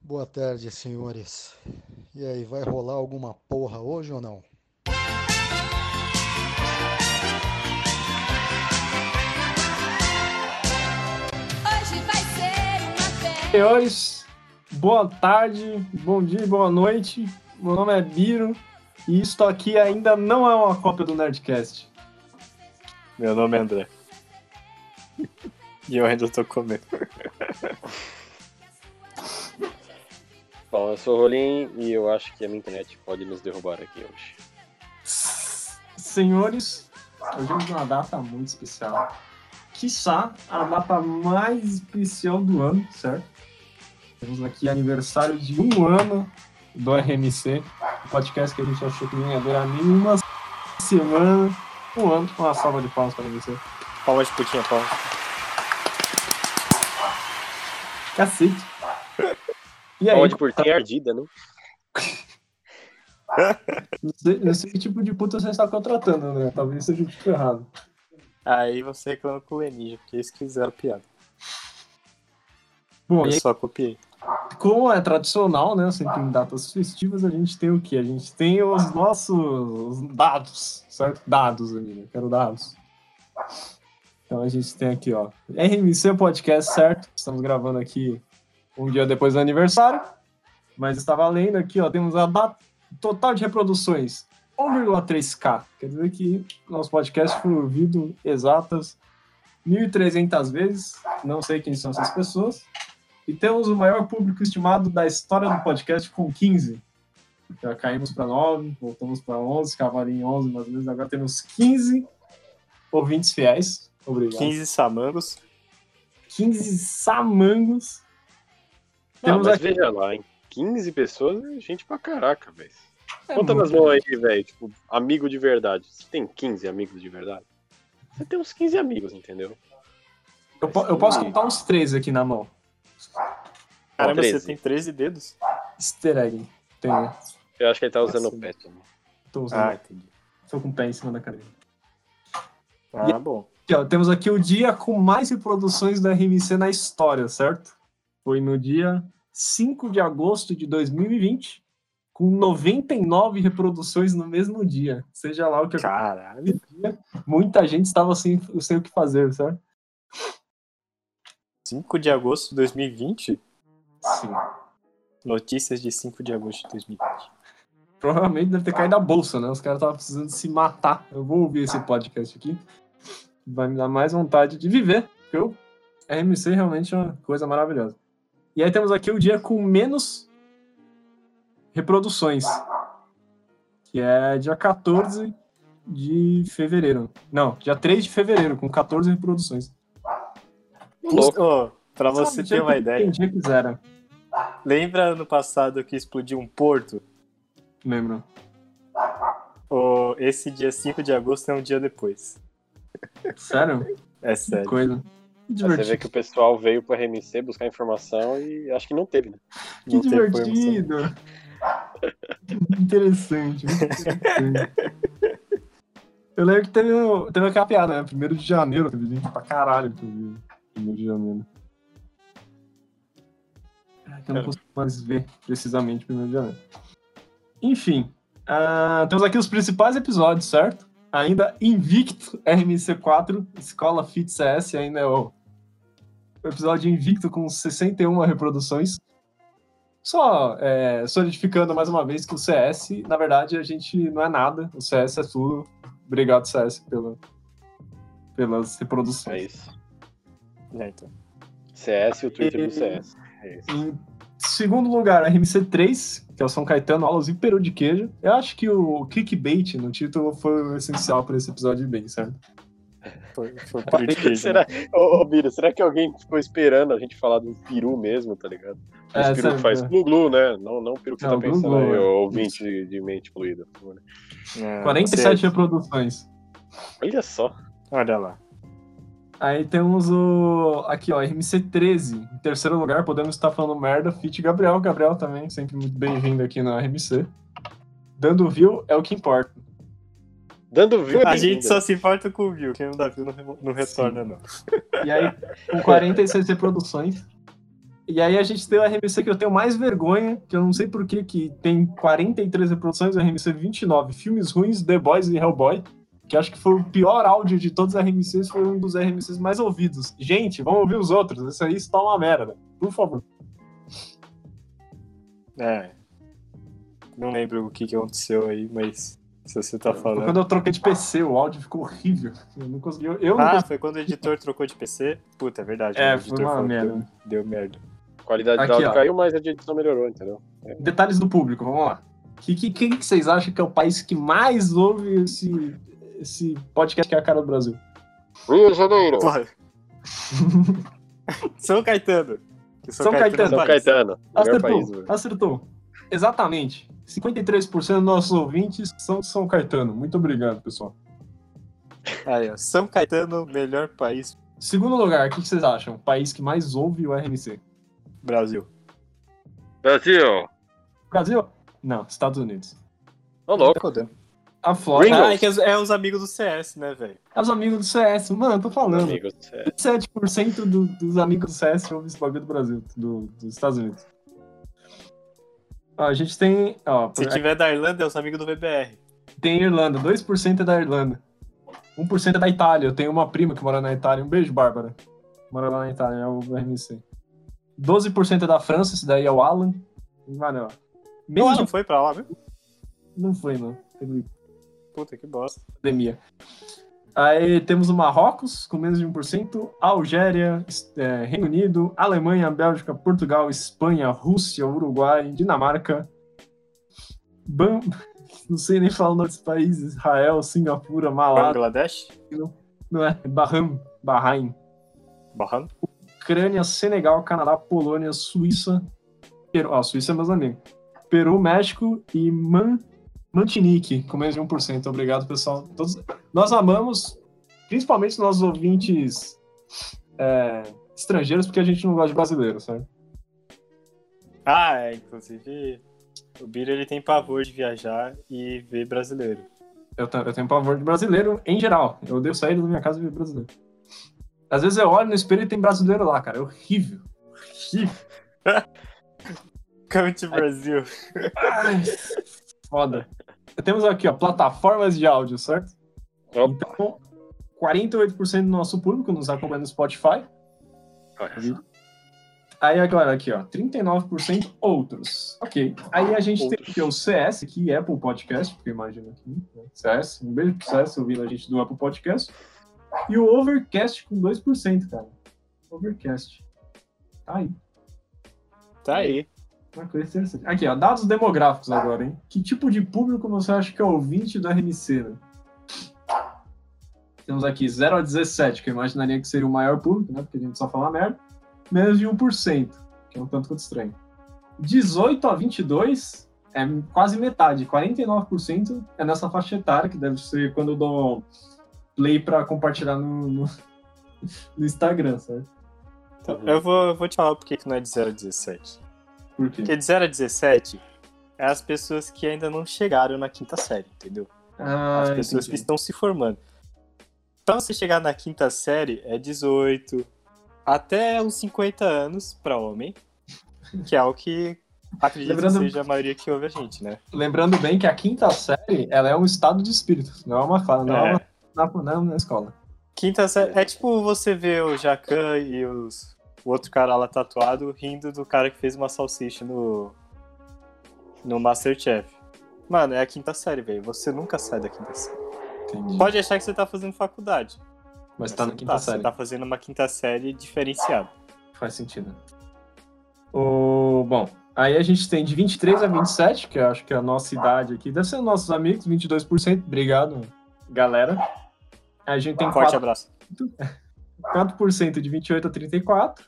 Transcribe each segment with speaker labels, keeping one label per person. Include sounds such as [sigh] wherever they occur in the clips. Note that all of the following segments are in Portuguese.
Speaker 1: Boa tarde, senhores. E aí, vai rolar alguma porra hoje ou não?
Speaker 2: Hoje vai ser uma festa.
Speaker 3: Senhores, boa tarde, bom dia e boa noite. Meu nome é Biro e isto aqui ainda não é uma cópia do Nerdcast.
Speaker 4: Meu nome é André. E eu ainda tô comendo.
Speaker 5: Bom, eu sou o Rolim e eu acho que a minha internet pode nos derrubar aqui hoje.
Speaker 3: Senhores, hoje é uma data muito especial. Quiçá a data mais especial do ano, certo? Temos aqui aniversário de um ano do RMC, um podcast que a gente achou que não ia durar nem uma semana. Um ano, uma salva de palmas para o RMC.
Speaker 4: Palma de putinha, palma.
Speaker 3: Cacete. E aí,
Speaker 5: Pode por ter ardida, né?
Speaker 3: não sei, não sei que tipo de puta você está contratando, André. Talvez seja o tipo errado.
Speaker 4: Aí você reclama com o Enija, porque eles quiseram piada.
Speaker 3: Bom,
Speaker 4: Eu
Speaker 3: e aí,
Speaker 4: só copiei.
Speaker 3: como é tradicional, né? Sempre em datas festivas, a gente tem o quê? A gente tem os nossos dados, certo? Dados, amigo. Eu quero dados. Então a gente tem aqui, ó. RMC Podcast, certo? Estamos gravando aqui um dia depois do aniversário. Mas está valendo aqui, ó. Temos a data total de reproduções. 1,3K. Quer dizer que nosso podcast foi ouvido exatas 1.300 vezes. Não sei quem são essas pessoas. E temos o maior público estimado da história do podcast com 15. Já caímos para 9, voltamos para 11, cavalinho em 11, mais ou menos. Agora temos 15 ouvintes fiéis. Obrigado.
Speaker 4: 15 samangos.
Speaker 3: 15 samangos.
Speaker 5: Não,
Speaker 3: Temos
Speaker 5: Ah, mas
Speaker 3: aqui-
Speaker 5: veja lá, hein? 15 pessoas é gente pra caraca, velho.
Speaker 3: É
Speaker 5: Conta nas
Speaker 3: muito.
Speaker 5: mãos aí, velho. Tipo, amigo de verdade. Você tem 15 amigos de verdade? Você tem uns 15 amigos, entendeu?
Speaker 3: Eu, po- eu posso contar uns três aqui na mão.
Speaker 4: Caramba, você
Speaker 5: 13.
Speaker 4: tem 13 dedos?
Speaker 3: Easter egg. Tem, né?
Speaker 5: Eu acho que ele tá usando
Speaker 4: Sim.
Speaker 5: o pet. né?
Speaker 3: Tô usando.
Speaker 4: Ah, entendi.
Speaker 3: Tô com o pé em cima da cadeira.
Speaker 4: Ah, bom.
Speaker 3: Aqui, ó, temos aqui o dia com mais reproduções da RMC na história, certo? Foi no dia 5 de agosto de 2020, com 99 reproduções no mesmo dia. Seja lá o que
Speaker 4: Caralho.
Speaker 3: Muita gente estava sem, sem o que fazer, certo?
Speaker 4: 5 de agosto de 2020?
Speaker 3: Sim.
Speaker 4: Notícias de 5 de agosto de 2020.
Speaker 3: Provavelmente deve ter caído a bolsa, né? Os caras estavam precisando se matar. Eu vou ouvir esse podcast aqui. Vai me dar mais vontade de viver. Porque o RMC realmente é uma coisa maravilhosa. E aí temos aqui o dia com menos reproduções. Que é dia 14 de fevereiro. Não, dia 3 de fevereiro, com 14 reproduções.
Speaker 5: Louco.
Speaker 4: Ô, pra você
Speaker 3: Sabe,
Speaker 4: ter uma
Speaker 3: dia que-
Speaker 4: ideia,
Speaker 3: Dia que zera,
Speaker 4: lembra ano passado que explodiu um porto? [laughs]
Speaker 3: lembro.
Speaker 4: Ô, esse dia 5 de agosto é um dia depois.
Speaker 3: Sério?
Speaker 4: É
Speaker 3: Que
Speaker 4: sério.
Speaker 3: coisa. Que
Speaker 5: Aí Você
Speaker 3: divertido.
Speaker 5: vê que o pessoal veio pro RMC buscar informação e acho que não teve, né?
Speaker 3: Que
Speaker 4: Não tem formação.
Speaker 3: divertido! [laughs] interessante, muito interessante. Eu lembro que teve, teve aquela piada, né? Primeiro de janeiro, teve gente pra caralho que eu vi. Primeiro de janeiro. Caraca, eu não consigo mais ver precisamente primeiro de janeiro. Enfim, ah, temos aqui os principais episódios, certo? Ainda invicto RMC4, Escola Fit CS, ainda é o o episódio invicto com 61 reproduções. Só é, solidificando mais uma vez que o CS, na verdade, a gente não é nada. O CS é tudo. Obrigado, CS, pela, pelas
Speaker 5: É
Speaker 3: reproduções.
Speaker 5: isso.
Speaker 4: É, então.
Speaker 5: CS e o Twitter do CS. É isso.
Speaker 3: Em segundo lugar, RMC3, que é o São Caetano, aulas e peru de queijo. Eu acho que o clickbait no título foi o essencial para esse episódio de bem, certo?
Speaker 4: Foi, foi por isso.
Speaker 5: [laughs] Será, ô, ô Bira, será que alguém ficou esperando a gente falar do peru mesmo, tá ligado?
Speaker 3: É,
Speaker 5: Esse peru
Speaker 3: sabe,
Speaker 5: que faz
Speaker 3: né?
Speaker 5: glu-glu, né? Não, não o peru que
Speaker 3: Não,
Speaker 5: você tá pensando
Speaker 3: glu-glu,
Speaker 5: aí,
Speaker 3: é.
Speaker 5: ô ouvinte de, de mente poluída. por favor, né?
Speaker 4: É,
Speaker 3: 47
Speaker 4: você-
Speaker 3: reproduções.
Speaker 5: Olha só.
Speaker 4: Olha lá.
Speaker 3: Aí temos o. Aqui, ó, RMC13. Em terceiro lugar, podemos estar falando merda. Fit Gabriel. Gabriel também, sempre muito bem-vindo aqui na RMC. Dando view é o que importa.
Speaker 5: Dando view é
Speaker 4: A
Speaker 5: bem-vindo,
Speaker 4: gente só
Speaker 5: né?
Speaker 4: se importa com o Viu. Quem não dá Viu não, re- não retorna, não.
Speaker 3: E aí, com 46 reproduções. E aí a gente tem o RMC que eu tenho mais vergonha, que eu não sei por que que tem 43 reproduções, o RMC 29, filmes ruins, The Boys e Hellboy, que acho que foi o pior áudio de todos os RMCs, foi um dos RMCs mais ouvidos. Gente, vamos ouvir os outros, isso aí está uma merda, por favor.
Speaker 4: É. Não lembro o que, que aconteceu aí, mas se você tá falando.
Speaker 3: Quando eu troquei de PC, o áudio ficou horrível. Eu não consegui, eu, eu não
Speaker 4: Ah,
Speaker 3: consegui-
Speaker 4: foi quando o editor trocou de PC? Puta, é verdade.
Speaker 3: É,
Speaker 4: o editor
Speaker 3: foi uma
Speaker 4: falou que
Speaker 3: merda.
Speaker 4: Deu, deu merda.
Speaker 5: A né? qualidade
Speaker 3: Aqui,
Speaker 5: da áudio
Speaker 3: ó.
Speaker 5: caiu, mas a edição melhorou, entendeu?
Speaker 3: Detalhes do público, vamos lá. O que, que, que vocês acham que é o país que mais ouve esse, esse podcast que é a cara do Brasil?
Speaker 5: Rio de
Speaker 3: [laughs]
Speaker 5: Janeiro.
Speaker 4: Porra. São Caetano. Que
Speaker 3: São Caetano.
Speaker 5: São
Speaker 4: faz.
Speaker 5: Caetano. Melhor
Speaker 3: Acertou,
Speaker 5: país, velho.
Speaker 3: acertou. Exatamente. 53% dos nossos ouvintes são de São Caetano. Muito obrigado, pessoal.
Speaker 4: Aí, ó. São Caetano, melhor país
Speaker 3: Segundo lugar, o que que vocês acham? O país que mais ouve o RMC?
Speaker 4: Brasil.
Speaker 5: Brasil.
Speaker 3: Brasil? Não, Estados Unidos.
Speaker 5: Ô, louco.
Speaker 3: A Flórida.
Speaker 5: Gringos.
Speaker 4: Tá Ah, é que é os amigos do CS, né, velho?
Speaker 3: É os amigos do CS. Mano, tô falando.
Speaker 5: Amigos, é.
Speaker 3: 7% do- dos amigos do CS ouvem esse bagulho do Brasil, do- dos Estados Unidos. Ó, a gente tem. Ó,
Speaker 4: Se tiver da Irlanda, é os amigos do VBR.
Speaker 3: Tem Irlanda, 2% é da Irlanda. 1% é da Itália. Eu tenho uma prima que mora na Itália. Um beijo, Bárbara. Mora lá na Itália, é o RMC. 12% é da França, esse daí é o Alan. Mano, ó,
Speaker 4: Não,
Speaker 3: menos
Speaker 4: Ah, não
Speaker 3: de...
Speaker 4: foi pra lá mesmo?
Speaker 3: Não foi, não. Teve
Speaker 4: Puta, que bosta.
Speaker 3: pandemia. Aí temos o Marrocos, com menos de 1%. Algéria, es- é, Reino Unido, Alemanha, Bélgica, Portugal, Espanha, Rússia, Uruguai, Dinamarca. Bam... [laughs] Não sei nem falar o nome desse país. Israel, Singapura, Malásia.
Speaker 4: Bangladesh?
Speaker 3: Não é? Bahram, Bahrain.
Speaker 4: Bahrain?
Speaker 3: Ucrânia, Senegal, Canadá, Polônia, Suíça. Peru. Ah, Suíça é meus amigos. Peru, México e Man... Mantinique, com menos de 1%. Obrigado, pessoal. Todos- Nós amamos, principalmente nossos ouvintes é, estrangeiros, porque a gente não gosta de brasileiro, sabe?
Speaker 4: Ah, é, inclusive, o Biro ele tem pavor de viajar e ver brasileiro.
Speaker 3: Eu, te- eu tenho pavor de brasileiro em geral. Eu odeio sair da minha casa e ver brasileiro. Às vezes eu olho no espelho e tem brasileiro lá, cara. É horrível. Horrível.
Speaker 4: Come to Brasil.
Speaker 3: Ai, [laughs] Foda. Temos aqui, ó, plataformas de áudio, certo?
Speaker 5: Opa,
Speaker 3: Então, 48% do nosso público nos acompanha no Spotify.
Speaker 5: olha.
Speaker 3: Aí agora aqui, ó, 39% outros. Ok. Aí a gente tem aqui o CS, que é Apple Podcast, porque imagina aqui, né? CS, um beijo pro CS ouvindo a gente do Apple Podcast. E o Overcast com 2%, cara. Overcast. Tá aí.
Speaker 4: Tá aí.
Speaker 3: Uma coisa interessante. Aqui, ó, dados demográficos agora, hein? Que tipo de público você acha que é ouvinte do RMC, né? Temos aqui 0 a 17, que eu imaginaria que seria o maior público, né? Porque a gente só fala merda. Menos de 1%, que é um tanto quanto estranho. 18 a 22 é quase metade, 49% é nessa faixa etária, que deve ser quando eu dou play pra compartilhar no, no, [laughs] no Instagram, certo? Tá
Speaker 5: Uhum.
Speaker 4: Eu vou, eu vou te falar por que que não é de 0 a 17.
Speaker 3: Por quê?
Speaker 4: Porque de 0 a 17 é as pessoas que ainda não chegaram na quinta série, entendeu?
Speaker 3: Ah,
Speaker 4: As pessoas que
Speaker 3: entendi.
Speaker 4: estão se formando. Pra você chegar na quinta série, é 18 até os 50 anos pra homem, que é o que acredito
Speaker 3: Lembrando-
Speaker 4: que seja a maioria que ouve a gente, né?
Speaker 3: Lembrando bem que a quinta série, ela é um estado de espírito, não é uma classe, não é,
Speaker 4: É.
Speaker 3: uma, não é uma escola.
Speaker 4: Quinta série. É tipo você ver o Jacan e os, o outro cara lá tatuado rindo do cara que fez uma salsicha no. no Masterchef. Mano, é a quinta série, velho. Você nunca sai da quinta série.
Speaker 3: Entendi.
Speaker 4: Pode achar que você tá fazendo faculdade.
Speaker 3: Mas tá
Speaker 4: você
Speaker 3: na
Speaker 4: não
Speaker 3: quinta série,
Speaker 4: Você tá fazendo uma quinta série diferenciada.
Speaker 3: faz sentido. O, bom, aí a gente tem de 23 a 27, que eu acho que é a nossa idade aqui. Deve ser os nossos amigos, 22%, obrigado, galera. A gente tem
Speaker 4: Um forte
Speaker 3: 4%,
Speaker 4: abraço.
Speaker 3: 4% de 28 a 34,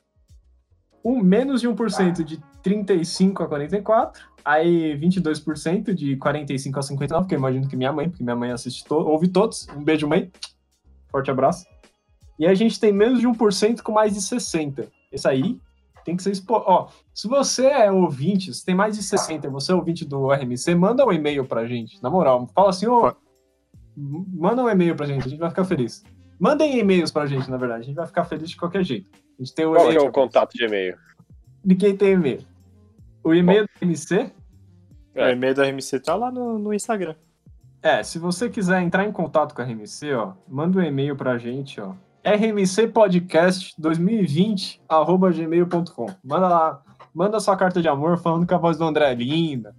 Speaker 3: um menos de 1% de 35 a 44, aí 22% de 45 a 59, que eu imagino que minha mãe, porque minha mãe assiste, to ouve todos. Um beijo, mãe. Forte abraço. E a gente tem menos de 1% com mais de 60. Esse aí tem que ser expo... Ó, se você é ouvinte, se tem mais de 60, você é ouvinte do RMC, manda um e-mail pra gente, na moral. Fala assim, ô, m- manda um e-mail pra gente, a gente vai ficar feliz. Mandem e-mails pra gente, na verdade, a gente vai ficar feliz de qualquer jeito. A gente tem o
Speaker 5: Qual que é
Speaker 3: e-mail-
Speaker 5: o contato de e-mail?
Speaker 3: De quem tem e-mail? O e-mail do MC?
Speaker 4: O e-mail do RMC tá lá no, no Instagram.
Speaker 3: É, se você quiser entrar em contato com a RMC, ó, manda um e-mail pra gente, ó. rmcpodcast2020@gmail.com. Manda lá, manda sua carta de amor falando que a voz do André é linda.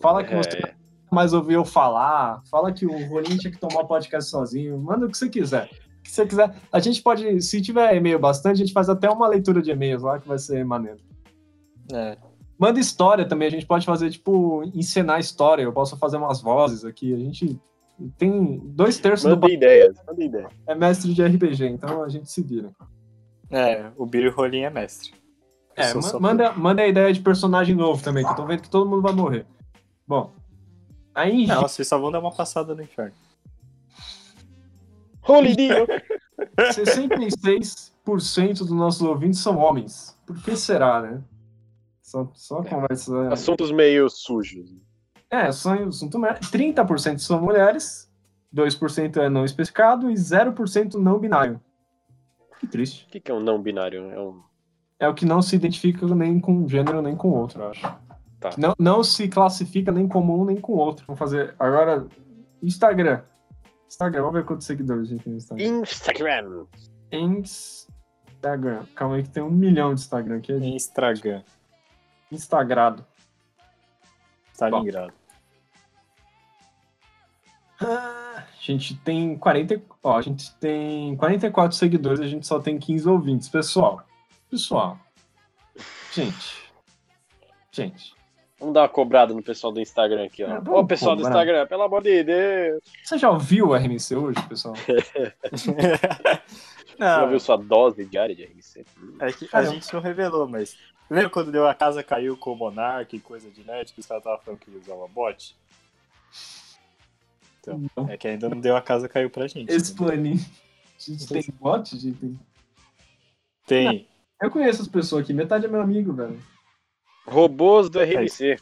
Speaker 3: Fala que você
Speaker 5: É,
Speaker 3: mais ouviu fala, fala que o Rolinho tinha que tomar o podcast sozinho, manda o que você quiser. O que você quiser, a gente pode, se tiver e-mail bastante, a gente faz até uma leitura de e-mails lá que vai ser maneiro.
Speaker 4: É.
Speaker 3: Manda história também, a gente pode fazer, tipo, encenar história, eu posso fazer umas vozes aqui, a gente tem dois terços do
Speaker 5: manda
Speaker 3: do
Speaker 5: ideias, manda ideia.
Speaker 3: é mestre de RPG, então a gente se vira.
Speaker 4: É, o Biro Rolim é mestre.
Speaker 3: É,
Speaker 4: Eu sou
Speaker 3: ma-
Speaker 4: só-
Speaker 3: manda, manda a ideia de personagem novo também, que eu tô vendo que todo mundo vai morrer. Bom, aí
Speaker 4: [laughs] Não, vocês só vão dar uma passada no inferno.
Speaker 3: [laughs]
Speaker 5: Holy Dio!
Speaker 3: 66% dos nossos ouvintes são homens. Por que será, né? Só,
Speaker 4: É.
Speaker 3: só
Speaker 4: Tá
Speaker 3: conversa.
Speaker 5: Assuntos meio sujos.
Speaker 3: É, são assunto mer- 30% são mulheres, 2% é não especificado e 0% não binário. Que triste.
Speaker 5: O que, que é um não binário? É um.
Speaker 3: É o que não se identifica nem com um gênero nem com outro, eu acho.
Speaker 5: Tá.
Speaker 3: Não, não se classifica nem como um nem com outro. Vamos fazer. Agora, Instagram. Instagram, vamos ver quantos seguidores a gente tem no Instagram.
Speaker 5: Instagram!
Speaker 3: Instagram. Calma aí que tem um milhão de Instagram aqui. É
Speaker 4: Instagram.
Speaker 3: Instagrado.
Speaker 4: Tá Stalingrado.
Speaker 3: Ah, A gente tem 40, ó, a gente tem 44 seguidores, a gente só tem 15 ouvintes, pessoal. Pessoal. Gente. Gente.
Speaker 5: Vamos dar uma cobrada no pessoal do Instagram aqui, ó.
Speaker 3: É,
Speaker 5: Ô,
Speaker 3: vamos
Speaker 5: pessoal do
Speaker 3: cobrar.
Speaker 5: Instagram, pelo amor de Deus!
Speaker 3: Você já ouviu o RMC hoje, pessoal?
Speaker 5: Já
Speaker 4: Não,
Speaker 5: viu sua dose diária de RMC?
Speaker 4: é que a
Speaker 3: Cara, eu-
Speaker 4: gente não revelou, mas. Lembra quando deu a casa caiu com o Monark e coisa de nerd que os caras estavam falando que ia usar uma bot? É que ainda não deu a casa caiu pra gente.
Speaker 3: Esse
Speaker 4: né?
Speaker 3: planinho. A gente tem bot, a gente tem-
Speaker 4: Tem.
Speaker 3: Eu conheço as pessoas aqui, metade é meu amigo, velho.
Speaker 5: Robôs
Speaker 4: É
Speaker 5: do RMC.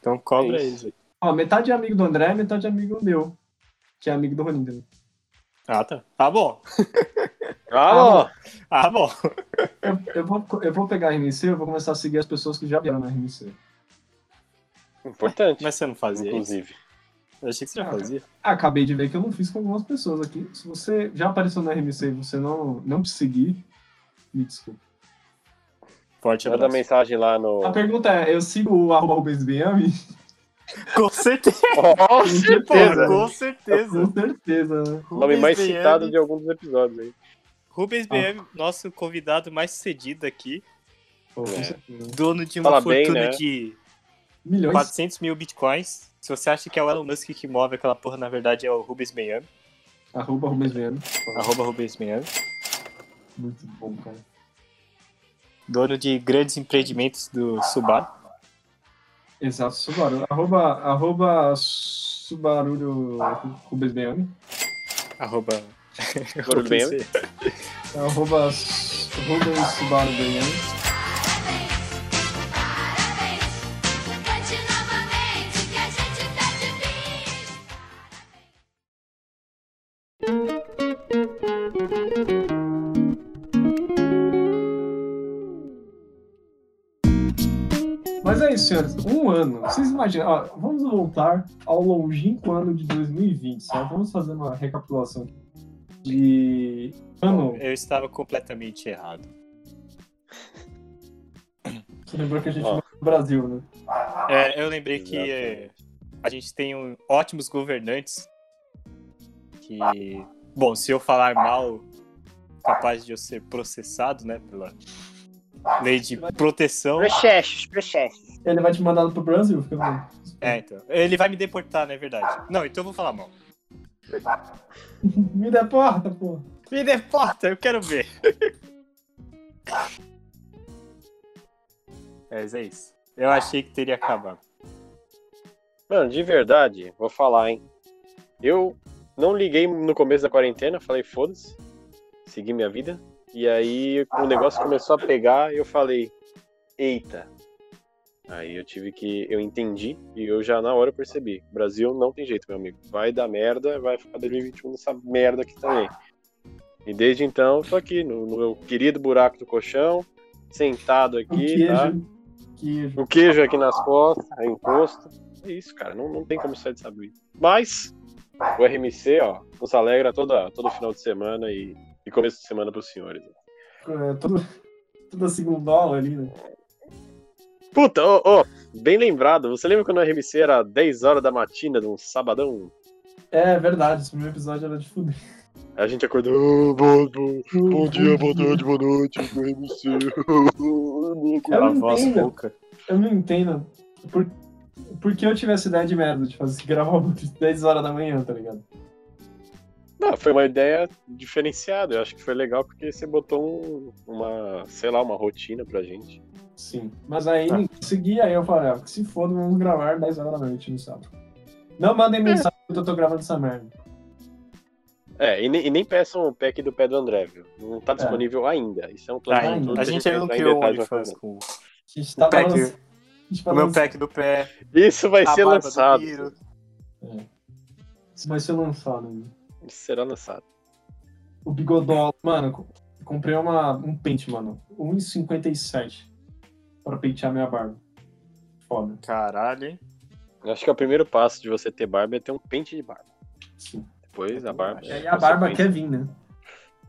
Speaker 4: Então cobra
Speaker 5: É
Speaker 4: eles aí.
Speaker 3: Ó, metade é amigo do André, metade é amigo meu. Que é amigo do Rolim também.
Speaker 4: Ah, tá. Ah, bom.
Speaker 5: Alô!
Speaker 4: Ah, bom.
Speaker 3: Eu, eu vou, eu vou pegar a RMC, eu vou começar a seguir as pessoas que já vieram na RMC.
Speaker 5: Importante,
Speaker 4: Mas você não fazia isso?
Speaker 5: inclusive.
Speaker 4: Eu achei que você já fazia.
Speaker 3: Acabei de ver que eu não fiz com algumas pessoas aqui. Se você já apareceu na RMC e você não, não te seguir, me desculpe.
Speaker 4: Forte
Speaker 5: Manda
Speaker 4: abraço.
Speaker 5: mensagem lá no.
Speaker 3: A pergunta é, eu sigo o arroba Rubens Biami?
Speaker 4: Com certeza,
Speaker 5: Com
Speaker 3: certeza.
Speaker 5: certeza!
Speaker 4: com certeza.
Speaker 3: Com certeza, né?
Speaker 5: [laughs] Nome mais
Speaker 4: BM,
Speaker 5: citado de Ah. algum dos episódios
Speaker 4: [laughs]
Speaker 5: aí.
Speaker 4: Rubens BM, nosso convidado mais cedido aqui.
Speaker 3: Pô, com
Speaker 5: É.
Speaker 3: certeza.
Speaker 4: Dono de uma
Speaker 5: Fala bem,
Speaker 4: fortuna
Speaker 5: né?
Speaker 4: de
Speaker 3: Milhões.
Speaker 4: 400 mil bitcoins. Se você acha que é o Elon Musk que move aquela porra, na verdade é o Rubens Miami.
Speaker 3: Arroba Rubens Biami.
Speaker 4: Arroba Rubens Miami.
Speaker 3: Muito bom, cara.
Speaker 4: Dono de grandes empreendimentos do Subaru.
Speaker 3: Exato, Subaru. Arroba, arroba Subaru Rubens Biami.
Speaker 4: Arroba.
Speaker 5: Tudo bem?
Speaker 3: Arroba S- Rubens Subaru Biami.
Speaker 2: Parabéns, cante novamente que a gente tá de fim.
Speaker 3: Mas é isso, senhores. Um ano. Vocês imaginam? Ó, vamos voltar ao longínquo ano de 2020, só Vamos fazer uma recapitulação aqui. De ano.
Speaker 4: Eu estava completamente errado.
Speaker 3: Você lembrou que a gente
Speaker 5: Ó.
Speaker 3: mora no Brasil, né?
Speaker 4: É, eu lembrei que é, a gente tem um- ótimos governantes. Que. Bom, se eu falar mal, capaz de eu ser processado, né? Pela lei de proteção.
Speaker 5: Processos, processos.
Speaker 3: Ele vai te mandar pro Brasil, fica bem.
Speaker 4: É, então. Ele vai me deportar, não é verdade? Não, então eu vou falar mal.
Speaker 3: Me deporta, pô.
Speaker 4: Me deporta, eu quero ver. é, mas é isso. Eu achei que teria acabado.
Speaker 5: Mano, de verdade, vou falar, hein. Eu não liguei no começo da quarentena, falei, foda-se, segui minha vida. E aí o negócio começou a pegar e eu falei, eita. Aí eu tive que. Eu entendi e eu já na hora percebi. Brasil não tem jeito, meu amigo. Vai dar merda, vai ficar 2021 nessa merda aqui também. E desde então, eu tô aqui, no, no meu querido buraco do colchão, sentado
Speaker 3: Um
Speaker 5: aqui, tá?
Speaker 3: queijo. um Queijo.
Speaker 5: O queijo aqui nas costas, é encosto. É isso, cara. Não, não tem como sair dessa briga. Mas o RMC, ó, nos alegra toda, todo final de semana e, e começo de semana pros senhores.
Speaker 3: É, toda, toda segundola ali, né?
Speaker 5: Puta, ô, ô, bem lembrado. Você lembra quando o RMC era 10 horas da matina de um sabadão?
Speaker 3: É verdade, esse primeiro episódio era de fuder.
Speaker 5: A gente acordou. "Ô, bom, bom, bom dia, boa tarde, boa noite, do RMC.
Speaker 4: Aquela
Speaker 3: não
Speaker 4: voz
Speaker 3: entendo.
Speaker 4: rouca.
Speaker 3: Eu não entendo por, por que eu tive essa ideia de merda de fazer [laughs] gravar às 10 horas da manhã, tá ligado?
Speaker 5: Não, Ah, foi uma ideia diferenciada. Eu acho que foi legal porque você botou um- uma, sei lá, uma rotina pra gente.
Speaker 3: Sim. Mas aí
Speaker 4: Tá.
Speaker 3: ninguém seguia, aí eu falei, ah, que se foda, vamos gravar 10 horas da noite no sábado. Não mandem mensagem que eu tô gravando essa merda.
Speaker 5: É, e, nem- e nem peçam o pack do pé do André, viu? Não tá disponível ainda. Isso é um plano.
Speaker 4: Tá,
Speaker 3: ainda.
Speaker 5: futuro,
Speaker 4: a gente ainda não
Speaker 5: vai entrar em
Speaker 4: criou um
Speaker 5: detalhes na
Speaker 4: OnlyFans
Speaker 5: coisa.
Speaker 4: com o
Speaker 3: A gente tá
Speaker 4: pack-
Speaker 3: balançando- a gente tá
Speaker 4: meu
Speaker 3: balançando-
Speaker 4: pack do pé,
Speaker 5: Isso vai
Speaker 4: a
Speaker 5: ser
Speaker 4: barba do
Speaker 5: lançado.
Speaker 4: Piro.
Speaker 3: Isso vai ser lançado. né?
Speaker 5: Isso será lançado.
Speaker 3: O bigodola. Mano, co- comprei uma, um pente, mano. 1,57 pra pentear minha barba. Foda.
Speaker 4: Caralho, hein?
Speaker 5: Eu acho que é o primeiro passo de você ter barba é ter um pente de barba.
Speaker 3: Sim.
Speaker 5: Depois a barba.
Speaker 3: E aí a barba quer vir, né?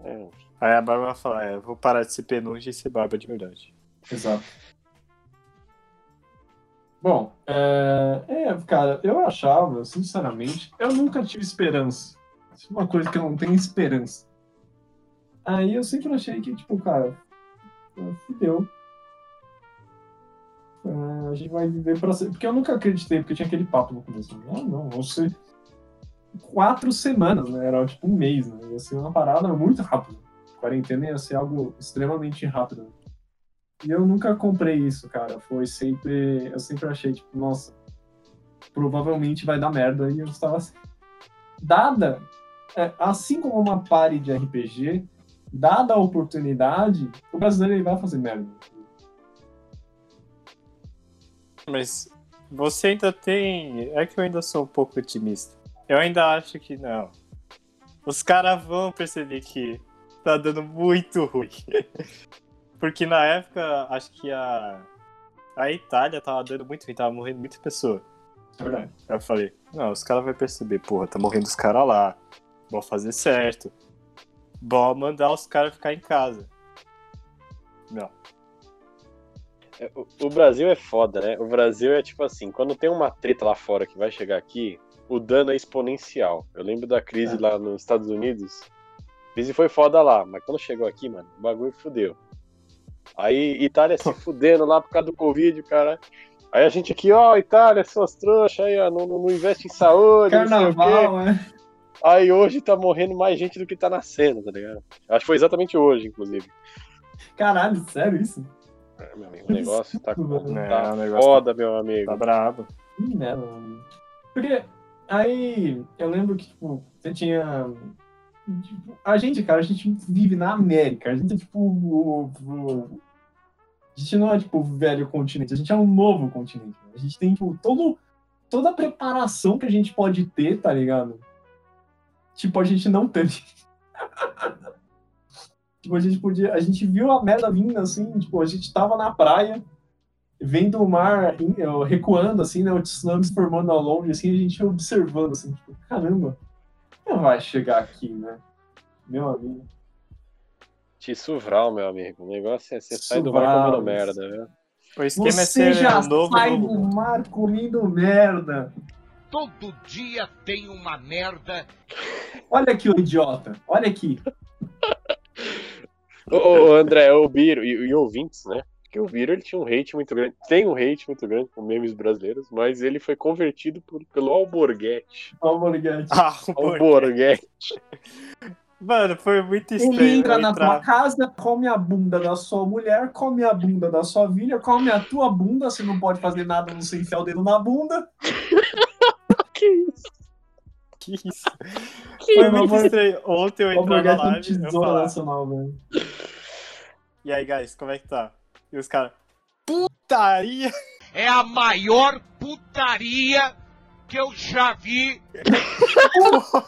Speaker 5: É.
Speaker 4: Aí a Bárbara vai falar, é, vou parar de ser penugem e ser barba de verdade.
Speaker 3: Exato. Bom, é, é, cara, eu achava, sinceramente, eu nunca tive esperança. Isso é uma coisa que eu não tenho esperança. Aí eu sempre achei que, tipo, cara, ah, fudeu. Ah, a gente vai viver pra sempre. Porque eu nunca acreditei, porque tinha aquele papo no começo. Não, não, vão ser quatro semanas, né? Era tipo um mês, né? Ia ser uma parada muito rápida. Quarentena ia ser algo extremamente rápido. né? E eu nunca comprei isso, cara. Foi sempre. Eu sempre achei, tipo, nossa, provavelmente vai dar merda. E eu estava assim. Dada, é, assim como uma pare de RPG, dada a oportunidade, o brasileiro ele vai fazer merda.
Speaker 4: Mas você ainda tem. É que eu ainda sou um pouco otimista. Eu ainda acho que não. Os caras vão perceber que tá dando muito ruim. [laughs] Porque na época, acho que a. A Itália tava dando muito ruim, tava morrendo muita pessoa.
Speaker 3: É verdade.
Speaker 4: Aí eu falei, não, os caras vão perceber, porra, tá morrendo os caras lá. Bom fazer certo. Bom mandar os caras ficar em casa.
Speaker 5: É, o- O Brasil é foda, né? O Brasil é tipo assim, quando tem uma treta lá fora que vai chegar aqui, o dano é exponencial. Eu lembro da crise
Speaker 3: É.
Speaker 5: lá nos Estados Unidos. A crise foi foda lá, mas quando chegou aqui, mano, o bagulho fudeu. Aí Itália se fudendo lá por causa do Covid, cara. Aí a gente aqui, ó, Itália, suas trouxas, aí, ó, não, não- não investe em saúde. não sei o quê.
Speaker 3: Carnaval, é.
Speaker 5: Aí hoje tá morrendo mais gente do que tá nascendo, tá ligado? Acho que foi exatamente hoje, inclusive.
Speaker 3: Caralho, sério isso?
Speaker 5: É, meu amigo, o negócio tá, com-
Speaker 4: É,
Speaker 5: tá
Speaker 4: o negócio
Speaker 5: foda, meu amigo.
Speaker 4: Tá brabo.
Speaker 3: Ih, né, mano? Porque aí eu lembro que, tipo, você tinha. tipo, a gente, cara, a gente vive na América. A gente é tipo. o- o- a gente não é tipo o velho continente, a gente é um novo continente. né? A gente tem, tipo, todo, toda a preparação que a gente pode ter, tá ligado? Tipo, a gente não teve. [laughs] tipo, a gente podia. A gente viu a merda vindo assim, tipo, a gente tava na praia vendo o mar em- eh, recuando, assim, né? O tsunami se formando ao longe, assim, a gente observando, assim, tipo, caramba, não vai chegar aqui, né? Meu amigo.
Speaker 5: Tissuvral, meu amigo. O negócio é você sai do
Speaker 3: Suvral.
Speaker 5: mar comendo merda, né? viu?
Speaker 4: O esquema
Speaker 3: Você
Speaker 4: é ser
Speaker 3: já
Speaker 4: um novo,
Speaker 3: sai
Speaker 4: novo.
Speaker 3: do mar comendo merda.
Speaker 6: Todo dia tem uma merda
Speaker 3: Olha aqui, o idiota. Olha aqui.
Speaker 5: Ô, ô, André, o Biro e, e ouvintes, né? Porque o Biro ele tinha um hate muito grande, tem um hate muito grande com memes brasileiros, mas ele foi convertido por- pelo Alborguete.
Speaker 3: Ó, o Morgante.
Speaker 4: [laughs] Ah, o Borg.
Speaker 5: Alborguete.
Speaker 4: Mano, foi muito estranho.
Speaker 3: Ele entra
Speaker 4: eu
Speaker 3: na
Speaker 4: entrar-
Speaker 3: tua casa, come a bunda da sua mulher, come a bunda da sua filha, come a tua bunda, você não pode fazer nada, a não sei enfiar o dedo na bunda.
Speaker 5: Que isso?
Speaker 3: [laughs]
Speaker 4: Que isso? [laughs] Foi muito
Speaker 3: Borg-
Speaker 4: estranho. Ontem eu
Speaker 3: Ó, O
Speaker 4: entrar na
Speaker 3: Morgante é um
Speaker 4: live eu
Speaker 3: tesouro
Speaker 4: falar,
Speaker 3: nacional, velho.
Speaker 4: e aí, guys, como é que tá? E os caras, putaria! [laughs]
Speaker 6: é a maior putaria que eu já vi.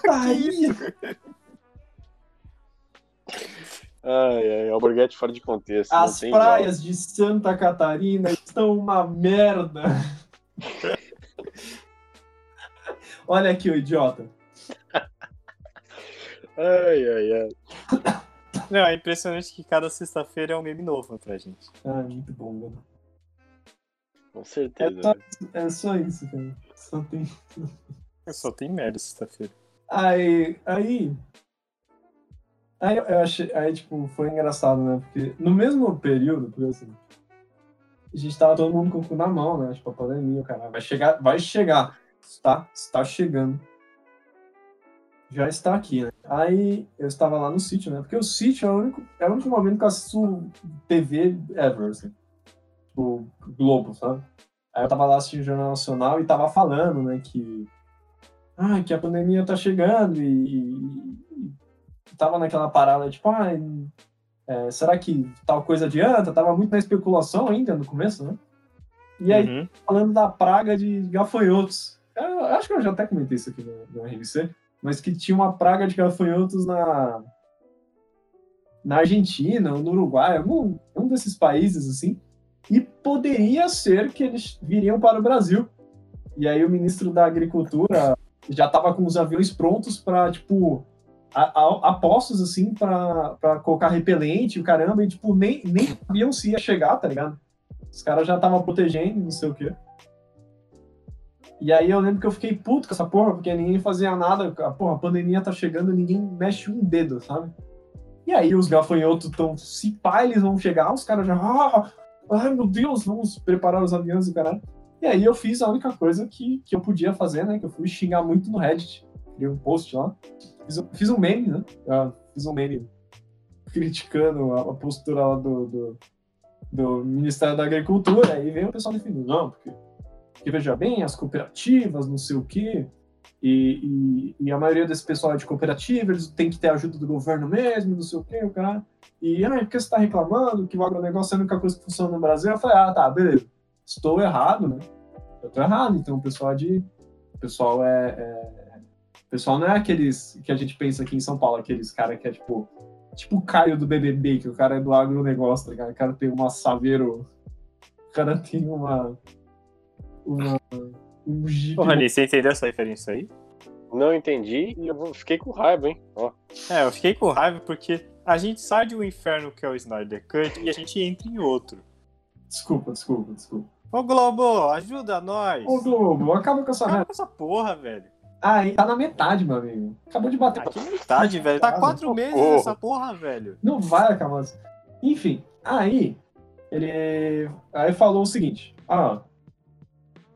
Speaker 3: Tá aí,
Speaker 5: Ai, ai, alborguete fora de contexto. não
Speaker 3: As
Speaker 5: tem
Speaker 3: praias de Santa Catarina estão uma
Speaker 5: [laughs]
Speaker 3: merda. Olha aqui o idiota.
Speaker 5: igual. Ai, ai, ai.
Speaker 4: Não, é impressionante que cada sexta-feira é um meme novo pra gente.
Speaker 3: Ah, muito bom, mano.
Speaker 5: Com
Speaker 3: É
Speaker 5: certeza.
Speaker 3: só,
Speaker 5: né?
Speaker 3: é só isso, cara. Só tem.
Speaker 4: Só tem merda sexta-feira.
Speaker 3: Aí. Aí. Aí eu eu achei. Aí, tipo, foi engraçado, né? Porque no mesmo período, porque assim. A gente tava todo mundo com o cu na mão, né? Tipo, a pandemia, o caralho. Vai chegar, vai chegar. Está, está chegando. Já está aqui, né? Aí eu estava lá no sítio, né? Porque o sítio é o único, é o único momento que eu assisto TV ever, assim. Tipo, Globo, sabe? Aí eu tava lá assistindo o Jornal Nacional e tava falando, né, que ah, que a pandemia tá chegando e, e- e tava naquela parada tipo, ah, é, será que tal coisa adianta? Tava muito na especulação ainda no começo, né? E aí,
Speaker 4: Uhum.
Speaker 3: falando da praga de gafanhotos. Eu acho que eu já até comentei isso aqui no, no RMC, mas que tinha uma praga de gafanhotos na na Argentina, ou no Uruguai, algum um desses países assim, e poderia ser que eles viriam para o Brasil. E aí o ministro da Agricultura já estava com os aviões prontos para tipo a, a, a postos, assim para colocar repelente, o caramba, e tipo nem nem sabiam se ia chegar, tá ligado? Os caras já estavam protegendo, não sei o quê. E aí eu lembro que eu fiquei puto com essa porra, porque ninguém fazia nada. A porra, a pandemia tá chegando, ninguém mexe um dedo, sabe? E aí os gafanhotos estão, se pá, eles vão chegar, os caras já. Ah, ai meu Deus, vamos preparar os aviões e caralho. E aí eu fiz a única coisa que, que eu podia fazer, né? Que eu fui xingar muito no Reddit. Criei um post lá. Fiz, um- fiz um meme, né? Ah, fiz um meme criticando a, a postura lá do- do, do Ministério da Agricultura, aí vem o pessoal definindo, não, porque, porque veja bem, as cooperativas, não sei o quê, e, e, e a maioria desse pessoal é de cooperativa, eles têm que ter ajuda do governo mesmo, não sei o quê, o cara. E, ah, por que você está reclamando que o agronegócio é a única coisa que funciona no Brasil? Eu falei, ah, tá, beleza, estou errado, né? Eu tô errado, então o pessoal é de. O pessoal é. é- o pessoal não é aqueles que a gente pensa aqui em São Paulo, aqueles cara que é tipo tipo o Caio do BBB, que o cara é do agronegócio, tá ligado? O cara tem uma Saveiro. O cara tem uma. uma um jeep.
Speaker 4: Ô, Rani, você entendeu essa referência aí?
Speaker 5: Não entendi e eu vou- fiquei com raiva, hein? Ó,
Speaker 4: É, eu fiquei com raiva porque a gente sai de um inferno que é o Snyder Cut e a gente entra em outro.
Speaker 3: Desculpa, desculpa, desculpa.
Speaker 4: Ô, Globo, ajuda nós!
Speaker 3: Ô, Globo, acaba com essa
Speaker 4: Acaba
Speaker 3: merda.
Speaker 4: com essa porra, velho.
Speaker 3: Ah, e tá na metade, meu amigo. Acabou de bater.
Speaker 4: Aqui é
Speaker 3: [laughs]
Speaker 4: metade, velho. Tá quatro meses
Speaker 5: Porra.
Speaker 4: essa porra, velho.
Speaker 3: Não vai acabar assim. Enfim, aí ele aí falou o seguinte: ah,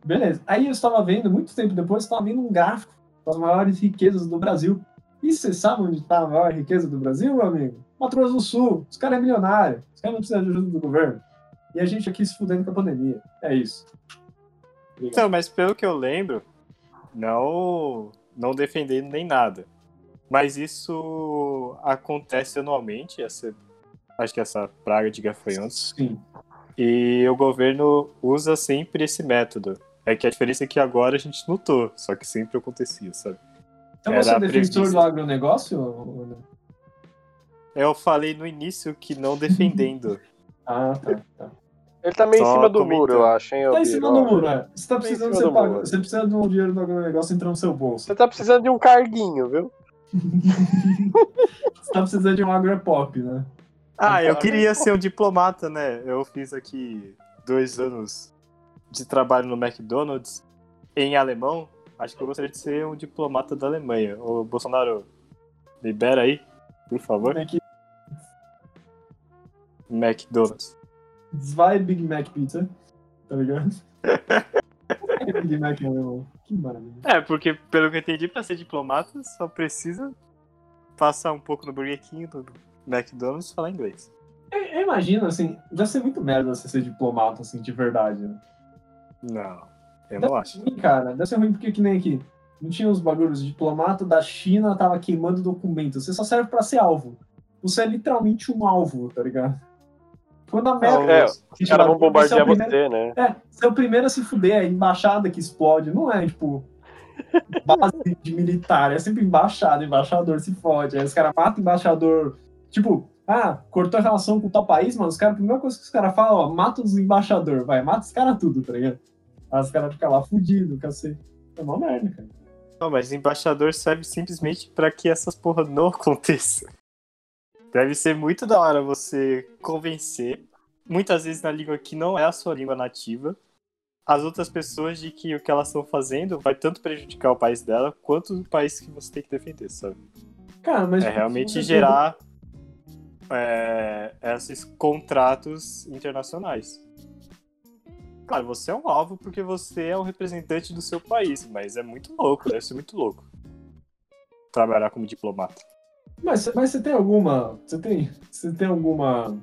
Speaker 3: beleza. Aí eu estava vendo, muito tempo depois, eu estava vendo um gráfico das maiores riquezas do Brasil. E você sabe onde está a maior riqueza do Brasil, meu amigo? Mato Grosso do Sul. Os caras é milionário. Os caras não precisam de ajuda do governo. E a gente aqui se fudendo com a pandemia. É isso.
Speaker 4: Então, mas pelo que eu lembro, não, não defendendo nem nada. Mas isso acontece anualmente, essa, acho que essa praga de gafanhotos.
Speaker 3: Sim.
Speaker 4: E o governo usa sempre esse método. É que a diferença é que agora a gente lutou, só que sempre acontecia, sabe?
Speaker 3: Então
Speaker 4: Era
Speaker 3: você é defensor
Speaker 4: previsto.
Speaker 3: do agronegócio? ou não?
Speaker 4: Eu falei no início que não defendendo.
Speaker 3: Ah, tá. tá.
Speaker 5: ele tá meio em
Speaker 4: Só
Speaker 5: cima do
Speaker 4: comentando.
Speaker 5: muro, eu acho, hein?
Speaker 3: Tá em
Speaker 5: Elbiro,
Speaker 3: cima
Speaker 5: ó.
Speaker 3: do muro, é. Você tá
Speaker 5: Tá em
Speaker 3: precisando
Speaker 5: cima
Speaker 3: ser
Speaker 5: do
Speaker 3: pago-
Speaker 5: muro.
Speaker 3: Você precisa de um dinheiro do agronegócio entrando no seu bolso.
Speaker 5: Você tá precisando de um carguinho, viu?
Speaker 3: Você tá precisando de um agropop, né?
Speaker 4: Ah, eu queria ser um diplomata, né? Eu fiz aqui dois anos de trabalho no McDonald's em alemão. Acho que eu gostaria de ser um diplomata da Alemanha. Ô, Bolsonaro, libera aí, por favor.
Speaker 3: Mac-
Speaker 4: McDonald's.
Speaker 3: Vai Big Mac Pizza, tá ligado?
Speaker 5: [laughs]
Speaker 3: É Big Mac alemão. Que maravilha.
Speaker 4: É, porque pelo que eu entendi, pra ser diplomata só precisa passar um pouco no Burger King, no McDonald's e falar inglês.
Speaker 3: Eu, eu imagino, assim, deve ser muito merda você ser diplomata, assim, de verdade. Né?
Speaker 4: Não, eu
Speaker 3: Deve
Speaker 4: não
Speaker 3: ser
Speaker 4: acho.
Speaker 3: ruim, cara. Deve ser ruim porque que nem aqui. Não tinha os bagulhos. O diplomata da China tava queimando documento. Você só serve pra ser alvo. Você é literalmente um alvo, tá ligado? Quando a merda.
Speaker 5: É,
Speaker 3: Gente,
Speaker 5: Os caras vão
Speaker 3: bagulho, você é
Speaker 5: bombardear
Speaker 3: o primeiro-
Speaker 5: você, né?
Speaker 3: É, você é o primeiro a se fuder, é a embaixada que explode, não é, tipo, base de militar, é sempre embaixada, embaixador se fode, aí os caras matam o embaixador, tipo, Ah, cortou a relação com tal país, mano. Os caras, a primeira coisa que os caras falam, ó, mata os embaixadores, vai, mata os caras tudo, tá ligado? Aí os caras ficam lá fudidos, cacete. É uma merda, cara.
Speaker 4: Não, mas embaixador serve simplesmente pra que essas porra não [laughs] aconteça. Deve ser muito da hora você convencer, muitas vezes na língua que não é a sua língua nativa, as outras pessoas de que o que elas estão fazendo vai tanto prejudicar o país dela quanto o país que você tem que defender, sabe?
Speaker 3: Cara, mas. tipo,
Speaker 4: É realmente gerar é, esses contratos internacionais. Claro, você é um alvo porque você é um representante do seu país, mas é muito louco, deve ser muito louco. Trabalhar como diplomata.
Speaker 3: Mas, mas você tem alguma. Você tem. Você tem alguma.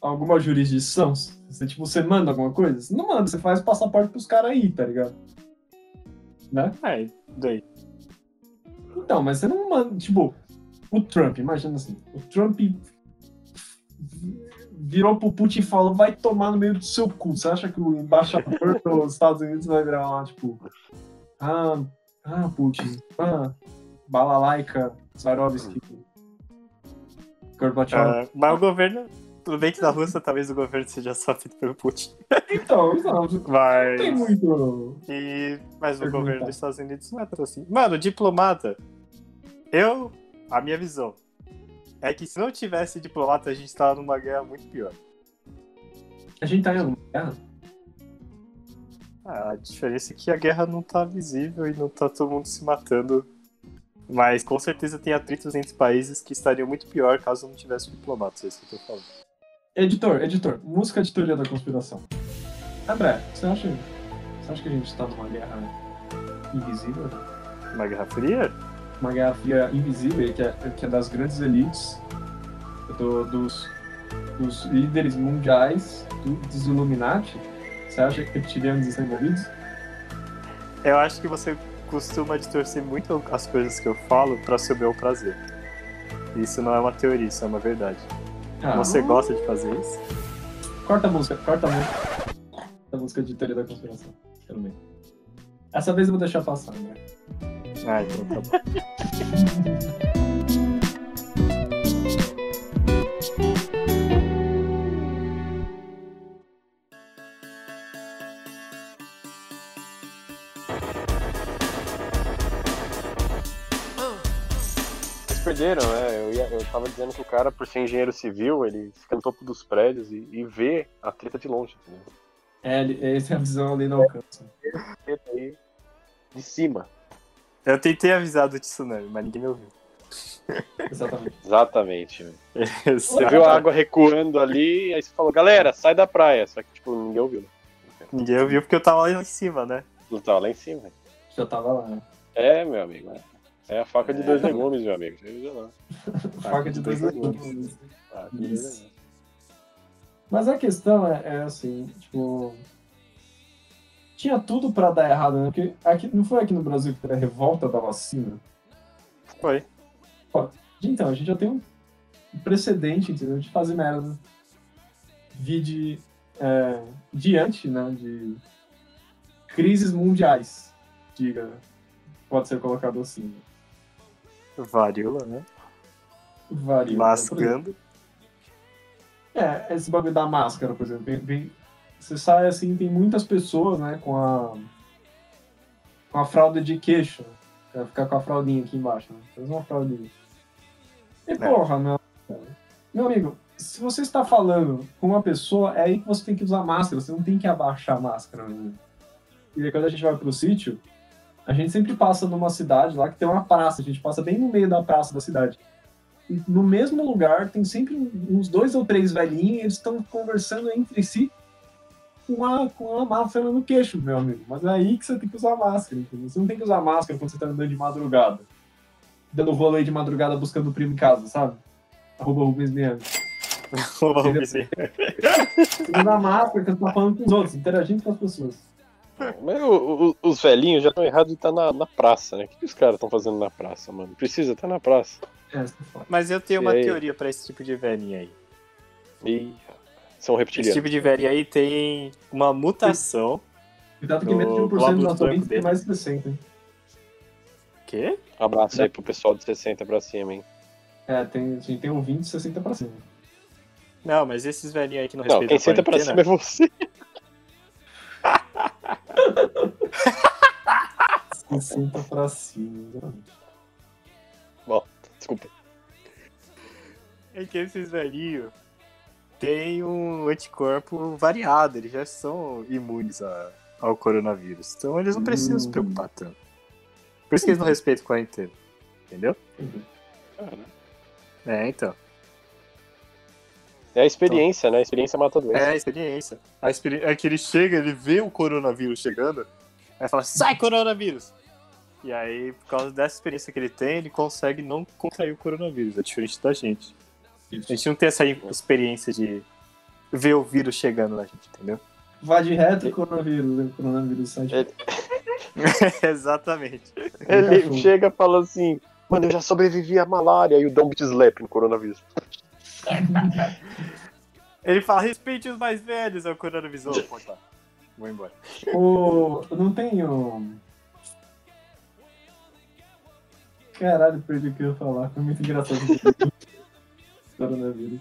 Speaker 3: Alguma jurisdição? Você, tipo, você manda alguma coisa? Você não manda, você faz passaporte pros caras aí, tá ligado?
Speaker 4: É, daí.
Speaker 3: Então, mas você não manda. Tipo, o Trump, imagina assim. O Trump virou pro Putin e falou: vai tomar no meio do seu cu. Você acha que o embaixador [laughs] dos Estados Unidos vai virar lá, tipo. Ah, ah Putin. Ah, Balalaika, Swarovski. Gorbachev.
Speaker 4: Ah, mas o governo. Tudo bem que na Rússia talvez o governo seja só feito pelo Putin.
Speaker 3: Então, não, não
Speaker 4: Mas.
Speaker 3: tem muito.
Speaker 4: E, mas o
Speaker 3: Perguntar.
Speaker 4: governo dos Estados Unidos não é tão assim. Mano, diplomata. Eu. A minha visão. É que se não tivesse diplomata, a gente tava numa guerra muito pior.
Speaker 3: A gente tá em alguma guerra?
Speaker 4: Ah, A diferença é que a guerra não tá visível e não tá todo mundo se matando. Mas com certeza tem atritos entre países que estariam muito pior caso não tivesse diplomatas, é isso que eu tô falando.
Speaker 3: Editor, editor, música de teoria da conspiração. André, você acha, você acha que a gente tá numa guerra invisível?
Speaker 4: Uma guerra fria?
Speaker 3: Uma guerra fria invisível, que é, que é das grandes elites, do- dos, dos líderes mundiais, do- dos Illuminati? Você acha que reptilianos estão envolvidos?
Speaker 4: Eu acho que você costuma distorcer muito as coisas que eu falo pra seu bel prazer. Isso não é uma teoria, isso é uma verdade.
Speaker 3: Ah,
Speaker 4: Você gosta de fazer isso?
Speaker 3: Corta a música, corta a música. Corta a música de teoria da conspiração. Quero ver. Essa vez eu vou deixar passar, né? André.
Speaker 4: Ah, então tá bom.
Speaker 5: Eles perderam, né? Eu, ia- eu tava dizendo que o cara, por ser engenheiro civil, ele fica no topo dos prédios e, e vê a treta de longe, entendeu?
Speaker 3: É, ele- essa é a visão ali do alcance.
Speaker 5: Treta aí de cima.
Speaker 4: Eu tentei avisar do tsunami, mas ninguém me ouviu.
Speaker 3: Exatamente.
Speaker 5: Exatamente.
Speaker 4: Você
Speaker 5: Você viu a água recuando ali, aí você falou, galera, sai da praia. Só que, tipo, ninguém ouviu. né?
Speaker 4: Ninguém ouviu porque eu tava lá em cima, né?
Speaker 5: Não tava lá em cima.
Speaker 3: Já tava lá. né?
Speaker 5: É, meu amigo. é. É a faca de dois legumes, meu amigo. Deixa eu ver lá. Ah,
Speaker 3: Faca de dois legumes.
Speaker 5: Faca de dois
Speaker 3: Isso.
Speaker 5: legumes.
Speaker 3: Mas a questão é, é assim, tipo. Tinha tudo pra dar errado, né? Porque aqui, não foi aqui no Brasil que teve a revolta da vacina?
Speaker 4: Foi.
Speaker 3: Então, a gente já tem um precedente, entendeu? De fazer merda. Vi de. é, diante, né? De crises mundiais, diga. Pode ser colocado assim. né?
Speaker 4: Varíola, né?
Speaker 3: Varia.
Speaker 4: Mascando.
Speaker 5: né?
Speaker 3: É, esse bagulho da máscara, por exemplo. Vem, vem- você sai assim, tem muitas pessoas, né, com a. com a fralda de queixo. Vai ficar com a fraldinha aqui embaixo, né? Faz uma fraldinha. E porra, meu. Meu amigo, se você está falando com uma pessoa, é aí que você tem que usar máscara, você não tem que abaixar a máscara, meu amigo. E aí, quando a gente vai pro sítio, a gente sempre passa numa cidade lá que tem uma praça, a gente passa bem no meio da praça da cidade no mesmo lugar, tem sempre uns dois ou três velhinhos, e eles estão conversando entre si com a, com a máscara no queixo, meu amigo. Mas é aí que você tem que usar máscara, entendeu? Você não tem que usar máscara quando você tá andando de madrugada. Dando rolê de madrugada buscando o primo em casa, sabe? Arroba Rubens Miami. Você tem que usar máscara quando você tá falando com os outros, interagindo com as pessoas.
Speaker 5: Mas o- o- os velhinhos já estão errados de estar na, na praça, né? O que, que os caras estão fazendo na praça, mano? Precisa estar na praça.
Speaker 3: É, você fala.
Speaker 4: Mas eu tenho uma
Speaker 5: E aí?
Speaker 4: teoria pra esse tipo de velhinha aí.
Speaker 5: E são
Speaker 4: Esse
Speaker 5: reptilianos.
Speaker 4: tipo de velhinha aí tem uma mutação.
Speaker 3: Cuidado que menos de
Speaker 4: O
Speaker 3: 1%
Speaker 4: glóbulo
Speaker 3: da sua
Speaker 4: branco
Speaker 3: mente tem
Speaker 4: dele.
Speaker 3: mais de 60. hein?
Speaker 4: Quê?
Speaker 5: tipo Abraço aí pro pessoal de 60 pra cima, hein?
Speaker 3: É, É, tem, a gente tem um 20 e 60 pra cima.
Speaker 4: Não, mas esses velhinhos aí que não
Speaker 5: Não,
Speaker 4: respeitam
Speaker 5: quem senta
Speaker 4: a
Speaker 5: pra
Speaker 4: quarentena,
Speaker 5: cima é você.
Speaker 3: Se sinta pra cima. exatamente.
Speaker 5: Desculpa.
Speaker 4: É que esses velhinhos têm um anticorpo variado, eles já são imunes a- ao coronavírus. Então eles não precisam se
Speaker 3: Hum.
Speaker 4: preocupar tanto. Por isso que eles não respeitam a quarentena. Entendeu? É, então.
Speaker 5: É a experiência, né? A experiência mata a doença.
Speaker 4: É a experiência. A experi... É que ele chega, ele vê o coronavírus chegando, aí fala, sai coronavírus! E aí, por causa dessa experiência que ele tem, ele consegue não contrair o coronavírus. É diferente da gente. A gente não tem essa experiência de ver o vírus chegando na gente, entendeu?
Speaker 3: Vá de reto, coronavírus. né? Coronavírus sai de
Speaker 5: É.
Speaker 4: [laughs] Exatamente.
Speaker 5: [laughs] Ele
Speaker 3: Cachorro.
Speaker 5: chega e fala assim: Mano, eu já sobrevivi à malária e o Don't Slap no coronavírus.
Speaker 4: Ele fala, respeite os mais velhos, é o coronavírus. Ô, pô, tá. Vou embora.
Speaker 3: O... Tipo, Não tem um. Caralho, perdi o que eu ia falar. Foi muito
Speaker 5: [laughs]
Speaker 3: engraçado. Coronavírus.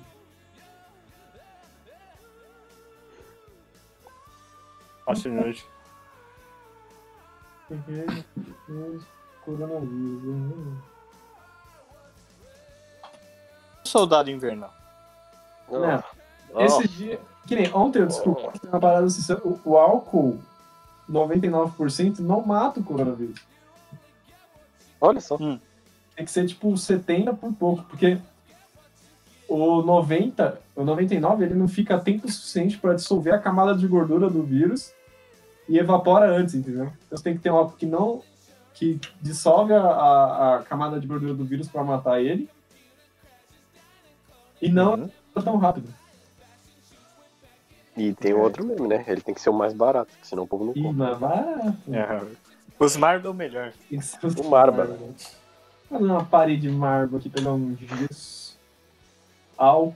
Speaker 4: Acho nojo.
Speaker 3: Porque- porque Coronavírus. né?
Speaker 4: [laughs] Soldado invernal.
Speaker 3: Não,
Speaker 5: Não.
Speaker 3: Esse dia. Que nem ontem eu descobri que tem uma parada assim, sabe? o, o álcool 99% não mata o coronavírus.
Speaker 5: Olha só.
Speaker 3: Hum. Tem que ser tipo 70 por pouco, porque o 90, o 99, ele não fica tempo suficiente para dissolver a camada de gordura do vírus e evapora antes, entendeu? Então você tem que ter um álcool que não que dissolve a, a- a camada de gordura do vírus para matar ele e não
Speaker 4: Uhum.
Speaker 3: tão rápido.
Speaker 5: E
Speaker 4: É.
Speaker 5: tem outro meme, né? Ele tem que ser o mais barato, porque senão o povo não
Speaker 3: Ih,
Speaker 5: compra.
Speaker 3: mas
Speaker 4: É.
Speaker 3: vai-
Speaker 4: Os Mar dão melhor.
Speaker 3: Tem que ser
Speaker 5: O Marba.
Speaker 3: Fazer uma parede de marbo aqui, pegar um gesso. Álcool.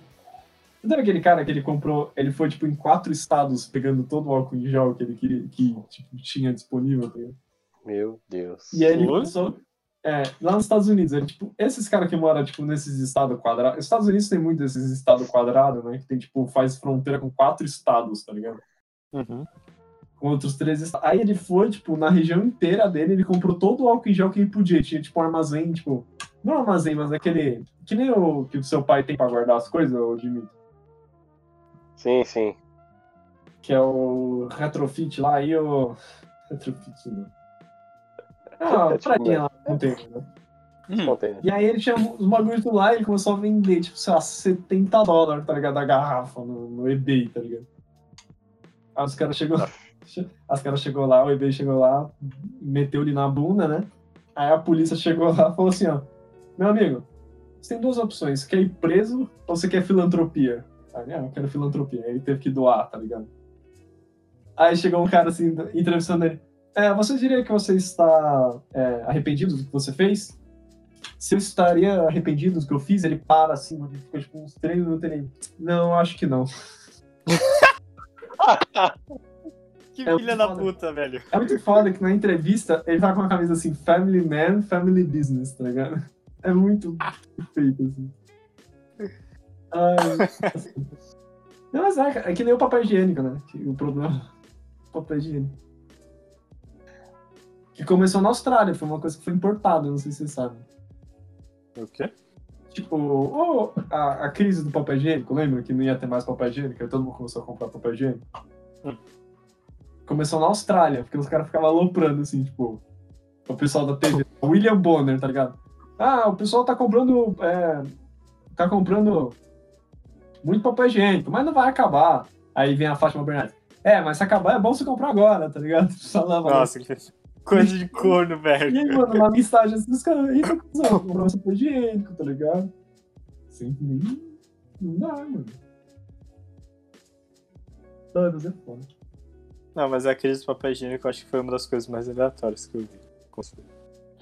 Speaker 3: Você sabe aquele cara que ele comprou, ele foi tipo em quatro estados pegando todo o álcool em gel que ele queria, que tipo, tinha disponível. tá ligado?
Speaker 5: Meu Deus.
Speaker 3: E aí ele
Speaker 4: Ui.
Speaker 3: começou. é, lá nos Estados Unidos, ele, tipo, esses caras que moram tipo, nesses estados quadrados. Os Estados Unidos tem muito desses estados quadrados, né? Que tem, tipo, faz fronteira com quatro estados, tá ligado?
Speaker 4: Uhum.
Speaker 3: com outros três estados. Aí ele foi, tipo, na região inteira dele, ele comprou todo o álcool em gel que ele podia. Tinha, tipo, um armazém, tipo, não um armazém, mas aquele. Que nem o que o seu pai tem pra guardar as coisas, o Jimmy.
Speaker 5: Sim, sim.
Speaker 3: Que é o retrofit lá e o. Retrofit não. Ah,
Speaker 5: É
Speaker 3: é
Speaker 5: tipo,
Speaker 3: prainha lá, não tem, né?
Speaker 5: Contei, né?
Speaker 3: E aí ele tinha os bagulhos do lá e ele começou a vender, tipo, sei lá, 70 dólares, tá ligado? A garrafa no, no eBay, tá ligado? Aí os caras chegou, as caras chegou lá, o eBay chegou lá, meteu ele na bunda, né? Aí a polícia chegou lá e falou assim, ó, meu amigo, você tem duas opções, você quer ir preso ou você quer filantropia? Aí, ah, eu quero filantropia. Aí ele teve que doar, tá ligado? Aí chegou um cara assim, entrevistando ele. É, você diria que você está é, arrependido do que você fez? se eu estaria arrependido do que eu fiz, ele para assim, ele fica tipo uns três minutos ele. Não, acho que não.
Speaker 4: Que
Speaker 3: É,
Speaker 4: filha da
Speaker 3: foda.
Speaker 4: puta, velho.
Speaker 3: É muito foda que na entrevista ele tá com uma camisa assim, Family Man, Family Business, tá ligado? É muito perfeito, assim. Ai, assim. Não, mas é, cara, é que nem o papel higiênico, né? Que o problema é o papel higiênico. Que começou na Austrália, foi uma coisa que foi importada, não sei se vocês sabem.
Speaker 4: O quê?
Speaker 3: Tipo, ô, a, a crise do papel higiênico, lembra que não ia ter mais papel higiênico? Aí todo mundo começou a comprar papel higiênico.
Speaker 4: Hum.
Speaker 3: Começou na Austrália, porque os caras ficavam aloprando, assim, tipo, o pessoal da TV, o William Bonner, tá ligado? Ah, o pessoal tá comprando, é, tá comprando muito papel higiênico, mas não vai acabar. Aí vem a Fátima Bernardes. É, mas se acabar é bom você comprar agora, tá ligado? [laughs] Só lava lá.
Speaker 4: Nossa, que coisa de corno,
Speaker 3: E
Speaker 4: velho.
Speaker 3: aí, mano, uma mensagem assim, os caras, eita, cuzão, comprar um papel higiênico, tá ligado? Sim, não- não dá, mano. Todos é foda.
Speaker 4: [laughs] Não, mas a crise do papel higiênico eu acho que foi uma das coisas mais aleatórias que eu vi. Com certeza.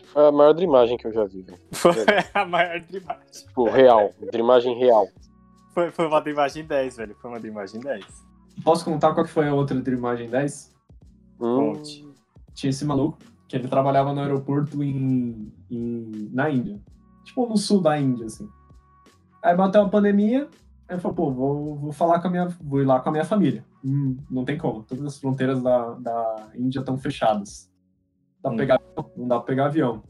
Speaker 5: Foi a maior drimagem que eu já vi. velho.
Speaker 4: Foi [laughs] a maior drimagem.
Speaker 5: Tipo, real. Drimagem real.
Speaker 4: Foi, foi uma drimagem 10, velho. Foi uma drimagem 10.
Speaker 3: Posso contar qual que foi a outra Dreamagem 10?
Speaker 5: Hum,
Speaker 4: Ponte.
Speaker 3: tinha esse maluco que ele trabalhava no aeroporto em, em- na Índia. Tipo, no sul da Índia, assim. Aí bateu uma pandemia, aí falou, pô, vou, vou falar com a minha. Vou ir lá com a minha família. Hum, não tem como. Todas as fronteiras da, da Índia estão fechadas. Dá pra
Speaker 4: Hum.
Speaker 3: pegar, não dá pra pegar avião.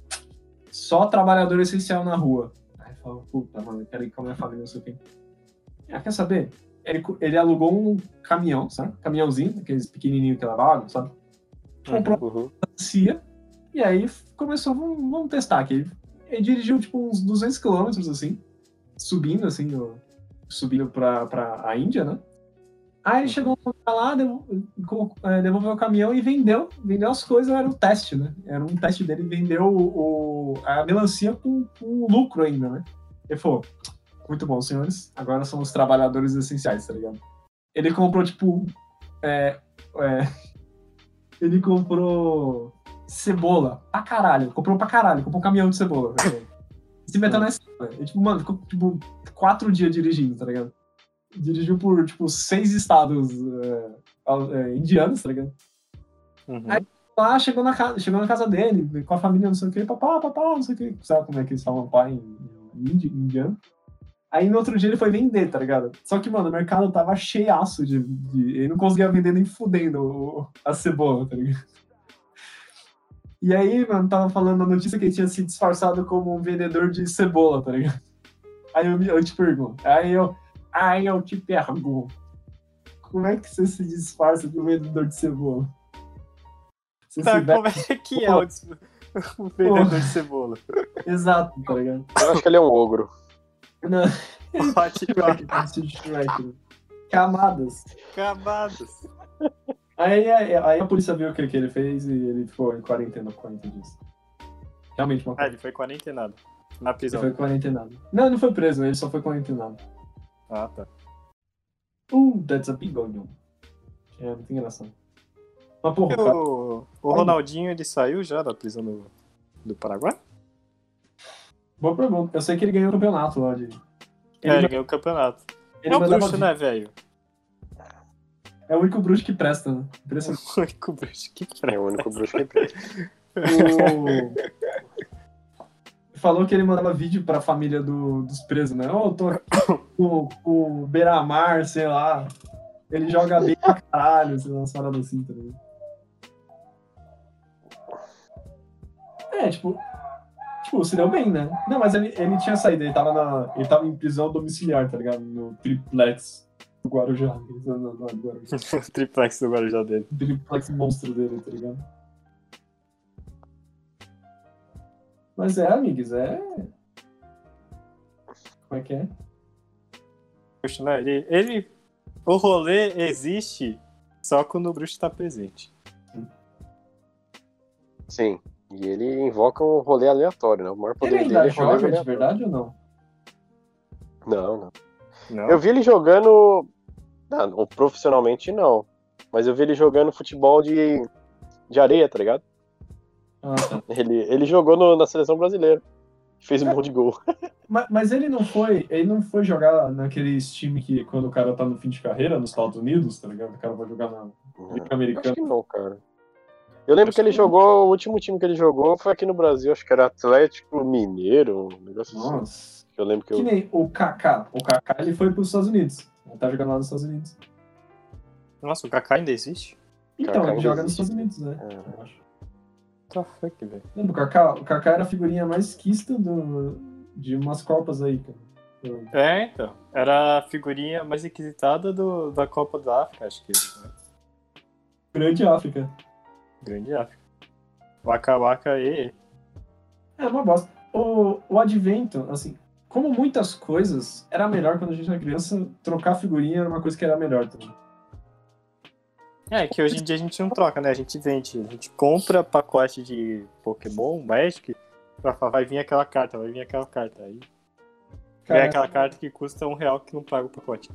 Speaker 3: Só trabalhador essencial na rua. Aí falou, puta, mano, eu quero ir com a minha família, não sei o quê. Ah, quer saber? Ele, co- ele alugou um caminhão, sabe? Caminhãozinho, aqueles pequenininho que levava, sabe? Comprou
Speaker 5: Uhum.
Speaker 3: CIA. E aí f- começou, vamos, vamos testar aqui. Ele- Ele dirigiu tipo uns 200 quilômetros, assim, subindo, assim, no- subindo pra, pra a Índia, né? Aí ele chegou um lugar lá, devo- colocou- eh, devolveu o caminhão e vendeu. Vendeu as coisas, era um teste, né? Era um teste dele, vendeu o, o- a melancia com, com lucro ainda, né? Ele falou, muito bom, senhores, agora são os trabalhadores essenciais, tá ligado? Ele comprou, tipo, é, é, ele comprou cebola pra caralho. Comprou pra caralho, comprou um caminhão de cebola. velho. Se meteu na estrada. E, tipo, mano, ficou tipo quatro dias dirigindo, tá ligado? Dirigiu por, tipo, seis estados eh, ao- eh, indianos, tá ligado?
Speaker 4: Uhum.
Speaker 3: Aí- Lá chegou na casa, chegou na casa dele, com a família, não sei o que, papá, papá, não sei o que. Sabe como é que eles falam pai em, em indi- indiano? Aí no outro dia ele foi vender, tá ligado? Só que, mano, o mercado tava cheiaço de. de ele não conseguia vender nem fudendo o- a cebola, tá ligado? E aí, mano, tava falando a notícia que ele tinha se disfarçado como um vendedor de cebola, tá ligado? Aí eu, me- eu te pergunto. Aí eu, aí eu te pergunto. Como é que você se disfarça de um vendedor de cebola? Você se
Speaker 4: Tá,
Speaker 3: veste-
Speaker 4: como é que
Speaker 3: Uhum.
Speaker 4: é o, des- [laughs] o vendedor de cebola?
Speaker 3: Exato, tá ligado?
Speaker 5: Eu acho que ele é um ogro.
Speaker 3: Não, Uhum.
Speaker 4: Pode
Speaker 3: Shrek, vestido de Shrek, né? Camadas.
Speaker 4: acabadas.
Speaker 3: Aí, aí, aí a polícia viu o que, que ele fez e ele ficou em quarentena por 40 dias. Realmente uma
Speaker 4: Ah, então.
Speaker 3: coisa.
Speaker 4: ele foi quarentenado. Na
Speaker 3: Ele
Speaker 4: prisão.
Speaker 3: foi quarentenado. Não, ele não foi preso, ele só foi quarentenado.
Speaker 4: Ah, tá.
Speaker 3: Uh, that's a bigonho. É muito engraçado. Mas, porra, cara,
Speaker 4: O, o Ronaldinho, ele saiu já da prisão do, do Paraguai?
Speaker 3: boa pergunta. Eu sei que ele ganhou o campeonato lá de.
Speaker 4: É, ele
Speaker 3: Ele,
Speaker 4: ganhou o campeonato.
Speaker 3: ele
Speaker 4: é o
Speaker 3: mandava
Speaker 4: bruxo,
Speaker 3: vi-
Speaker 4: né, velho? [laughs]
Speaker 3: É o único bruxo que presta, né? Impressionante.
Speaker 4: O único bruxo que
Speaker 5: É o único bruxo que presta.
Speaker 3: O- Falou que ele mandava vídeo pra família do- dos presos, né? Ô, tô aqui com com o Beiramar, sei lá. Ele joga bem pra caralho, sei lá, umas paradas assim, tá ligado? É, tipo. Tipo, se deu bem, né? Não, mas ele, ele tinha saído, ele tava, na, ele tava em prisão domiciliar, tá ligado? No triplex do Guarujá. Não, não, não, é do Guarujá.
Speaker 4: o triplex do Guarujá dele.
Speaker 3: O triplex tipo, monstro dele, tá ligado? Mas é, amigos, é. Como é que é?
Speaker 4: Bruxo, né? Ele, ele- O rolê existe só quando o bruxo tá presente.
Speaker 5: Sim. E ele invoca um rolê aleatório, né? O maior
Speaker 3: Ele
Speaker 5: poder dele
Speaker 3: ainda
Speaker 5: é rolê
Speaker 3: joga de
Speaker 5: aleatório.
Speaker 3: verdade ou não?
Speaker 5: Não, não.
Speaker 4: Não?
Speaker 5: Eu vi ele jogando. Ah, não, profissionalmente não. Mas eu vi ele jogando futebol de, de areia, tá ligado?
Speaker 3: Ah, tá.
Speaker 5: Ele, ele jogou no- na seleção brasileira. Fez
Speaker 3: É.
Speaker 5: um monte de gol.
Speaker 3: mas, mas ele não foi. Ele não foi jogar naqueles time que quando o cara tá no fim de carreira nos Estados Unidos, tá ligado? O cara vai jogar na Liga
Speaker 5: Hum. Acho
Speaker 3: Americana.
Speaker 5: que não, cara. Eu lembro
Speaker 3: Acho
Speaker 5: que ele
Speaker 3: que não.
Speaker 5: jogou, o último time que ele jogou foi aqui no Brasil, acho que era Atlético Mineiro, um negócio assim.
Speaker 3: Nossa.
Speaker 5: Eu lembro que
Speaker 3: Que
Speaker 5: eu.
Speaker 3: nem o Kaká. O Kaká ele foi pros Estados Unidos. Ele tá jogando lá nos Estados Unidos.
Speaker 4: Nossa, o Kaká ainda existe?
Speaker 3: Então,
Speaker 5: Kaká
Speaker 3: ele
Speaker 5: não
Speaker 3: joga nos
Speaker 5: existe.
Speaker 3: Estados Unidos, né?
Speaker 5: É.
Speaker 3: Eu acho.
Speaker 4: What the fuck, velho?
Speaker 3: Lembra, o Kaká, o Kaká era a figurinha mais quista do, de umas Copas aí, cara. Eu-
Speaker 4: É, então. Era a figurinha mais requisitada do, da Copa da África, acho que. Né?
Speaker 3: Grande África.
Speaker 4: Grande África. Waka Waka e.
Speaker 3: É uma bosta. O, o advento, assim, como muitas coisas, era melhor quando a gente era criança, trocar figurinha era uma coisa que era melhor também.
Speaker 4: É, que hoje em dia a gente não troca, né? A gente vende. A gente compra pacote de Pokémon, Magic, pra falar, vai vir aquela carta, vai vir aquela carta. Aí vem
Speaker 3: Cara,
Speaker 4: aquela carta que custa um real que não paga o pacote.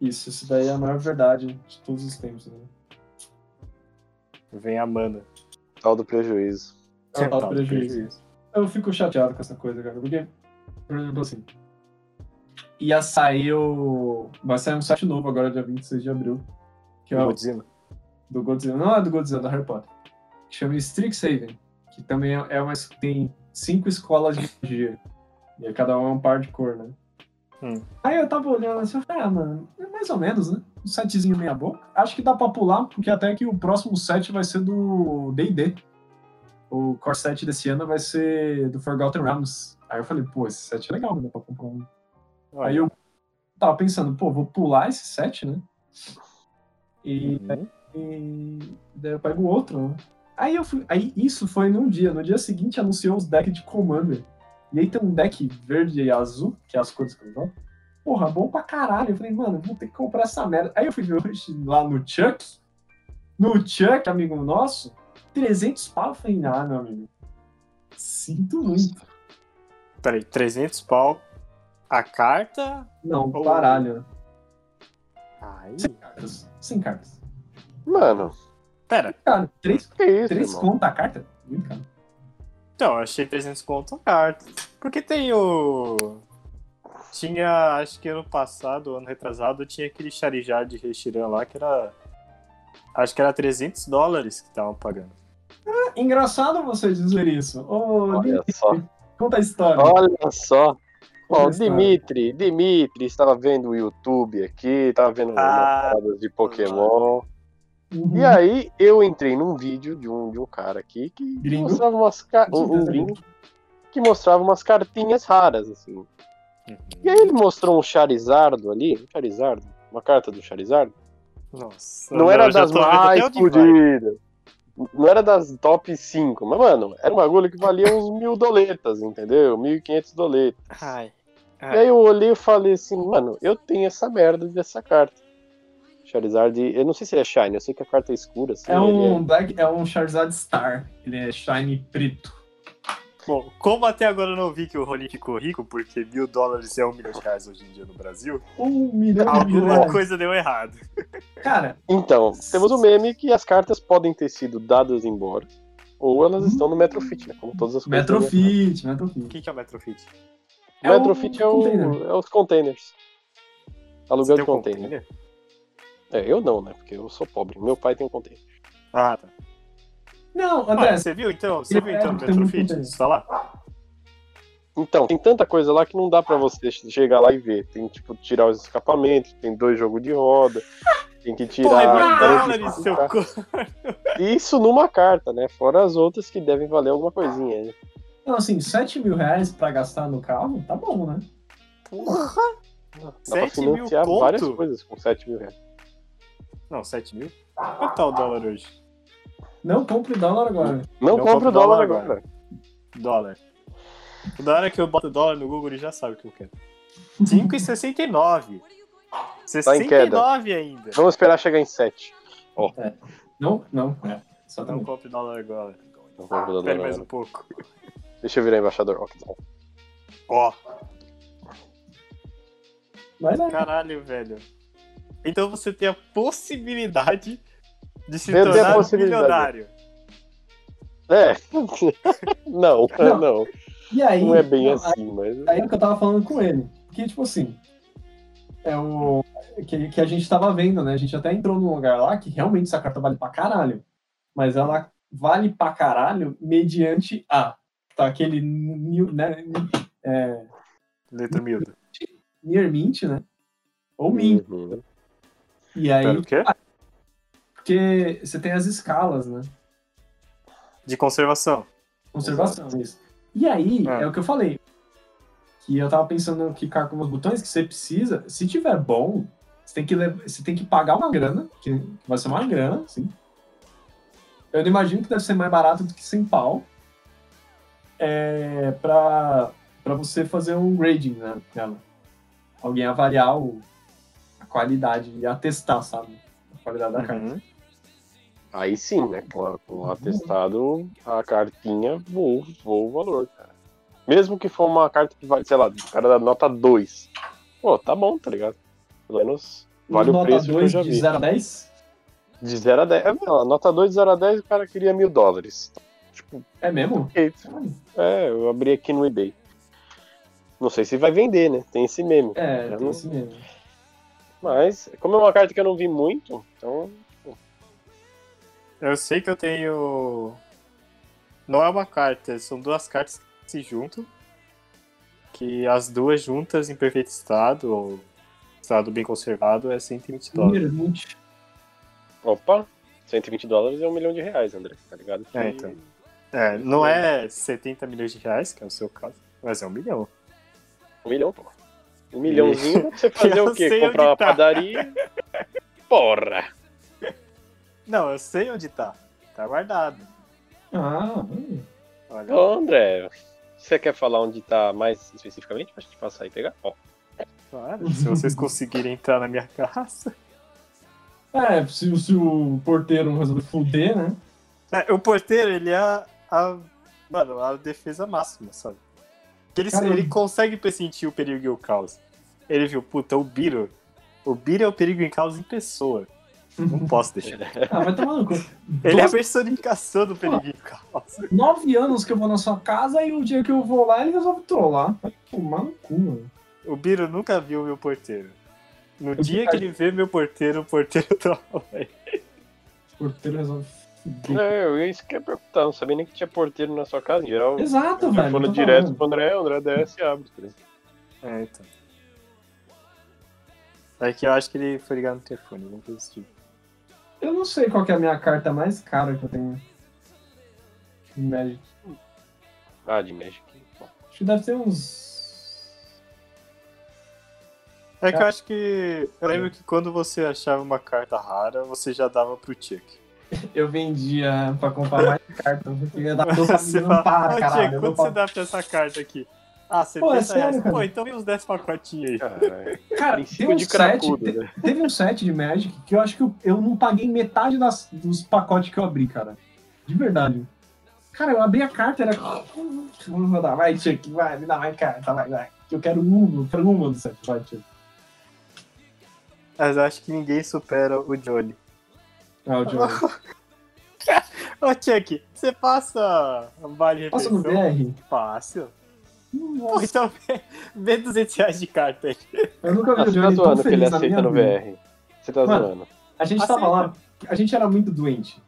Speaker 3: Isso, isso daí é a maior verdade de todos os tempos, né?
Speaker 4: Vem a mana.
Speaker 5: Tal do prejuízo.
Speaker 3: É o tal
Speaker 4: Tá,
Speaker 3: prejuízo. Eu fico chateado com essa coisa, cara, porque, por exemplo, assim, ia sair o... Vai sair um site novo agora, dia 26 de abril, que é o
Speaker 4: Godzilla.
Speaker 3: do Godzilla, não é do Godzilla, é do Harry Potter, que chama Strixhaven, que também é é uma es- tem cinco escolas de magia, e aí cada um é um par de cor, né?
Speaker 4: Hum.
Speaker 3: Aí eu tava olhando assim, eu falei, ah, mano, é mais ou menos, né? Um setzinho meia boca. Acho que dá pra pular, porque até que o próximo set vai ser do D&D. O core set desse ano vai ser do Forgotten Realms. Aí eu falei, pô, esse set é legal, né? Dá pra comprar um. Aí eu tava pensando, pô, vou pular esse set, né? E
Speaker 4: Uhum.
Speaker 3: e daí eu pego outro, né? Aí eu fui, aí isso foi num dia, no dia seguinte anunciou os decks de Commander. E aí tem um deck verde e azul, que é as cores que eu jogo. Porra, bom pra caralho. Eu falei, mano, vou ter que comprar essa merda. Aí eu fui ver hoje lá no Chuck. No Chuck, amigo nosso, 300 pau. Eu falei, ah, meu amigo. Sinto muito.
Speaker 4: Peraí, 300 pau a carta?
Speaker 3: Não,
Speaker 4: Ou-
Speaker 3: baralho.
Speaker 4: Aí.
Speaker 3: Sem cartas. Sem cartas.
Speaker 5: Mano,
Speaker 4: Pera,
Speaker 3: Cara, três,
Speaker 5: que isso,
Speaker 3: três
Speaker 5: irmão?
Speaker 3: conto a carta? Muito caro.
Speaker 4: então, eu achei 300 conto a carta. Porque tem o. Tinha, acho que ano passado, ano retrasado, tinha aquele Charijá de Rechiran lá que era. Acho que era 300 dólares que estavam pagando.
Speaker 3: Engraçado você dizer isso. Ô,
Speaker 5: Olha só.
Speaker 3: Conta a história.
Speaker 5: Olha só. Ó, o
Speaker 3: Olha só.
Speaker 5: Dimitri, Dimitri estava vendo o YouTube aqui, estava vendo
Speaker 4: Ah.
Speaker 5: umas paradas de Pokémon.
Speaker 3: Uhum.
Speaker 5: E aí eu entrei num vídeo de um, de um cara aqui que
Speaker 3: Gringo?
Speaker 5: mostrava umas ca-
Speaker 3: Com
Speaker 5: um, um
Speaker 3: certeza.
Speaker 5: gringo que mostrava umas cartinhas raras, assim. E aí ele mostrou um Charizardo ali, um Charizardo, uma carta do Charizardo.
Speaker 4: Nossa.
Speaker 5: Não era
Speaker 4: eu já
Speaker 5: das
Speaker 4: tô vendo até
Speaker 5: mais
Speaker 4: onde vai.
Speaker 5: fodidas. Não era das top 5, mas, mano, era um bagulho que valia uns mil doletas, entendeu? 1.500 doletas.
Speaker 4: Ai.
Speaker 5: E aí eu olhei e falei assim, mano, eu tenho essa merda dessa carta. Charizard, eu não sei se ele é Shine, eu sei que a carta é escura, assim.
Speaker 3: É
Speaker 5: ele
Speaker 3: um, Black, é um Charizard Star. Ele é shiny preto.
Speaker 4: Bom, como até agora eu não vi que o Rolim ficou rico, porque mil dólares é um milhão de reais hoje em dia no Brasil,
Speaker 3: Um
Speaker 5: Ah,
Speaker 3: milhão de
Speaker 4: alguma
Speaker 3: reais.
Speaker 4: coisa deu errado.
Speaker 3: Cara,
Speaker 5: Então, temos o meme que as cartas podem ter sido dadas embora, ou elas estão no Metrofit, né? Como todas as coisas.
Speaker 3: Metrofit,
Speaker 4: O
Speaker 3: Metrofit.
Speaker 4: que que é o Metrofit?
Speaker 5: O Metrofit é, o-
Speaker 3: container.
Speaker 5: é os containers. Aluguel
Speaker 4: tem
Speaker 5: de
Speaker 4: um
Speaker 5: container. É, eu não, né? Porque eu sou pobre. Meu pai tem um container.
Speaker 4: Ah, tá.
Speaker 3: Não,
Speaker 4: Olha,
Speaker 3: André,
Speaker 4: você viu então? Você
Speaker 3: Ele
Speaker 4: viu
Speaker 3: é,
Speaker 4: então o
Speaker 3: tem muito
Speaker 4: Metrofit?
Speaker 3: container.
Speaker 4: Está lá?
Speaker 5: Então, tem tanta coisa lá que não dá pra você chegar lá e ver. Tem, tipo, tirar os escapamentos, tem dois jogos de roda, tem que tirar.
Speaker 4: Porra, é mil
Speaker 5: tem que
Speaker 4: dólares, seu
Speaker 5: colocar-
Speaker 4: co...
Speaker 5: Isso numa carta, né? Fora as outras que devem valer alguma coisinha. né?
Speaker 3: não, assim, 7 mil reais pra gastar no carro, tá bom, né?
Speaker 4: Porra!
Speaker 5: Dá pra
Speaker 4: 7 mil
Speaker 5: financiar várias
Speaker 4: conto?
Speaker 5: coisas com 7 mil reais.
Speaker 4: Não, 7 mil? Quanto tá o dólar hoje?
Speaker 3: Não compre dólar agora.
Speaker 5: Não,
Speaker 4: Não
Speaker 5: compra o dólar agora.
Speaker 4: Dólar. Da hora que eu boto dólar no Google, ele já sabe o que eu quero. 5,69. 69 ainda.
Speaker 5: Vamos esperar chegar em 7.
Speaker 3: Não, não. É, só
Speaker 4: Não
Speaker 3: não.
Speaker 4: compre um dólar agora.
Speaker 5: Não compra o dólar
Speaker 4: Espere mais
Speaker 5: agora.
Speaker 4: um pouco.
Speaker 5: Deixa eu virar embaixador. tá. Ó, que tal.
Speaker 4: Ó.
Speaker 3: Mas é,
Speaker 4: Caralho, velho. Então você tem a possibilidade de se
Speaker 5: Eu tenho a
Speaker 4: tornar
Speaker 5: possibilidade.
Speaker 4: milionário.
Speaker 5: É. [laughs] não,
Speaker 3: Não.
Speaker 5: não, não.
Speaker 3: e aí,
Speaker 5: é bem
Speaker 3: não,
Speaker 5: assim, mas.
Speaker 3: Aí é o que eu tava falando com ele. Que, tipo assim, é o. Que, que a gente tava vendo, né? A gente até entrou num lugar lá que realmente essa carta vale pra caralho. Mas ela vale pra caralho mediante a. Tá aquele new, né, é,
Speaker 4: Letra miúda.
Speaker 3: near mint, né? Ou mint.
Speaker 5: Uhum.
Speaker 3: E aí,
Speaker 4: Pera, o quê?
Speaker 3: porque você tem as escalas, né?
Speaker 4: De conservação.
Speaker 3: Conservação, é isso. E aí,
Speaker 4: Ah.
Speaker 3: é. o que eu falei. Que eu tava pensando que cara, com os botões que você precisa, se tiver bom, você tem que, lev- você tem que pagar uma grana, que vai ser uma grana, sim. Eu não imagino que deve ser mais barato do que sem pau. É, pra, pra você fazer um grading né, nela. Alguém avaliar o- a qualidade e atestar, sabe? A qualidade
Speaker 5: Hum.
Speaker 3: da carta.
Speaker 4: Uhum.
Speaker 5: Aí sim, né? Claro, com o atestado, a cartinha voa, voa o valor, cara. Mesmo que for uma carta que vale, sei lá, o cara dá nota 2. Pô, tá bom, tá ligado? Pelo menos vale o
Speaker 3: Nota
Speaker 5: preço que eu
Speaker 3: dois
Speaker 5: já
Speaker 3: de
Speaker 5: vi.
Speaker 3: 0 a 10?
Speaker 5: De 0 a 10. É, não, nota 2 de 0 a 10, o cara queria mil dólares. Tipo,
Speaker 3: É mesmo?
Speaker 5: ok. É, eu abri aqui no eBay. Não sei se vai vender, né? Tem esse meme.
Speaker 3: É,
Speaker 5: Eu
Speaker 3: tem
Speaker 5: não-
Speaker 3: isso mesmo.
Speaker 5: Mas, como é uma carta que eu não vi muito, então.
Speaker 4: Eu sei que eu tenho. Não é uma carta, são duas cartas que se juntam. que as duas juntas em perfeito estado, ou estado bem conservado, é 120 dólares.
Speaker 3: Infelizmente.
Speaker 5: Opa, 120 dólares é um milhão de reais, André, tá ligado? Que-
Speaker 4: É, então. É, não é 70 milhões de reais, que é o seu caso, mas é um milhão.
Speaker 5: Um milhão, pô. Um milhãozinho pra você fazer
Speaker 4: [laughs] Eu
Speaker 5: o quê?
Speaker 4: sei
Speaker 5: Comprar
Speaker 4: onde
Speaker 5: uma
Speaker 4: tá.
Speaker 5: padaria? Porra!
Speaker 4: Não, eu sei onde tá. Tá guardado.
Speaker 3: Ah, hum.
Speaker 4: Olha,
Speaker 5: Ô, André, você quer falar onde tá mais especificamente? Pra gente passar e pegar? Ó,
Speaker 4: claro, se vocês conseguirem entrar na minha [laughs] casa.
Speaker 3: é, se, o- se o porteiro resolver fuder, né?
Speaker 4: É, o porteiro, ele é a, a- mano, a defesa máxima, sabe? Ele,
Speaker 3: Caramba.
Speaker 4: ele consegue pressentir o perigo e o caos. Ele viu, puta, o Biro. O Biro é o perigo e o caos em pessoa. Não posso deixar. ele.
Speaker 3: Ah, vai tomar no cu.
Speaker 4: Ele é a
Speaker 3: Doze-
Speaker 4: personificação do perigo e o caos.
Speaker 3: Nove anos que eu vou na sua casa e o dia que eu vou lá ele resolve trollar. Vai tomar no cu, mano.
Speaker 4: O Biro nunca viu meu porteiro. No dia que ele vê meu porteiro, o porteiro [laughs] tá trola ele.
Speaker 3: O porteiro resolve fuder.
Speaker 5: É, eu ia isso que eu ia perguntar, não sabia nem que tinha porteiro na sua casa, em geral.
Speaker 3: Exato, velho.
Speaker 5: Telefone
Speaker 3: tô
Speaker 5: Tá direto
Speaker 3: tá falando.
Speaker 5: pro André, o André desce e abre. tá ligado?
Speaker 4: É, então. É que eu acho que ele foi ligar no telefone, não consegui.
Speaker 3: Eu não sei qual que é a minha carta mais cara que eu tenho. Em média.
Speaker 5: Ah, de Magic. Bom,
Speaker 3: Acho que deve ter uns.
Speaker 4: É que eu acho que. Eu
Speaker 3: É.
Speaker 4: lembro que quando você achava uma carta rara, você já dava pro Chuck.
Speaker 3: Eu vendia pra comprar mais carta, porque ia dar
Speaker 4: [laughs] Você
Speaker 3: não
Speaker 4: fala,
Speaker 3: para,
Speaker 4: "Ô,
Speaker 3: caralho.
Speaker 4: Chuck,
Speaker 3: eu
Speaker 4: quanto
Speaker 3: não
Speaker 4: é você
Speaker 3: paro."
Speaker 4: dá pra essa carta aqui? Ah, 70
Speaker 3: Pô, é sério,
Speaker 4: reais.
Speaker 3: cara?
Speaker 4: Pô, então vem uns 10 pacotinhos aí.
Speaker 5: Cara,
Speaker 3: Cara, tem
Speaker 5: princípio
Speaker 3: um
Speaker 5: de
Speaker 3: set,
Speaker 5: cracudo,
Speaker 3: te-
Speaker 5: né?
Speaker 3: teve um set de Magic que eu acho que eu, eu não paguei metade das, dos pacotes que eu abri, cara. De verdade. Cara, eu abri a carta, era. Não vou dar mais, Chuck, vai, me dá mais carta, vai, vai. Eu quero uma, eu quero uma do set, vai, tipo. Chuck.
Speaker 4: Mas eu acho que ninguém supera o Johnny.
Speaker 3: Ah, o Diogo.
Speaker 4: Ô, Chuck, você passa um vale
Speaker 3: Passa no
Speaker 4: refeição?
Speaker 3: BR?
Speaker 4: Fácil. Pô,
Speaker 3: Nossa,
Speaker 4: então [laughs] vê, vê 200 reais de carta aí.
Speaker 3: eu nunca vi
Speaker 5: ah,
Speaker 3: o
Speaker 5: você tá
Speaker 3: Johnny tão
Speaker 5: zoando que ele
Speaker 3: feliz na minha
Speaker 5: aceita no
Speaker 3: vida.
Speaker 5: VR. Você tá
Speaker 3: Mano,
Speaker 5: zoando.
Speaker 3: A gente
Speaker 4: Aceita.
Speaker 3: tava lá, a gente era muito doente.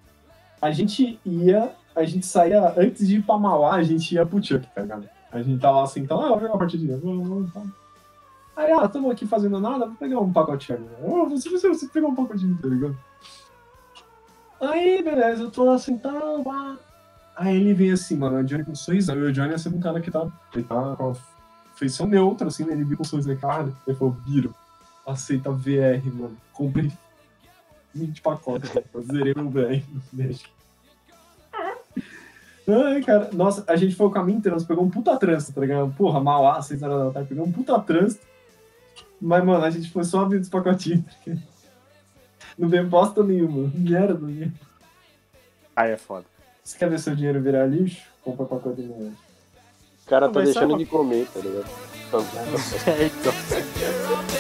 Speaker 3: A gente ia, a gente saía, antes de ir pra Mauá, a gente ia pro Chuck, tá ligado? A gente tava assim, então, ah, vou jogar uma partidinha, vamos, vamos, vamos. Aí, ah, tamo aqui fazendo nada, vou pegar um pacotinho. ali. Ah, você, você, você pegou um pacotinho, tá ligado? Aí, beleza, eu tô lá sentado, pá. Aí ele vem assim, mano, o Johnny com um sorrisão. E o Johnny é sempre um cara que tá, ele tá com a feição neutra, assim, né? Ele viu com um sorriso na cara, ele falou, Biro, aceita VR, mano. Comprei 20 pacotes. né? Eu zerei um, meu bem. Beijo. Ai, cara. Nossa, a gente foi o caminho inteiro, nós pegamos um puta trânsito, tá ligado? Porra, Mauá, 6 horas da tarde, pegamos um puta trânsito. Mas, mano, a gente foi só abrindo os pacotinhos. tá ligado? Não veio bosta nenhuma. Merda, né?
Speaker 4: Aí é foda.
Speaker 3: Você quer ver seu dinheiro virar lixo? Compra pacote de novo.
Speaker 5: O cara
Speaker 4: Não,
Speaker 5: tá
Speaker 4: mas
Speaker 5: deixando
Speaker 4: sabe-
Speaker 5: de comer, tá ligado? Então,
Speaker 4: É, então.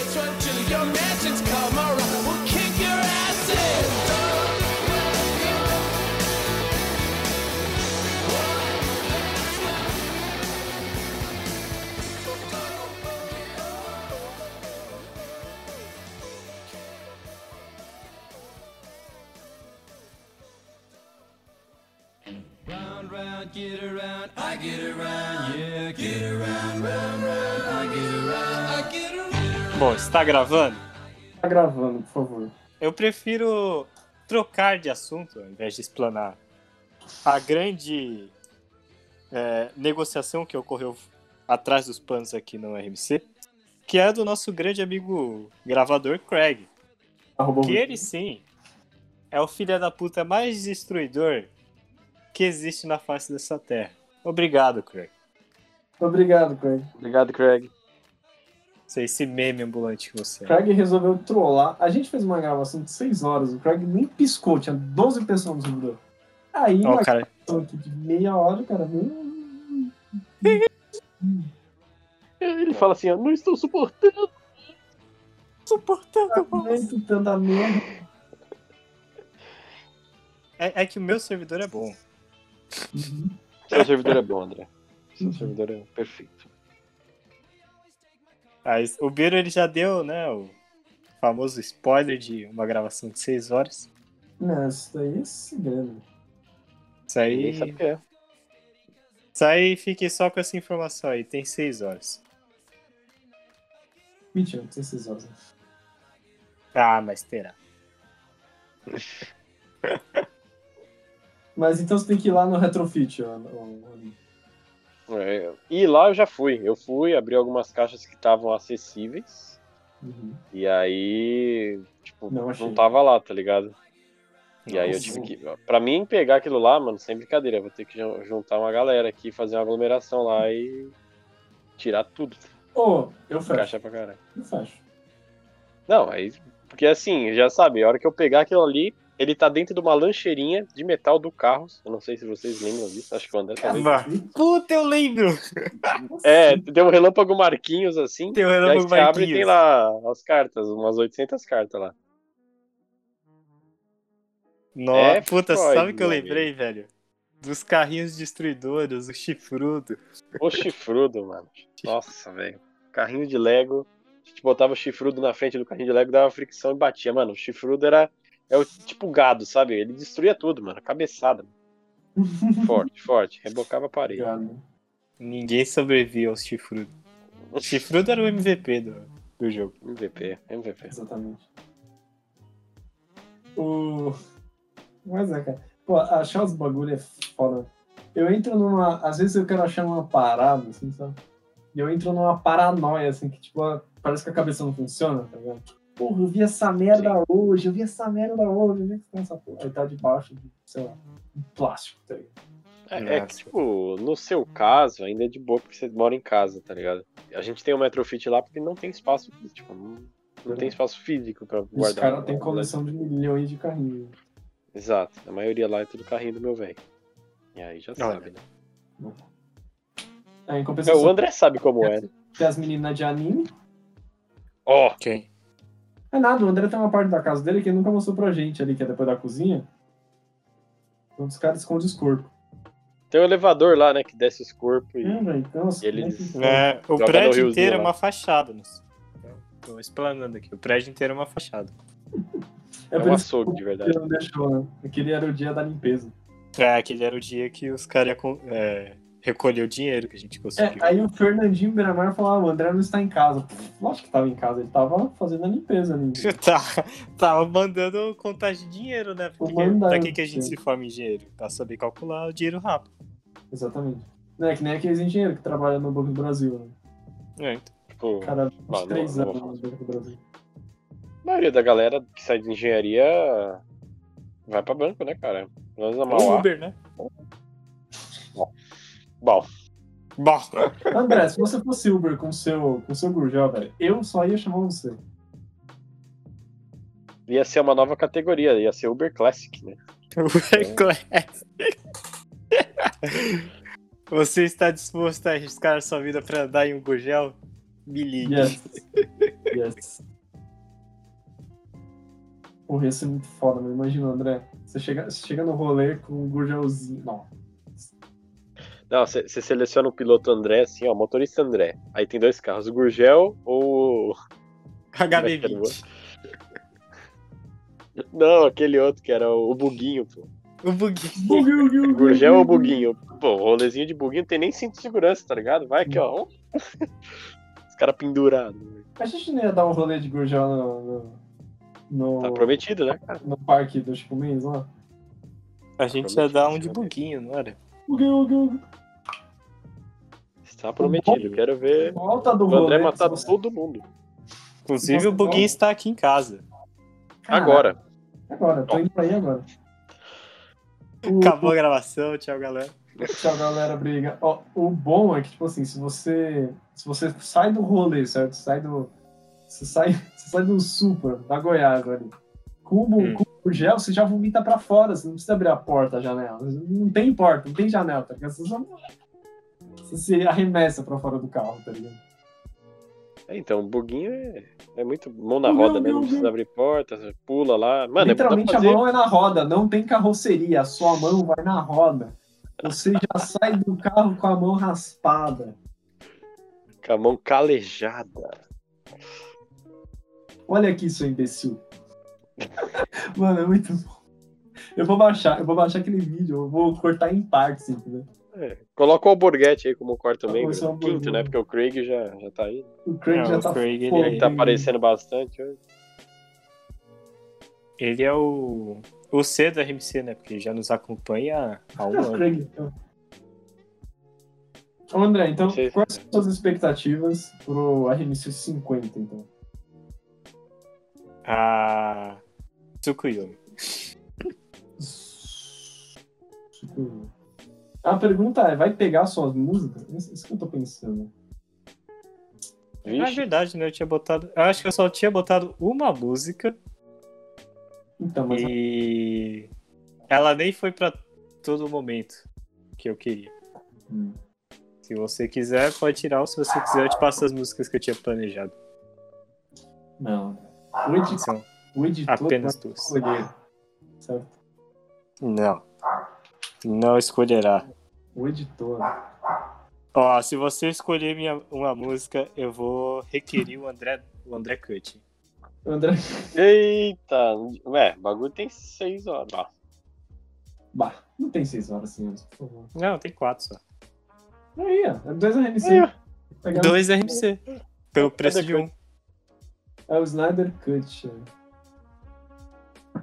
Speaker 4: Bom, está gravando?
Speaker 3: Tá gravando, por favor.
Speaker 4: Eu prefiro trocar de assunto ao invés de explanar a grande é, negociação que ocorreu atrás dos panos aqui no RMC, que é do nosso grande amigo gravador Craig.
Speaker 3: Arroba
Speaker 4: Que ele sim é o filho da puta mais destruidor que existe na face dessa terra. Obrigado, Craig.
Speaker 3: Obrigado, Craig.
Speaker 5: [laughs] Obrigado, Craig.
Speaker 4: Você é esse meme ambulante que você é.
Speaker 3: Craig resolveu trollar. A gente fez uma gravação de 6 horas, o Craig nem piscou, tinha 12 pessoas no servidor. Aí,
Speaker 4: Ó,
Speaker 3: uma
Speaker 4: cara,
Speaker 3: gravação aqui de meia hora, cara. hum,
Speaker 5: Ele fala assim, eu não estou suportando.
Speaker 4: suportando
Speaker 3: Muito tanta merda.
Speaker 4: É, é que o meu servidor é bom.
Speaker 5: Seu servidor é bom, André.
Speaker 3: Uhum.
Speaker 5: Seu servidor é perfeito.
Speaker 4: Mas o Biro ele já deu, né, o famoso spoiler de uma gravação de 6 horas.
Speaker 3: Não, isso daí é segredo.
Speaker 4: Isso
Speaker 5: Ninguém
Speaker 4: aí,
Speaker 5: sabe o que é.
Speaker 4: isso aí fique só com essa informação aí, tem 6 horas.
Speaker 3: Mentira, não sei se vocês usam.
Speaker 4: Ah, mas terá.
Speaker 3: Mas então você tem que ir lá no Retrofit, ó. ó, ó.
Speaker 5: É, e lá eu já fui. Eu fui, abri algumas caixas que estavam acessíveis.
Speaker 3: Uhum.
Speaker 5: E aí, tipo,
Speaker 3: Não
Speaker 5: não,
Speaker 3: achei.
Speaker 5: tava lá, tá ligado? E aí eu
Speaker 3: Nossa.
Speaker 5: tive que. Pra mim pegar aquilo lá, mano, sem brincadeira, eu vou ter que ju- juntar uma galera aqui, fazer uma aglomeração lá e tirar tudo.
Speaker 3: Ô, eu
Speaker 4: Tá.
Speaker 3: fecho.
Speaker 5: Caixa pra caralho.
Speaker 3: Eu fecho.
Speaker 5: Não, aí. Porque assim, já sabe, a hora que eu pegar aquilo ali, ele tá dentro de uma lancheirinha de metal do carro. Eu não sei se vocês lembram disso, acho que o André também.
Speaker 4: Puta, eu lembro!
Speaker 5: É,
Speaker 3: assim,
Speaker 5: deu um relâmpago Marquinhos assim.
Speaker 4: Tem o
Speaker 5: E aí
Speaker 4: Relâmpago
Speaker 5: você abre e tem
Speaker 4: Marquinhos.
Speaker 5: lá as cartas, umas 800 cartas lá.
Speaker 4: Nossa,
Speaker 5: É,
Speaker 4: puta,
Speaker 5: Freud,
Speaker 4: sabe o que eu
Speaker 5: meu
Speaker 4: lembrei, velho? Dos carrinhos destruidores, o chifrudo.
Speaker 5: O chifrudo, mano. Nossa, velho. Carrinho de Lego. A gente botava o chifrudo na frente do carrinho de Lego, dava fricção e batia. Mano, o chifrudo era. É o tipo gado, sabe? Ele destruía tudo, mano. Cabeçada.
Speaker 4: [laughs]
Speaker 5: mano. Forte, forte. Rebocava a parede.
Speaker 3: Obrigado.
Speaker 4: Ninguém sobrevive aos chifrudos. O chifrudo era o MVP do, do jogo.
Speaker 5: MVP, MVP.
Speaker 3: Exatamente. O... Mas é, cara. Pô, achar os bagulho é foda. Eu entro numa. Às vezes eu quero achar uma parada, assim, sabe? E eu entro numa paranoia, assim, que tipo, ah, parece que a cabeça não funciona, tá ligado? Porra, eu vi essa merda hoje, eu vi essa merda hoje, eu vi essa porra. Aí tá debaixo de, sei lá, um plástico, tá ligado?
Speaker 5: É, é que, tipo, no seu caso, ainda é de boa porque você mora em casa, tá ligado? A gente tem o Metrofit lá porque não tem espaço, tipo, não, não
Speaker 4: Uhum.
Speaker 5: tem espaço físico pra guardar.
Speaker 3: Os caras têm coleção de milhões de carrinhos.
Speaker 5: Exato. A maioria lá é tudo carrinho do meu velho. E aí já
Speaker 4: Olha.
Speaker 5: sabe, né?
Speaker 3: É, em
Speaker 5: É, O
Speaker 3: compensação,
Speaker 5: André sabe como é.
Speaker 3: tem as meninas de anime.
Speaker 5: Ó,
Speaker 4: Quem?
Speaker 3: É nada, o André tem uma parte da casa dele que ele nunca mostrou pra gente ali, que é depois da cozinha. Então os caras escondem os corpos.
Speaker 5: tem um elevador lá, né, que desce os corpos e...
Speaker 3: Hum, velho, então, assim,
Speaker 5: Ele-
Speaker 3: como que foi?
Speaker 4: É, o
Speaker 5: Joga no
Speaker 4: prédio
Speaker 5: riozinho
Speaker 4: inteiro é
Speaker 5: lá.
Speaker 4: uma fachada. né? Tô explanando aqui. O prédio inteiro é uma fachada.
Speaker 5: É
Speaker 3: por
Speaker 5: um
Speaker 3: isso
Speaker 5: açougue, de
Speaker 3: que
Speaker 5: verdade.
Speaker 3: ele não deixou, né? Aquele era o dia da limpeza.
Speaker 4: É, aquele era o dia que os caras iam co- é, recolher o dinheiro que a gente conseguiu.
Speaker 3: É, aí o Fernandinho Beiramar falou: ah, o André não está em casa. Pô, Lógico que tava em casa, ele tava fazendo a limpeza ali.
Speaker 4: [laughs] Tá, tava mandando contagem de dinheiro, né? Porque
Speaker 3: mandando,
Speaker 4: pra que, que a gente
Speaker 3: sim.
Speaker 4: se forma em engenheiro? Pra saber calcular o dinheiro rápido.
Speaker 3: Exatamente. Não é que nem aqueles engenheiros que trabalham no Banco do Brasil. Né?
Speaker 4: É, então.
Speaker 5: Tipo,
Speaker 3: O cara,
Speaker 5: não,
Speaker 3: 23
Speaker 5: não vou
Speaker 3: anos
Speaker 5: falar.
Speaker 3: no Banco do Brasil.
Speaker 5: a maioria da galera que sai de engenharia vai pra banco, né, cara? Pelo menos na
Speaker 4: Ou
Speaker 5: Mauá.
Speaker 4: Uber, né?
Speaker 5: Bom,
Speaker 4: Bom,
Speaker 3: André, se você fosse Uber com seu, com seu Gurgel, velho, eu só ia chamar você.
Speaker 5: ia ser uma nova categoria, ia ser Uber Classic, né?
Speaker 4: [laughs] Uber é Classic. [laughs] Você está disposto a arriscar a sua vida pra andar em um gurgel? Me ligue.
Speaker 5: [laughs]
Speaker 3: Yes. yes. Porra, ia ser muito foda, mas imagina, André. Você chega, você chega no rolê com um gurgelzinho. Não.
Speaker 5: Não, você você seleciona o piloto André, assim, ó, motorista André. Aí tem dois carros, o Gurgel ou. o- [laughs]
Speaker 4: HB20.
Speaker 5: Não, aquele outro que era o Buguinho, pô.
Speaker 4: O buguinho.
Speaker 3: Gurgel,
Speaker 5: Gurgel ou Buguinho? Pô, rolezinho de Buguinho tem nem cinto de segurança, tá ligado? Vai aqui, ó. [laughs] Os caras pendurados.
Speaker 3: A gente não ia dar um rolê de gurgel no. No,
Speaker 5: Tá
Speaker 3: no,
Speaker 5: prometido, né, cara?
Speaker 3: no parque do Chico Mendes lá?
Speaker 4: A gente ia dar um de buguinho, não era?
Speaker 3: Gurgel, gurgel.
Speaker 5: Está prometido. Quero ver
Speaker 3: Volta do
Speaker 5: o
Speaker 3: rolê.
Speaker 5: André matar
Speaker 3: se você-
Speaker 5: todo mundo.
Speaker 4: Inclusive, o buguinho está aqui em casa.
Speaker 3: Caralho,
Speaker 5: Agora.
Speaker 3: Agora, tô indo pra aí agora. O-
Speaker 4: Acabou a gravação, tchau, galera.
Speaker 3: Tchau, galera, briga. Ó, o bom é que, tipo assim, se você, se você sai do rolê, certo? Sai do, você, sai, [laughs] você sai do Supra, da Goiás ali. Com, o-
Speaker 4: Hum.
Speaker 3: com o gel, você já vomita pra fora, você não precisa abrir a porta, a janela. Não tem porta, não tem janela, tá ligado? Você, só, você se arremessa pra fora do carro, tá ligado?
Speaker 5: É, então, o Buguinho é, é muito mão na
Speaker 3: Não,
Speaker 5: roda, né?
Speaker 3: não,
Speaker 5: Não precisa abrir porta, você pula lá. Mano, é dá pra
Speaker 3: Literalmente a
Speaker 5: fazer.
Speaker 3: mão é na roda, não tem carroceria, a sua mão vai na roda. Você já sai do carro com a mão raspada.
Speaker 5: Com a mão calejada.
Speaker 3: Olha aqui, seu imbecil. [laughs] Mano, é muito bom. Eu vou baixar, eu vou baixar aquele vídeo, eu vou cortar em partes, entendeu?
Speaker 5: Coloca o Alborguete aí como quarto
Speaker 3: Ah,
Speaker 5: membro.
Speaker 3: esse é o
Speaker 5: Quinto,
Speaker 3: Alborguete.
Speaker 5: né? Porque o Craig já, já tá aí.
Speaker 3: O Craig
Speaker 4: Não,
Speaker 3: já
Speaker 4: o
Speaker 3: tá
Speaker 4: Craig, ele- é
Speaker 3: fogo.
Speaker 5: Ele tá aparecendo bastante hoje.
Speaker 4: Ele é o. O C do RMC, né? Porque já nos acompanha há
Speaker 3: [laughs]
Speaker 4: um
Speaker 3: O
Speaker 4: ano.
Speaker 3: Craig, então. Ô, André, então,
Speaker 5: Sim.
Speaker 3: quais são suas expectativas pro RMC 50, então?
Speaker 4: A. Tsukuyomi.
Speaker 3: A pergunta é, vai pegar suas músicas? Isso isso que eu tô pensando. É
Speaker 4: Na
Speaker 5: Vixe,
Speaker 4: verdade, né? Eu tinha botado. Eu acho que eu só tinha botado uma música
Speaker 3: Então, mas
Speaker 4: e. Ela nem foi pra todo momento que eu queria.
Speaker 3: Hum.
Speaker 4: Se você quiser, pode tirar, ou se você quiser, eu te passo as músicas que eu tinha planejado.
Speaker 3: não. O, edi-
Speaker 4: São
Speaker 3: o editor
Speaker 4: apenas
Speaker 3: vai
Speaker 4: duas.
Speaker 3: escolher, certo?
Speaker 4: Não. Não escolherá.
Speaker 3: O editor.
Speaker 4: Ó, se você escolher minha, uma música, eu vou requerir o André, o André Cut.
Speaker 3: O André...
Speaker 5: Eita! Ué, o bagulho tem seis horas. Ah,
Speaker 3: Bah, não tem seis horas, senhores, por favor.
Speaker 4: Não, tem quatro só.
Speaker 3: Aí, ó. É dois RMC.
Speaker 5: Aí, ó.
Speaker 3: Pegar-
Speaker 4: Dois RMC. Pelo preço de um.
Speaker 3: É o Snyder Cut.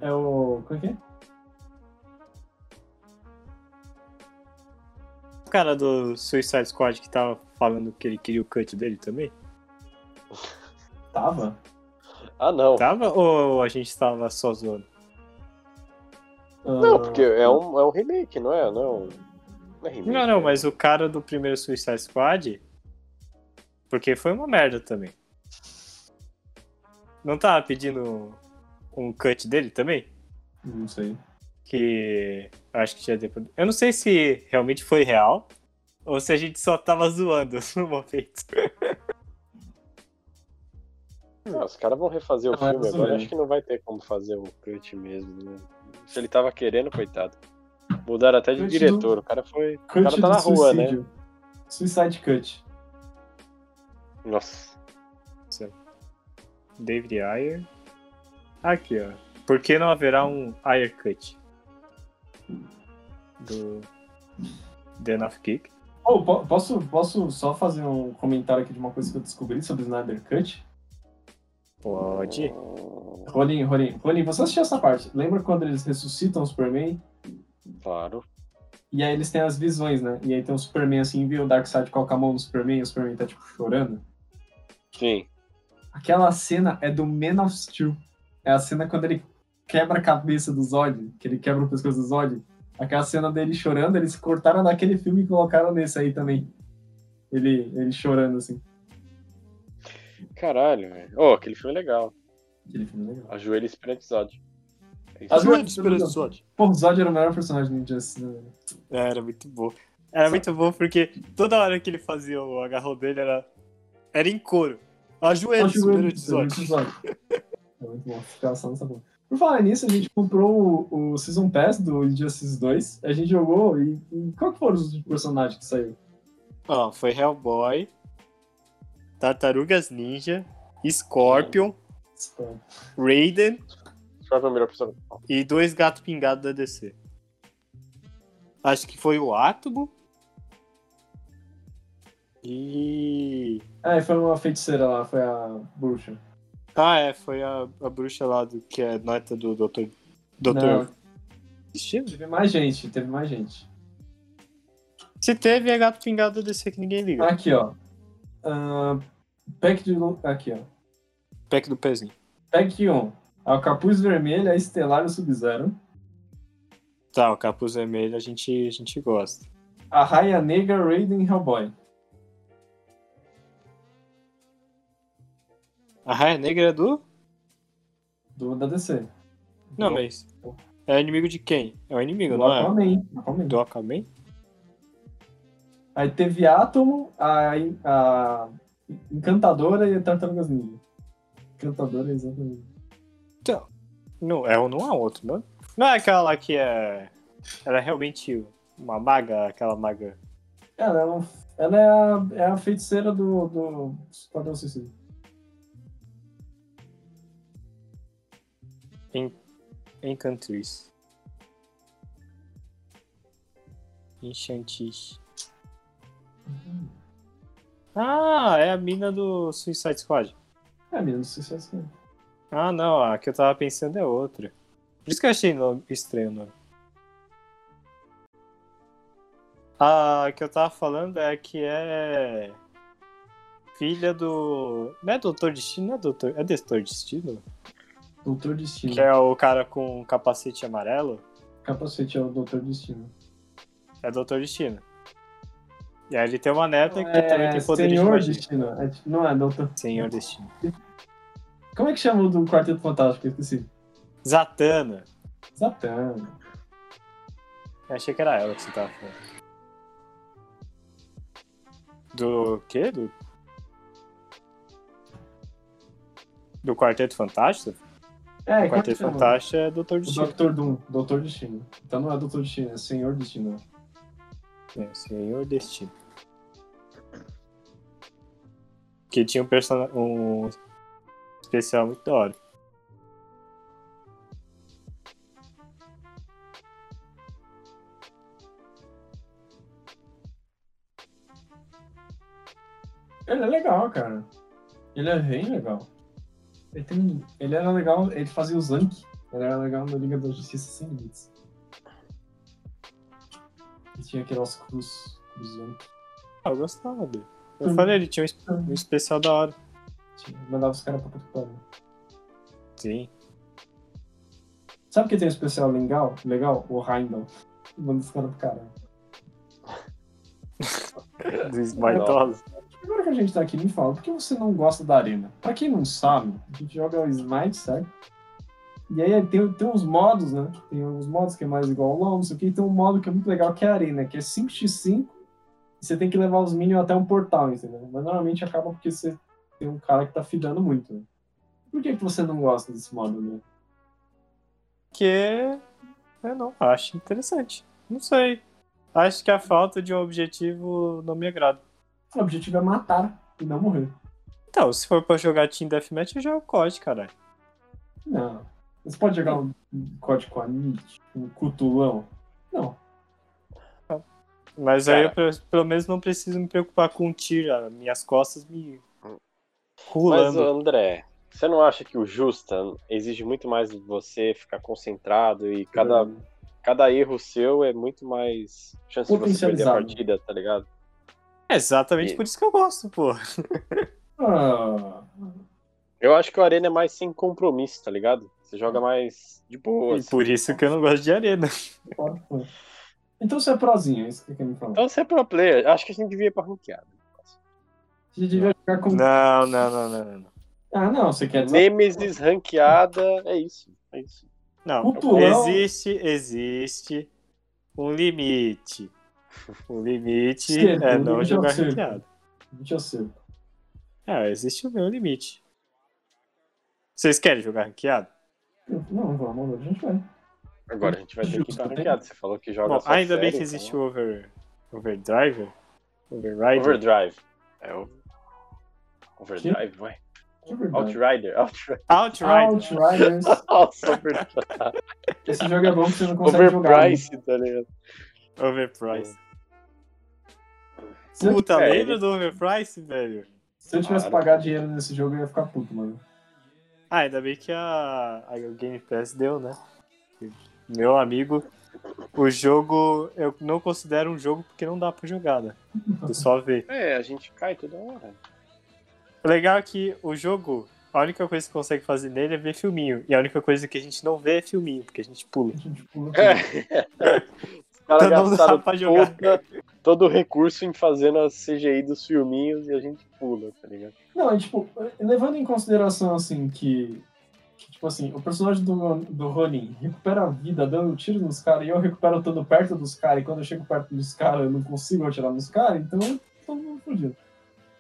Speaker 3: É o... Como é que é?
Speaker 4: O cara do Suicide Squad que tava falando que ele queria o cut dele também?
Speaker 3: Tava?
Speaker 5: Ah, não.
Speaker 3: Tá
Speaker 4: Tava ou a gente tava só zoando?
Speaker 3: Ah,
Speaker 5: Não, porque é um, é um remake, não é? Não, é um- não é remake.
Speaker 4: Não, não, mas o cara do primeiro Suicide Squad. Porque foi uma merda também. Não tava pedindo um cut dele também?
Speaker 3: Não sei.
Speaker 4: que eu acho que tinha depois. Eu não sei se realmente foi real ou se a gente só tava zoando [laughs] no momento.
Speaker 5: Ah, os caras vão refazer o
Speaker 3: Não, é
Speaker 5: filme
Speaker 3: isso
Speaker 5: agora.
Speaker 3: mesmo.
Speaker 5: Acho que não vai ter como fazer o cut mesmo, né? Se ele tava querendo, coitado. Mudaram até de
Speaker 3: Cut do-
Speaker 5: diretor. O cara foi. O
Speaker 3: Cut
Speaker 5: cara tá na rua, né?
Speaker 3: Suicide Cut.
Speaker 5: Nossa.
Speaker 4: David Ayer. Aqui, ó. Por que não haverá um Ayer Cut? Do The Enough Kick.
Speaker 3: Oh, po- posso, posso só fazer um comentário aqui de uma coisa que eu descobri sobre o Snyder Cut?
Speaker 4: Pode.
Speaker 3: Rolim, Rolim, Rolim, você assistiu essa parte? Lembra quando eles ressuscitam o Superman?
Speaker 5: Claro.
Speaker 3: E aí eles têm as visões, né? E aí tem o Superman assim, viu o Darkseid coloca a mão no Superman e o Superman tá tipo chorando.
Speaker 5: Sim.
Speaker 3: Aquela cena é do Man of Steel. É a cena quando ele quebra a cabeça do Zod, que ele quebra o pescoço do Zod. Aquela cena dele chorando, eles cortaram daquele filme e colocaram nesse aí também. Ele, ele chorando assim.
Speaker 5: Caralho, velho. Ô, aquele filme é legal.
Speaker 3: Aquele filme é legal.
Speaker 5: Ajoelha É esperantizado.
Speaker 3: Ajoelha esperançoso. Pô, o Zod era o melhor personagem do Injustice. Né? velho?
Speaker 4: É, Era muito bom. Era muito bom porque toda hora que ele fazia o agarrão dele era. Era em couro. Ajoelhos, primeiro episódio.
Speaker 3: É muito bom, ficava só nessa porra. Por falar nisso, a gente comprou o, o Season Pass do Injustice 2, a gente jogou e, e qual que foram os últimos personagens que saiu?
Speaker 4: Ó, foi Hellboy, Tartarugas Ninja, Scorpion,
Speaker 3: É,
Speaker 4: Raiden
Speaker 5: Qual é a melhor pessoa?
Speaker 4: e dois gatos pingados da DC. Acho que foi o Átomo. E.
Speaker 3: Ah, e foi uma feiticeira lá, foi a bruxa.
Speaker 4: Ah, é, foi a, a bruxa lá do que é nota do Dr. Dr.
Speaker 3: Não,
Speaker 4: Destino?
Speaker 3: teve mais gente, teve mais gente.
Speaker 4: Se teve, é gato pingado da DC que ninguém liga.
Speaker 3: Aqui, ó. Ah, pack de... lu- Aqui, ó.
Speaker 4: Pack do pezinho.
Speaker 3: Pack 1. A Capuz Vermelho, a Estelar e o Sub-Zero.
Speaker 4: Tá, o capuz vermelho a gente, a gente gosta.
Speaker 3: A Raia Negra, Raiden e Hellboy.
Speaker 4: A Raia Negra é do.
Speaker 3: Do, da DC.
Speaker 4: Não, mas. É inimigo de quem? É o inimigo,
Speaker 3: Do
Speaker 4: não é?
Speaker 3: Aquaman. Aquaman.
Speaker 4: Do Aquaman?
Speaker 3: Aí teve Átomo, a, a Encantadora e a Tartarugas Ninja. Encantadora, exatamente.
Speaker 4: Não, é ou não há outro, não? Não é aquela lá que é. Ela é realmente uma maga, aquela maga.
Speaker 3: Cara, ela, é um- ela é, a, é a feiticeira do, do Esquadrão Suicida.
Speaker 4: Encantriz. Enchantis. Ah, é a mina do Suicide Squad.
Speaker 3: É mesmo, sucesso mesmo.
Speaker 4: Ah, não, a que eu tava pensando é outra. Por isso que eu achei nome- estranho o nome. A que eu tava falando é que é. Filha do. Não é Doutor Destino? Não é Doutor. É Doutor Destino?
Speaker 3: Doutor Destino.
Speaker 4: Que é o cara com capacete amarelo?
Speaker 3: Capacete é o Doutor Destino.
Speaker 4: É Doutor Destino. E aí ele tem uma neta que também
Speaker 3: É,
Speaker 4: tem poder de
Speaker 3: Senhor
Speaker 4: magia.
Speaker 3: Destino. É, tipo, não é Doutor.
Speaker 4: Senhor Destino.
Speaker 3: Como é que chama o do Quarteto Fantástico? Eu esqueci.
Speaker 4: Zatanna.
Speaker 3: Zatanna.
Speaker 4: Eu achei que era ela que você tava falando. Do quê? Do, do Quarteto Fantástico?
Speaker 3: É, como
Speaker 4: o
Speaker 3: é que
Speaker 4: Quarteto
Speaker 3: chama?
Speaker 4: Fantástico é Doutor
Speaker 3: O
Speaker 4: Destino.
Speaker 3: Doutor Doom. Doutor Destino. Então não é Doutor Destino, é Senhor Destino.
Speaker 4: É, Senhor Destino. Que tinha um, persona... um especial muito da hora.
Speaker 3: Ele é legal, cara. Ele é bem legal. Ele, tem- um- ele era legal, ele fazia o Zank. Ele era legal na Liga da Justiça Sem Limites. E tinha aquelas cruz, cruzão.
Speaker 4: Ah, eu gostava dele. Eu
Speaker 3: Hum.
Speaker 4: falei, ele tinha um es- um especial da hora.
Speaker 3: Tinha, mandava os caras pra puta que pariu.
Speaker 4: Sim.
Speaker 3: Sabe que tem um especial legal? Legal? O Heimdall. Manda os caras pro caralho.
Speaker 4: Dos
Speaker 3: Uhum.
Speaker 4: baitolas.
Speaker 3: Agora que a gente tá aqui, me fala, por que você não gosta da arena? Pra quem não sabe, a gente joga o Smite, certo? E aí tem, tem uns modos, né? Tem uns modos que é mais igual ao LoL, não sei o que, e tem um modo que é muito legal, que é a arena, que é 5x5, e você tem que levar os minions até um portal, entendeu? Mas normalmente acaba porque você tem um cara que tá fidando muito, né? Por que, que você não gosta desse modo, né?
Speaker 4: Porque eu não acho interessante. Não sei. Acho que a falta de um objetivo não me agrada.
Speaker 3: O objetivo é matar e não morrer.
Speaker 4: Então, se for pra jogar Team Deathmatch, eu jogo COD, caralho.
Speaker 3: Não. Você pode jogar um código com a Nietzsche, um cutulão? Não.
Speaker 4: Mas aí eu pe- pelo menos não preciso me preocupar com um tiro. ah, Minhas costas me
Speaker 5: Mas,
Speaker 4: rolando.
Speaker 5: André, você não acha que o Justa exige muito mais de você ficar concentrado e cada,
Speaker 4: um.
Speaker 5: cada erro seu é muito mais chance de você perder a
Speaker 3: Potencializado.
Speaker 5: partida, tá ligado?
Speaker 4: É exatamente por isso que eu gosto, pô.
Speaker 3: Ah,
Speaker 5: Eu acho que o Arena é mais sem compromisso, tá ligado? Você joga mais de boa.
Speaker 4: E
Speaker 5: assim.
Speaker 4: Hum. por isso que eu não gosto de arena.
Speaker 3: pode pôr. Então você é prozinho, é isso que eu quero me falar.
Speaker 5: Então você é pro player. Acho que a gente devia ir pra ranqueada.
Speaker 3: Você devia jogar com.
Speaker 4: Não, não, não, não, não, não.
Speaker 3: Ah, não, você quer dizer.
Speaker 5: Nemesis ranqueada, é isso. É isso.
Speaker 4: Não,
Speaker 3: Cutulão.
Speaker 4: existe, existe um limite. O limite
Speaker 3: Certo,
Speaker 4: é
Speaker 3: o limite
Speaker 4: não
Speaker 3: é o
Speaker 4: jogar
Speaker 3: certo.
Speaker 4: ranqueado.
Speaker 3: Deixa eu ser.
Speaker 4: É, existe o meu limite. Vocês querem jogar ranqueado?
Speaker 3: Não, vamos, a gente vai.
Speaker 5: Agora a gente vai ter que ir pra ranqueada. Você falou que joga
Speaker 4: né? Bom,
Speaker 5: só
Speaker 4: ainda bem
Speaker 5: série,
Speaker 4: que existe
Speaker 5: então-
Speaker 4: o over, Overdriver. Overrider.
Speaker 5: Overdrive. É o. Overdrive, vai.
Speaker 3: De verdade.
Speaker 5: Outrider. Outrider.
Speaker 4: Outrider.
Speaker 3: Outriders.
Speaker 5: [laughs] Nossa, Overdrive.
Speaker 3: Esse jogo é bom que
Speaker 4: [laughs]
Speaker 3: você não consegue jogar. né?
Speaker 5: Overpriced, tá ligado?
Speaker 4: Overpriced.
Speaker 3: Se eu-
Speaker 4: Puta,
Speaker 5: É,
Speaker 4: lembra
Speaker 5: ele-
Speaker 4: do Overpriced, velho?
Speaker 3: Se eu tivesse pagar dinheiro nesse jogo, eu ia ficar puto, mano.
Speaker 4: Ah, ainda bem que a, a Game Pass deu, né? Meu amigo, o jogo eu não considero um jogo porque não dá pra jogar, né? Tu só vê.
Speaker 5: É, a gente cai toda hora.
Speaker 4: O legal é que o jogo, a única coisa que consegue fazer nele é ver filminho. E a única coisa que a gente não vê é filminho, porque a gente pula.
Speaker 3: A gente
Speaker 4: [laughs]
Speaker 3: pula.
Speaker 5: Os caras
Speaker 4: Então não dá
Speaker 5: gastaram
Speaker 4: pra jogar.
Speaker 5: toda- todo o recurso em fazendo a CGI dos filminhos e a gente pula, tá ligado?
Speaker 3: Não, é tipo, levando em consideração, assim, que, que, tipo assim, o personagem do, do Ronin recupera a vida dando tiro nos caras e eu recupero estando perto dos caras, e quando eu chego perto dos caras eu não consigo atirar nos caras, então todo mundo fudido.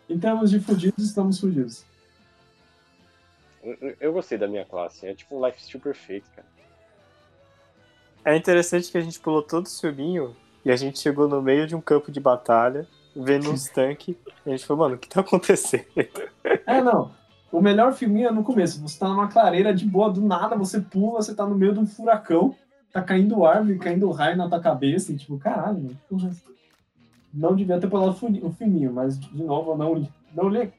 Speaker 3: Em termos de fudidos, estamos fudidos.
Speaker 5: Eu- eu- Eu gostei da minha classe. É tipo um lifestyle perfeito, cara.
Speaker 4: É interessante que a gente pulou todo o filminho e a gente chegou no meio de um campo de batalha, vendo
Speaker 3: [laughs]
Speaker 4: uns tanques. E a gente falou, mano, o que tá acontecendo? [laughs]
Speaker 3: É, não. O melhor filminho é no começo. Você tá numa clareira de boa, do nada, você pula, você tá no meio de um furacão, tá caindo árvore, caindo raio na tua cabeça, e tipo, caralho, mano, que porra é essa? Não devia ter pulado o funi- o fininho, mas de novo eu não li. Não li.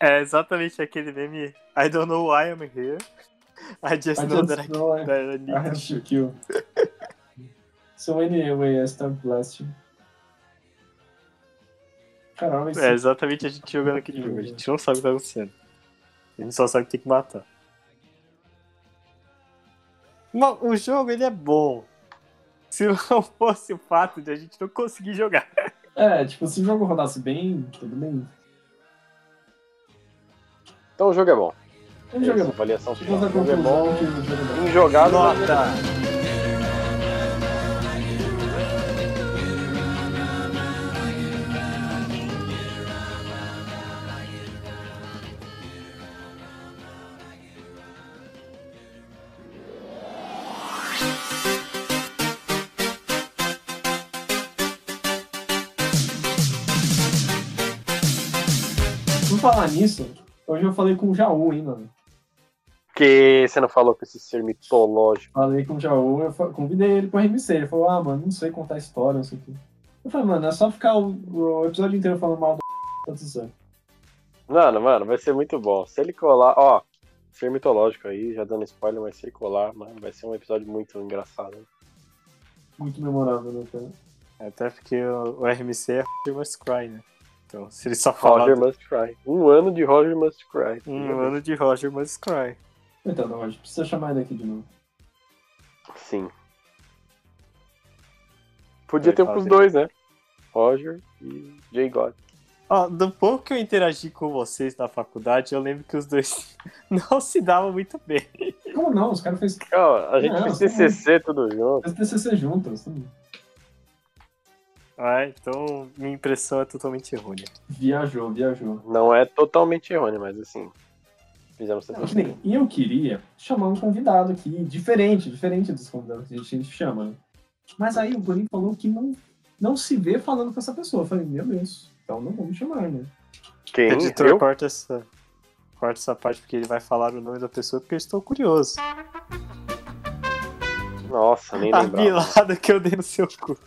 Speaker 4: É exatamente aquele meme. I don't know why I'm here. [laughs] I just
Speaker 3: I
Speaker 4: know
Speaker 3: just
Speaker 4: that I,
Speaker 3: know I-
Speaker 4: that I
Speaker 3: [laughs]
Speaker 4: need
Speaker 3: I have to kill. so anyway, I start blasting. Caralho, esse
Speaker 5: [laughs]
Speaker 4: É exatamente a gente jogando aquele jogo. A gente não sabe o que tá acontecendo. A gente só sabe que tem que matar. Não, o jogo ele é bom. Se não [laughs] fosse o fato de a gente não conseguir jogar.
Speaker 3: É, tipo, se o jogo rodasse bem, tudo bem.
Speaker 5: Então o jogo é bom.
Speaker 3: Eu jogo é
Speaker 5: Essa
Speaker 3: bom.
Speaker 5: avaliação final.
Speaker 3: Chegamos
Speaker 5: O
Speaker 3: à
Speaker 5: jogo é bom.
Speaker 3: conclusão que o jogo é bom.
Speaker 5: Um jogado.
Speaker 4: Nota!
Speaker 3: Por falar nisso, hoje eu falei com o Jaú, hein, mano.
Speaker 5: Que você não falou com esse ser mitológico.
Speaker 3: Falei com o Jaú, eu fa- convidei ele pro RMC. Ele falou, ah, mano, não sei contar história, não sei o quê. Eu falei, mano, é só ficar o, o episódio inteiro falando mal do [laughs] tá tudo certo.
Speaker 5: Mano, mano, vai ser muito bom. Se ele colar, ó, ser mitológico aí, já dando spoiler, mas se ele colar, mano, vai ser um episódio muito engraçado.
Speaker 3: Muito memorável, né, cara?
Speaker 4: É, Até porque o, o RMC é Roger Must Cry, né? Então, se ele só falar
Speaker 5: Roger
Speaker 4: do-
Speaker 5: Must Cry. Um ano de Roger Must Cry.
Speaker 4: um ano de Roger Must Cry.
Speaker 3: Coitado, Roger, precisa chamar ele aqui de novo.
Speaker 5: Sim. Podia
Speaker 4: Vai
Speaker 5: ter um pros
Speaker 4: fazer.
Speaker 5: dois, né? Roger e Jay God.
Speaker 4: Ó, do pouco que eu interagi com vocês na faculdade, eu lembro que os dois [laughs] não se davam muito bem.
Speaker 3: Como não? Os caras fez,
Speaker 5: Calma, a gente
Speaker 3: Não,
Speaker 5: fez
Speaker 3: sim.
Speaker 5: TCC tudo junto.
Speaker 3: fez TCC juntos. Tá?
Speaker 4: Ah, então minha impressão é totalmente errônea.
Speaker 3: Viajou, viajou.
Speaker 5: Não é totalmente errôneo, mas assim. Fizemos
Speaker 3: Não, que
Speaker 5: TCC.
Speaker 3: nem- E eu queria chamar um convidado aqui, diferente, diferente dos convidados que a gente chama. né? Mas aí o Boninho falou que não, não se vê falando com essa pessoa. Eu falei, meu Deus, então não vamos chamar, né?
Speaker 5: Quem?
Speaker 4: Editor,
Speaker 5: Eu?
Speaker 4: corta essa. Corta essa parte porque ele vai falar o nome da pessoa porque eu estou curioso.
Speaker 3: [laughs]
Speaker 5: Nossa, nem
Speaker 3: Ah,
Speaker 4: a
Speaker 5: lembrava.
Speaker 4: bilada Tá que eu dei no seu cu.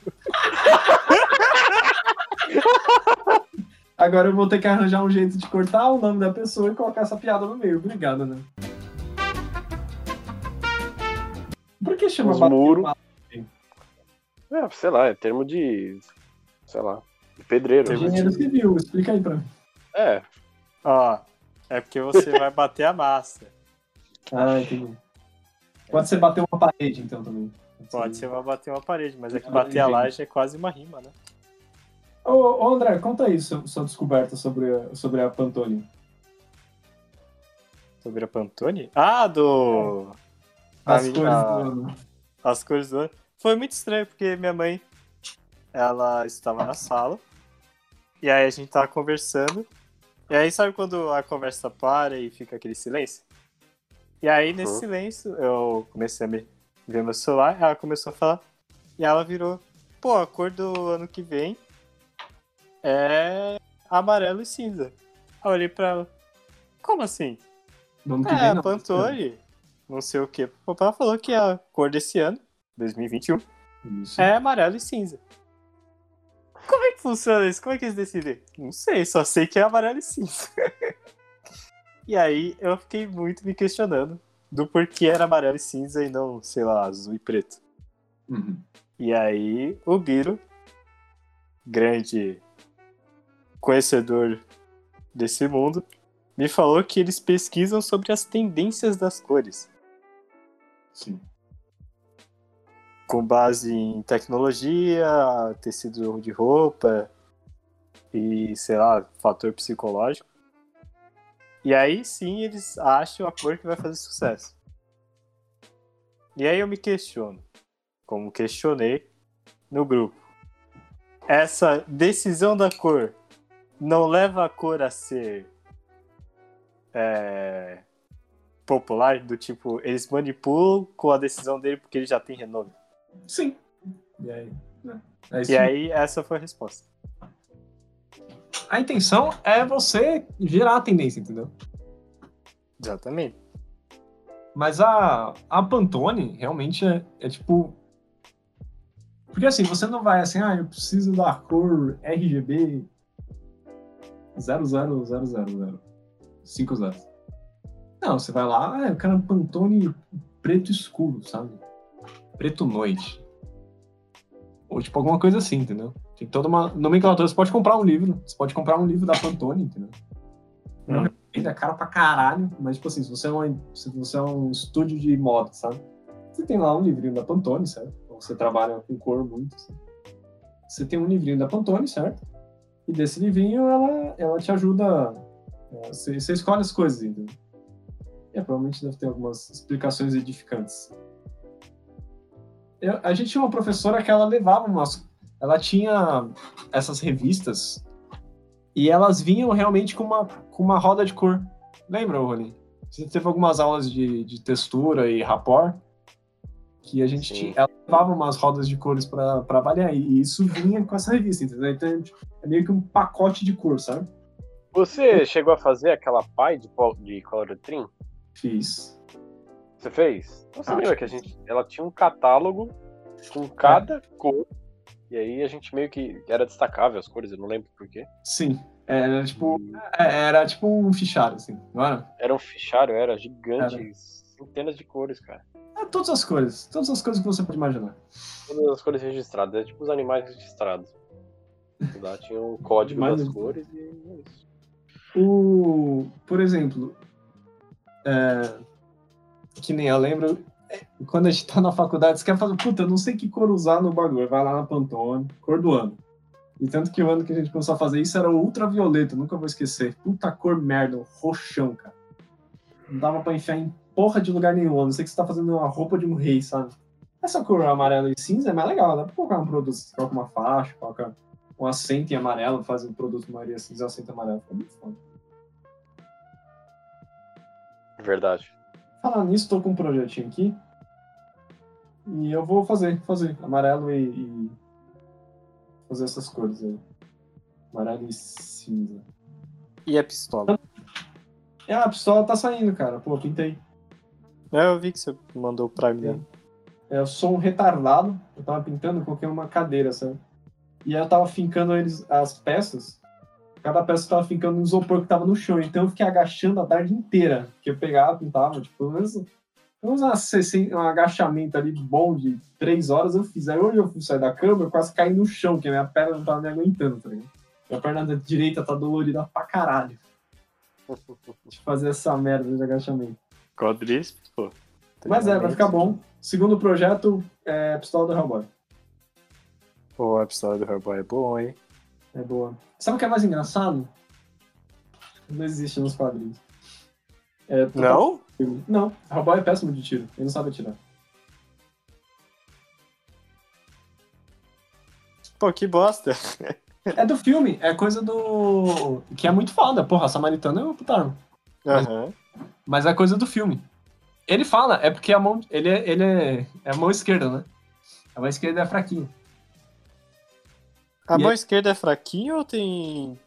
Speaker 3: Agora eu vou ter que arranjar um jeito de cortar o nome da pessoa e colocar essa piada no meio. Obrigado, né? Por que chama
Speaker 5: Os
Speaker 3: Bater
Speaker 5: muro.
Speaker 3: Papo?
Speaker 5: É, sei lá, é termo de. sei lá. De pedreiro.
Speaker 3: Engenheiro civil? Explica aí pra mim.
Speaker 5: É,
Speaker 4: Ó, é porque você vai bater a massa.
Speaker 3: Ah, entendi. Pode ser bater uma parede, então, também.
Speaker 4: Pode ser vai bater uma parede, mas é que
Speaker 3: Ah,
Speaker 4: bater a
Speaker 3: entendi.
Speaker 4: laje é quase uma rima, né?
Speaker 3: Ô, ô, André, conta aí sua, sua descoberta sobre a, sobre a Pantone.
Speaker 4: Sobre a Pantone? Ah, do.
Speaker 3: As
Speaker 4: Ah,
Speaker 3: cores
Speaker 4: ah.
Speaker 3: do ano.
Speaker 4: as cores do ano. Foi muito estranho, porque minha mãe, ela estava na sala, e aí a gente tava conversando, e aí sabe quando a conversa para e fica aquele silêncio? E aí nesse
Speaker 5: Uhum.
Speaker 4: silêncio, eu comecei a me ver meu celular, ela começou a falar, e ela virou, pô, a cor do ano que vem é amarelo e cinza. Aí eu olhei pra ela, como assim?
Speaker 3: No ano que
Speaker 4: É,
Speaker 3: vem,
Speaker 4: a
Speaker 3: não.
Speaker 4: Pantone, não sei o que. Papai falou que a cor desse ano, 2021,
Speaker 3: Isso.
Speaker 4: é amarelo e cinza. Como é que funciona isso? Como é que eles decidem? Não sei, só sei que é amarelo e cinza. [laughs] e aí eu fiquei muito me questionando do porquê era amarelo e cinza e não, sei lá, azul e preto.
Speaker 3: Uhum.
Speaker 4: E aí, o Guiro, grande conhecedor desse mundo, me falou que eles pesquisam sobre as tendências das cores,
Speaker 3: Sim.
Speaker 4: com base em tecnologia, tecido de roupa e, sei lá, fator psicológico. E aí sim eles acham a cor que vai fazer sucesso. E aí eu me questiono, como questionei no grupo. Essa decisão da cor não leva a cor a ser é, popular, do tipo, eles manipulam com a decisão dele porque ele já tem renome.
Speaker 3: Sim. E aí? É, é isso
Speaker 4: E aí essa foi a resposta.
Speaker 3: A intenção é você gerar a tendência, entendeu?
Speaker 4: Exatamente.
Speaker 3: Mas a, a Pantone realmente é, é tipo. Porque assim, você não vai assim, ah, eu preciso da cor RGB 00000. 5 zeros. Não, você vai lá, ah, eu quero um Pantone preto escuro, sabe? Preto noite. Ou tipo alguma coisa assim, entendeu? Tem toda uma nomenclatura. Você pode comprar um livro. Você pode comprar um livro da Pantone, entendeu?
Speaker 4: Hum.
Speaker 3: Ainda é caro pra caralho, mas tipo assim, se você é um, se você é um estúdio de moda, sabe? Você tem lá um livrinho da Pantone, certo? Ou Você trabalha com cor muito. assim. Você tem um livrinho da Pantone, certo? E desse livrinho ela, ela te ajuda. é, Você, você escolhe as coisas, entendeu? É, provavelmente deve ter algumas explicações edificantes. Eu- a gente tinha uma professora que ela levava umas. Ela tinha essas revistas e elas vinham realmente com uma, com uma roda de cor. Lembra, Rony? Você teve algumas aulas de, de textura e rapport que a gente
Speaker 5: Sim.
Speaker 3: tinha, ela levava umas rodas de cores para avaliar e isso vinha com essa revista, entendeu? Então é meio que um pacote de cor, sabe?
Speaker 5: Você chegou a fazer aquela pai de, pol- de Colorotrim?
Speaker 3: Fiz.
Speaker 5: Você fez? Então, Você
Speaker 3: Ah,
Speaker 5: lembra que a gente. Ela tinha um catálogo com
Speaker 3: É.
Speaker 5: cada cor. E aí a gente meio que. Era destacável as cores, eu não lembro porquê.
Speaker 3: Sim. Era tipo, é, era tipo um fichário, assim, não era?
Speaker 5: Era um fichário, era gigante, centenas de cores, cara.
Speaker 3: É, todas as cores. Todas as cores que você pode imaginar.
Speaker 5: Todas as cores registradas, é tipo os animais registrados. Lá tinha um código
Speaker 3: Animais
Speaker 5: das
Speaker 3: registrados.
Speaker 5: cores e é isso.
Speaker 3: O, por exemplo, é, que nem eu lembro, é, quando a gente tá na faculdade, você quer fazer, puta, eu não sei que cor usar no bagulho. Vai lá na Pantone, cor do ano. E tanto que o ano que a gente começou a fazer isso era o ultravioleta, nunca vou esquecer. Puta cor merda, um roxão, cara. Não dava pra enfiar em porra de lugar nenhum, a não sei que você tá fazendo uma roupa de um rei, sabe? Essa cor amarela e cinza é mais legal, dá pra colocar um produto, você coloca uma faixa, coloca um acento em amarelo, faz um produto maioria cinza, um acento amarelo, fica muito foda.
Speaker 5: Verdade.
Speaker 3: Falando nisso, tô com um projetinho aqui. E eu vou fazer, fazer. Amarelo e. e fazer essas cores aí. Amarelo e cinza.
Speaker 4: E a pistola?
Speaker 3: É, a pistola tá saindo, cara. Pô, pintei.
Speaker 4: É, eu vi que você mandou pra mim.
Speaker 3: É, Eu sou um retardado. Eu tava pintando, coloquei uma cadeira, sabe? E aí eu tava fincando eles, as peças. Cada peça eu tava fincando um isopor que tava no chão. Então eu fiquei agachando a tarde inteira. Porque eu pegava, pintava, tipo, pelo menos, pelo menos uma 60 um agachamento ali bom de três horas eu fiz. Aí hoje eu fui sair da cama, eu quase caí no chão, porque minha perna não tava me aguentando, tá ligado? Minha perna da direita tá dolorida pra caralho. De fazer essa merda de agachamento.
Speaker 4: Quadríceps, pô.
Speaker 3: Mas é, vai ficar bom. Segundo projeto, é pistola do Hellboy.
Speaker 4: Pô, a pistola do Hellboy é bom, hein?
Speaker 3: É boa. Sabe o que é mais engraçado? Não existe nos quadrinhos. É, puta-
Speaker 4: Não?
Speaker 3: Não. Hellboy é péssimo de tiro. Ele não sabe atirar.
Speaker 4: Pô, que bosta.
Speaker 3: É do filme. É coisa do... Que é muito foda. Porra, Samaritano é uma puta arma.
Speaker 4: Aham.
Speaker 3: Mas é coisa do filme. Ele fala. É porque a mão... Ele é... Ele é, é a mão esquerda, né? A mão esquerda é fraquinha.
Speaker 4: A
Speaker 3: E
Speaker 4: mão esquerda é fraquinha ou tem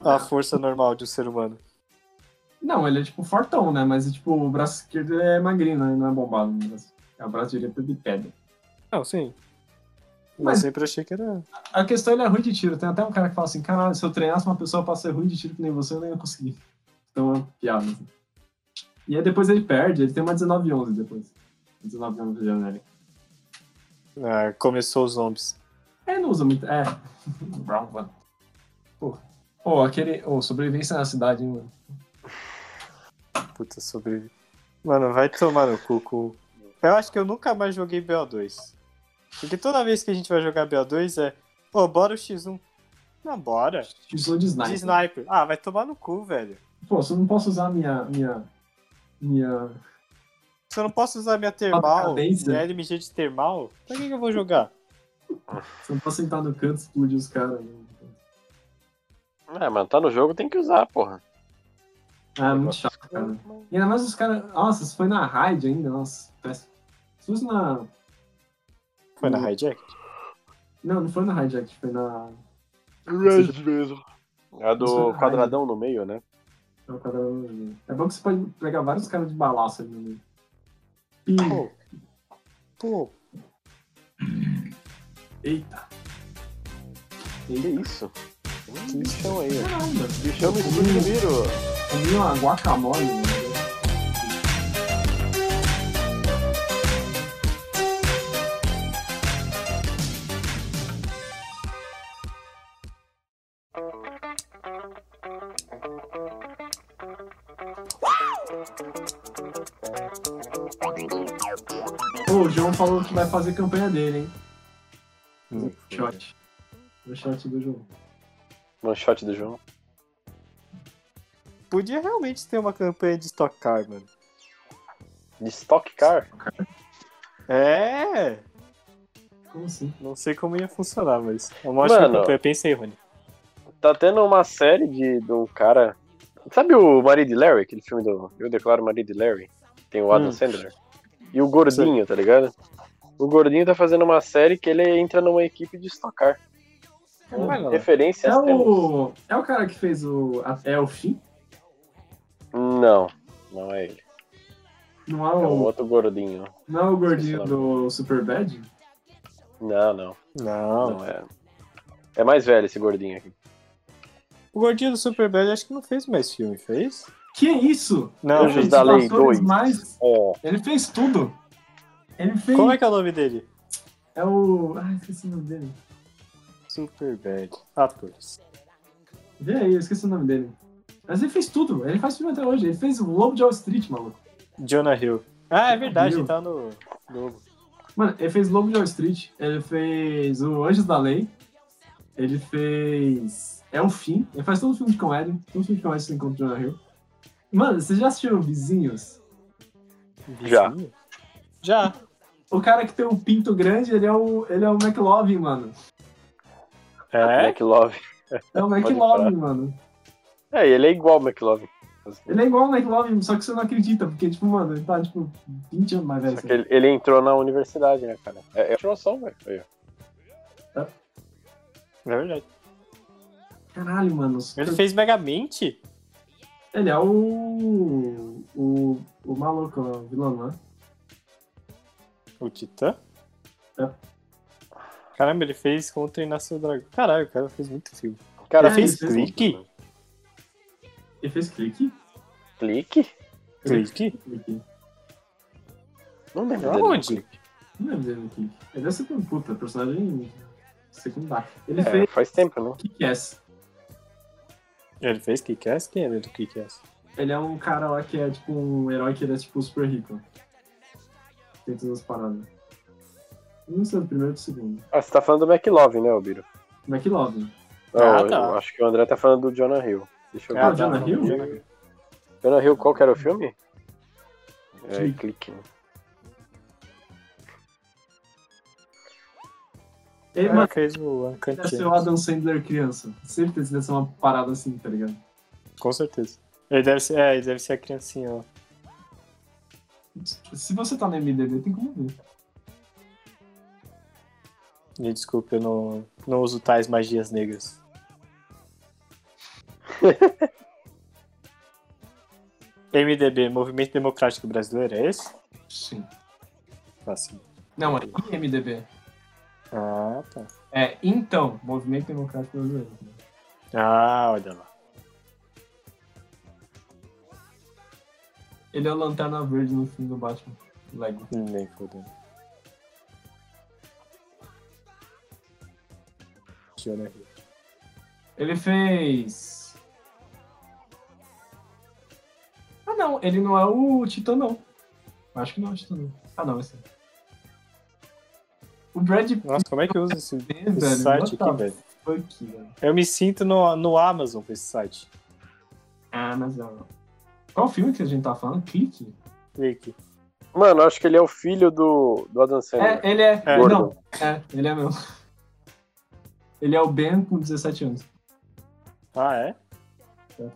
Speaker 3: Ah.
Speaker 4: a força normal de um ser humano?
Speaker 3: Não, ele é tipo fortão, né? Mas tipo, o braço esquerdo é magrinho, né? Não é bombado. no braço. É o braço direito de pedra.
Speaker 4: Não, sim.
Speaker 3: Mas-
Speaker 4: Mas sempre achei que era.
Speaker 3: A questão ele é ruim de tiro. Tem até um cara que fala assim: caralho, se eu treinasse uma pessoa pra ser ruim de tiro que nem você, eu nem ia conseguir. Então é uma piada. assim. E aí depois ele perde, ele tem uma 19 11 depois. 19 11 de genérica.
Speaker 4: Ah, começou os zombies.
Speaker 3: É, não usa muito. É. [laughs] Brown one. Pô. Ô, aquele. Ô, sobrevivência na cidade, hein, mano.
Speaker 4: Puta, sobre. Mano, vai tomar no cu. cu. Eu acho que eu nunca mais joguei BO2. Porque toda vez que a gente vai jogar BO2 é. Ô, bora o X1. Não, bora.
Speaker 3: Usou Tipo de sniper.
Speaker 4: De sniper. Ah, vai tomar no cu, velho.
Speaker 3: Pô, se eu não posso usar minha. minha. Minha.
Speaker 4: Se eu não posso usar minha termal,
Speaker 3: Parabéns,
Speaker 4: minha LMG de termal, pra que, que eu vou jogar?
Speaker 3: Se eu não posso sentar no canto, explode os caras. né?
Speaker 5: É, mano, tá no jogo, tem que usar, porra. um
Speaker 3: Ah, é muito chato, cara. E ainda mais os caras. Nossa, isso foi na raid ainda, nossa. Péssimo. Se fosse na.
Speaker 4: Foi na hijack?
Speaker 3: Não, não foi na hijack, foi na.
Speaker 5: Red mesmo. A
Speaker 3: Isso
Speaker 5: do
Speaker 3: é
Speaker 5: quadradão no meio, né?
Speaker 3: na quadra- É bom que você pode pegar vários caras de balaço ali no meio. E
Speaker 4: Pô. Pô.
Speaker 3: Eita.
Speaker 5: Que isso? Que bichão aí, ó.
Speaker 3: Caramba.
Speaker 5: Bichão me sumiram.
Speaker 3: Comi uma guacamole. né? mano. Pô, o João falou que vai fazer campanha dele, hein?
Speaker 4: Hum.
Speaker 3: Shot. O shot do João.
Speaker 5: Manchote do João.
Speaker 4: Podia realmente ter uma campanha de Stock Car, mano.
Speaker 5: De Stock Car.
Speaker 4: É!
Speaker 3: Como assim?
Speaker 4: Não sei como ia funcionar, mas é né? uma ótima
Speaker 5: Mano.
Speaker 4: campanha. Pensa aí, Rony.
Speaker 5: Tá tendo uma série de, de um cara. Sabe o Marido de Larry, aquele filme do Eu Declaro Marido de Larry? Tem o Adam
Speaker 4: Hum.
Speaker 5: Sandler. E o Gordinho, tá ligado? O Gordinho tá fazendo uma série que ele entra numa equipe de Stock Car.
Speaker 4: Olha lá.
Speaker 5: Referências
Speaker 3: É
Speaker 5: temos.
Speaker 3: o, é o cara que fez o. a- É o fim?
Speaker 5: Não, não é ele.
Speaker 3: Não é
Speaker 5: É um
Speaker 3: o,
Speaker 5: outro gordinho.
Speaker 3: não é o gordinho do Superbad?
Speaker 5: Não, não.
Speaker 4: Não.
Speaker 5: Não é. É mais velho esse gordinho aqui.
Speaker 4: O gordinho do Superbad acho que não fez mais filme, fez?
Speaker 3: Que é isso?
Speaker 4: Não,
Speaker 5: Anjos
Speaker 4: fez.
Speaker 5: da Lei
Speaker 3: Os pastores
Speaker 5: 2.
Speaker 3: mais-
Speaker 5: É.
Speaker 3: Ele fez tudo. Ele fez.
Speaker 4: Como é que é o nome dele?
Speaker 3: É o. Ah, esqueci o nome dele.
Speaker 4: Superbad. Atores.
Speaker 3: Vê aí, eu esqueci o nome dele. Mas ele fez tudo, ele faz filme até hoje. Ele fez o Lobo de Wall Street, maluco.
Speaker 4: Jonah Hill. Ah, é verdade,
Speaker 3: Hill.
Speaker 4: ele tá no novo.
Speaker 3: Mano, ele fez Lobo de Wall Street, ele fez o Anjos da Lei, ele fez. É o Fim, ele faz todo filme de comédia, todo filme de comédia que você encontra o Jonah Hill. Mano, vocês já assistiram Vizinhos?
Speaker 5: Já.
Speaker 4: Já.
Speaker 3: O cara que tem o pinto grande, ele é o, ele é o McLovin, mano.
Speaker 4: É?
Speaker 5: McLove.
Speaker 3: É o
Speaker 5: Pode
Speaker 3: McLovin,
Speaker 5: parar.
Speaker 3: mano.
Speaker 5: É, ele é igual ao McLove.
Speaker 3: Ele é igual o McLovin, só que você não acredita, porque, tipo, mano, ele tá, tipo, 20 anos mais velho.
Speaker 5: Só que ele, ele entrou na universidade, né, cara? É, é continuação, velho. Aí, ó.
Speaker 4: É verdade.
Speaker 3: Caralho, mano. os-
Speaker 4: Ele fez Megamente?
Speaker 3: Ele é o. O, o maluco, lá, o vilão, né?
Speaker 4: O Titã?
Speaker 3: É.
Speaker 4: Caramba, ele fez Como Treinar Seu Dragão. Caralho, o cara fez muito filme.
Speaker 5: O cara
Speaker 3: É,
Speaker 5: fez
Speaker 3: ele fez
Speaker 5: clique.
Speaker 3: Ele fez clique?
Speaker 5: Clique?
Speaker 4: Clique?
Speaker 3: clique.
Speaker 5: Não lembro. dele.
Speaker 4: Aonde?
Speaker 3: Não lembro dele no clique. Ele deve ser um puta, personagem secundário. Ele
Speaker 5: É,
Speaker 3: fez
Speaker 5: faz tempo, né?
Speaker 3: Kick-Ass.
Speaker 4: Ele fez Kick-Ass? Quem era do Kick-Ass?
Speaker 3: Ele é um cara lá que é, tipo, um herói que ele é, tipo, super rico. Tem todas as paradas. Não sei do primeiro ou do segundo.
Speaker 5: Ah, você tá falando do McLove, né, Obiro?
Speaker 3: McLovin.
Speaker 4: Ah,
Speaker 5: Não,
Speaker 4: tá.
Speaker 5: eu acho que o André tá falando do Jonah Hill. Deixa eu ver.
Speaker 3: Ah,
Speaker 4: tá.
Speaker 3: Jonah Hill?
Speaker 5: Jonah Hill, qual que era o filme? É,
Speaker 3: Clique.
Speaker 5: clique. né? É.
Speaker 3: Ele,
Speaker 4: Ele
Speaker 3: mano,
Speaker 4: fez o Uncut
Speaker 3: deve ser o
Speaker 4: Gems,
Speaker 3: Adam Sandler criança. Certeza que deve ser uma parada assim, tá ligado?
Speaker 4: Com certeza. Ele deve ser, é, ele deve ser a criancinha lá.
Speaker 3: Se você tá no MDB, tem como ver.
Speaker 4: Me desculpe, eu não, não uso tais magias [laughs] negras. MDB, Movimento Democrático Brasileiro, é esse?
Speaker 3: Sim.
Speaker 4: Ah, sim.
Speaker 3: Não, é IMDB.
Speaker 4: Ah, tá.
Speaker 3: É, então, Movimento Democrático Brasileiro.
Speaker 4: Ah, olha lá.
Speaker 3: Ele é o Lanterna Verde no filme do Batman. Lego.
Speaker 4: Nem Hum, fodendo. Jonah Hill.
Speaker 3: Ele fez. Ah, não, ele não é o Titã, não. Eu Acho que não é o Titã, não. Ah, não, esse é. O Brad Pitt,
Speaker 4: Nossa, como é que eu uso esse,
Speaker 3: velho.
Speaker 4: esse site
Speaker 3: what
Speaker 4: aqui,
Speaker 3: the
Speaker 4: velho?
Speaker 3: fuck, velho.
Speaker 4: Eu me sinto no, no Amazon com esse site.
Speaker 3: Ah, mas não. Qual filme que a gente tá falando? Clique?
Speaker 4: Clique.
Speaker 5: Mano, eu acho que ele é o filho do, do Adam Sandler.
Speaker 3: É, ele é.
Speaker 4: É.
Speaker 3: Não, é, ele é meu. Ele é o Ben com 17 anos.
Speaker 4: Ah, é?
Speaker 3: É.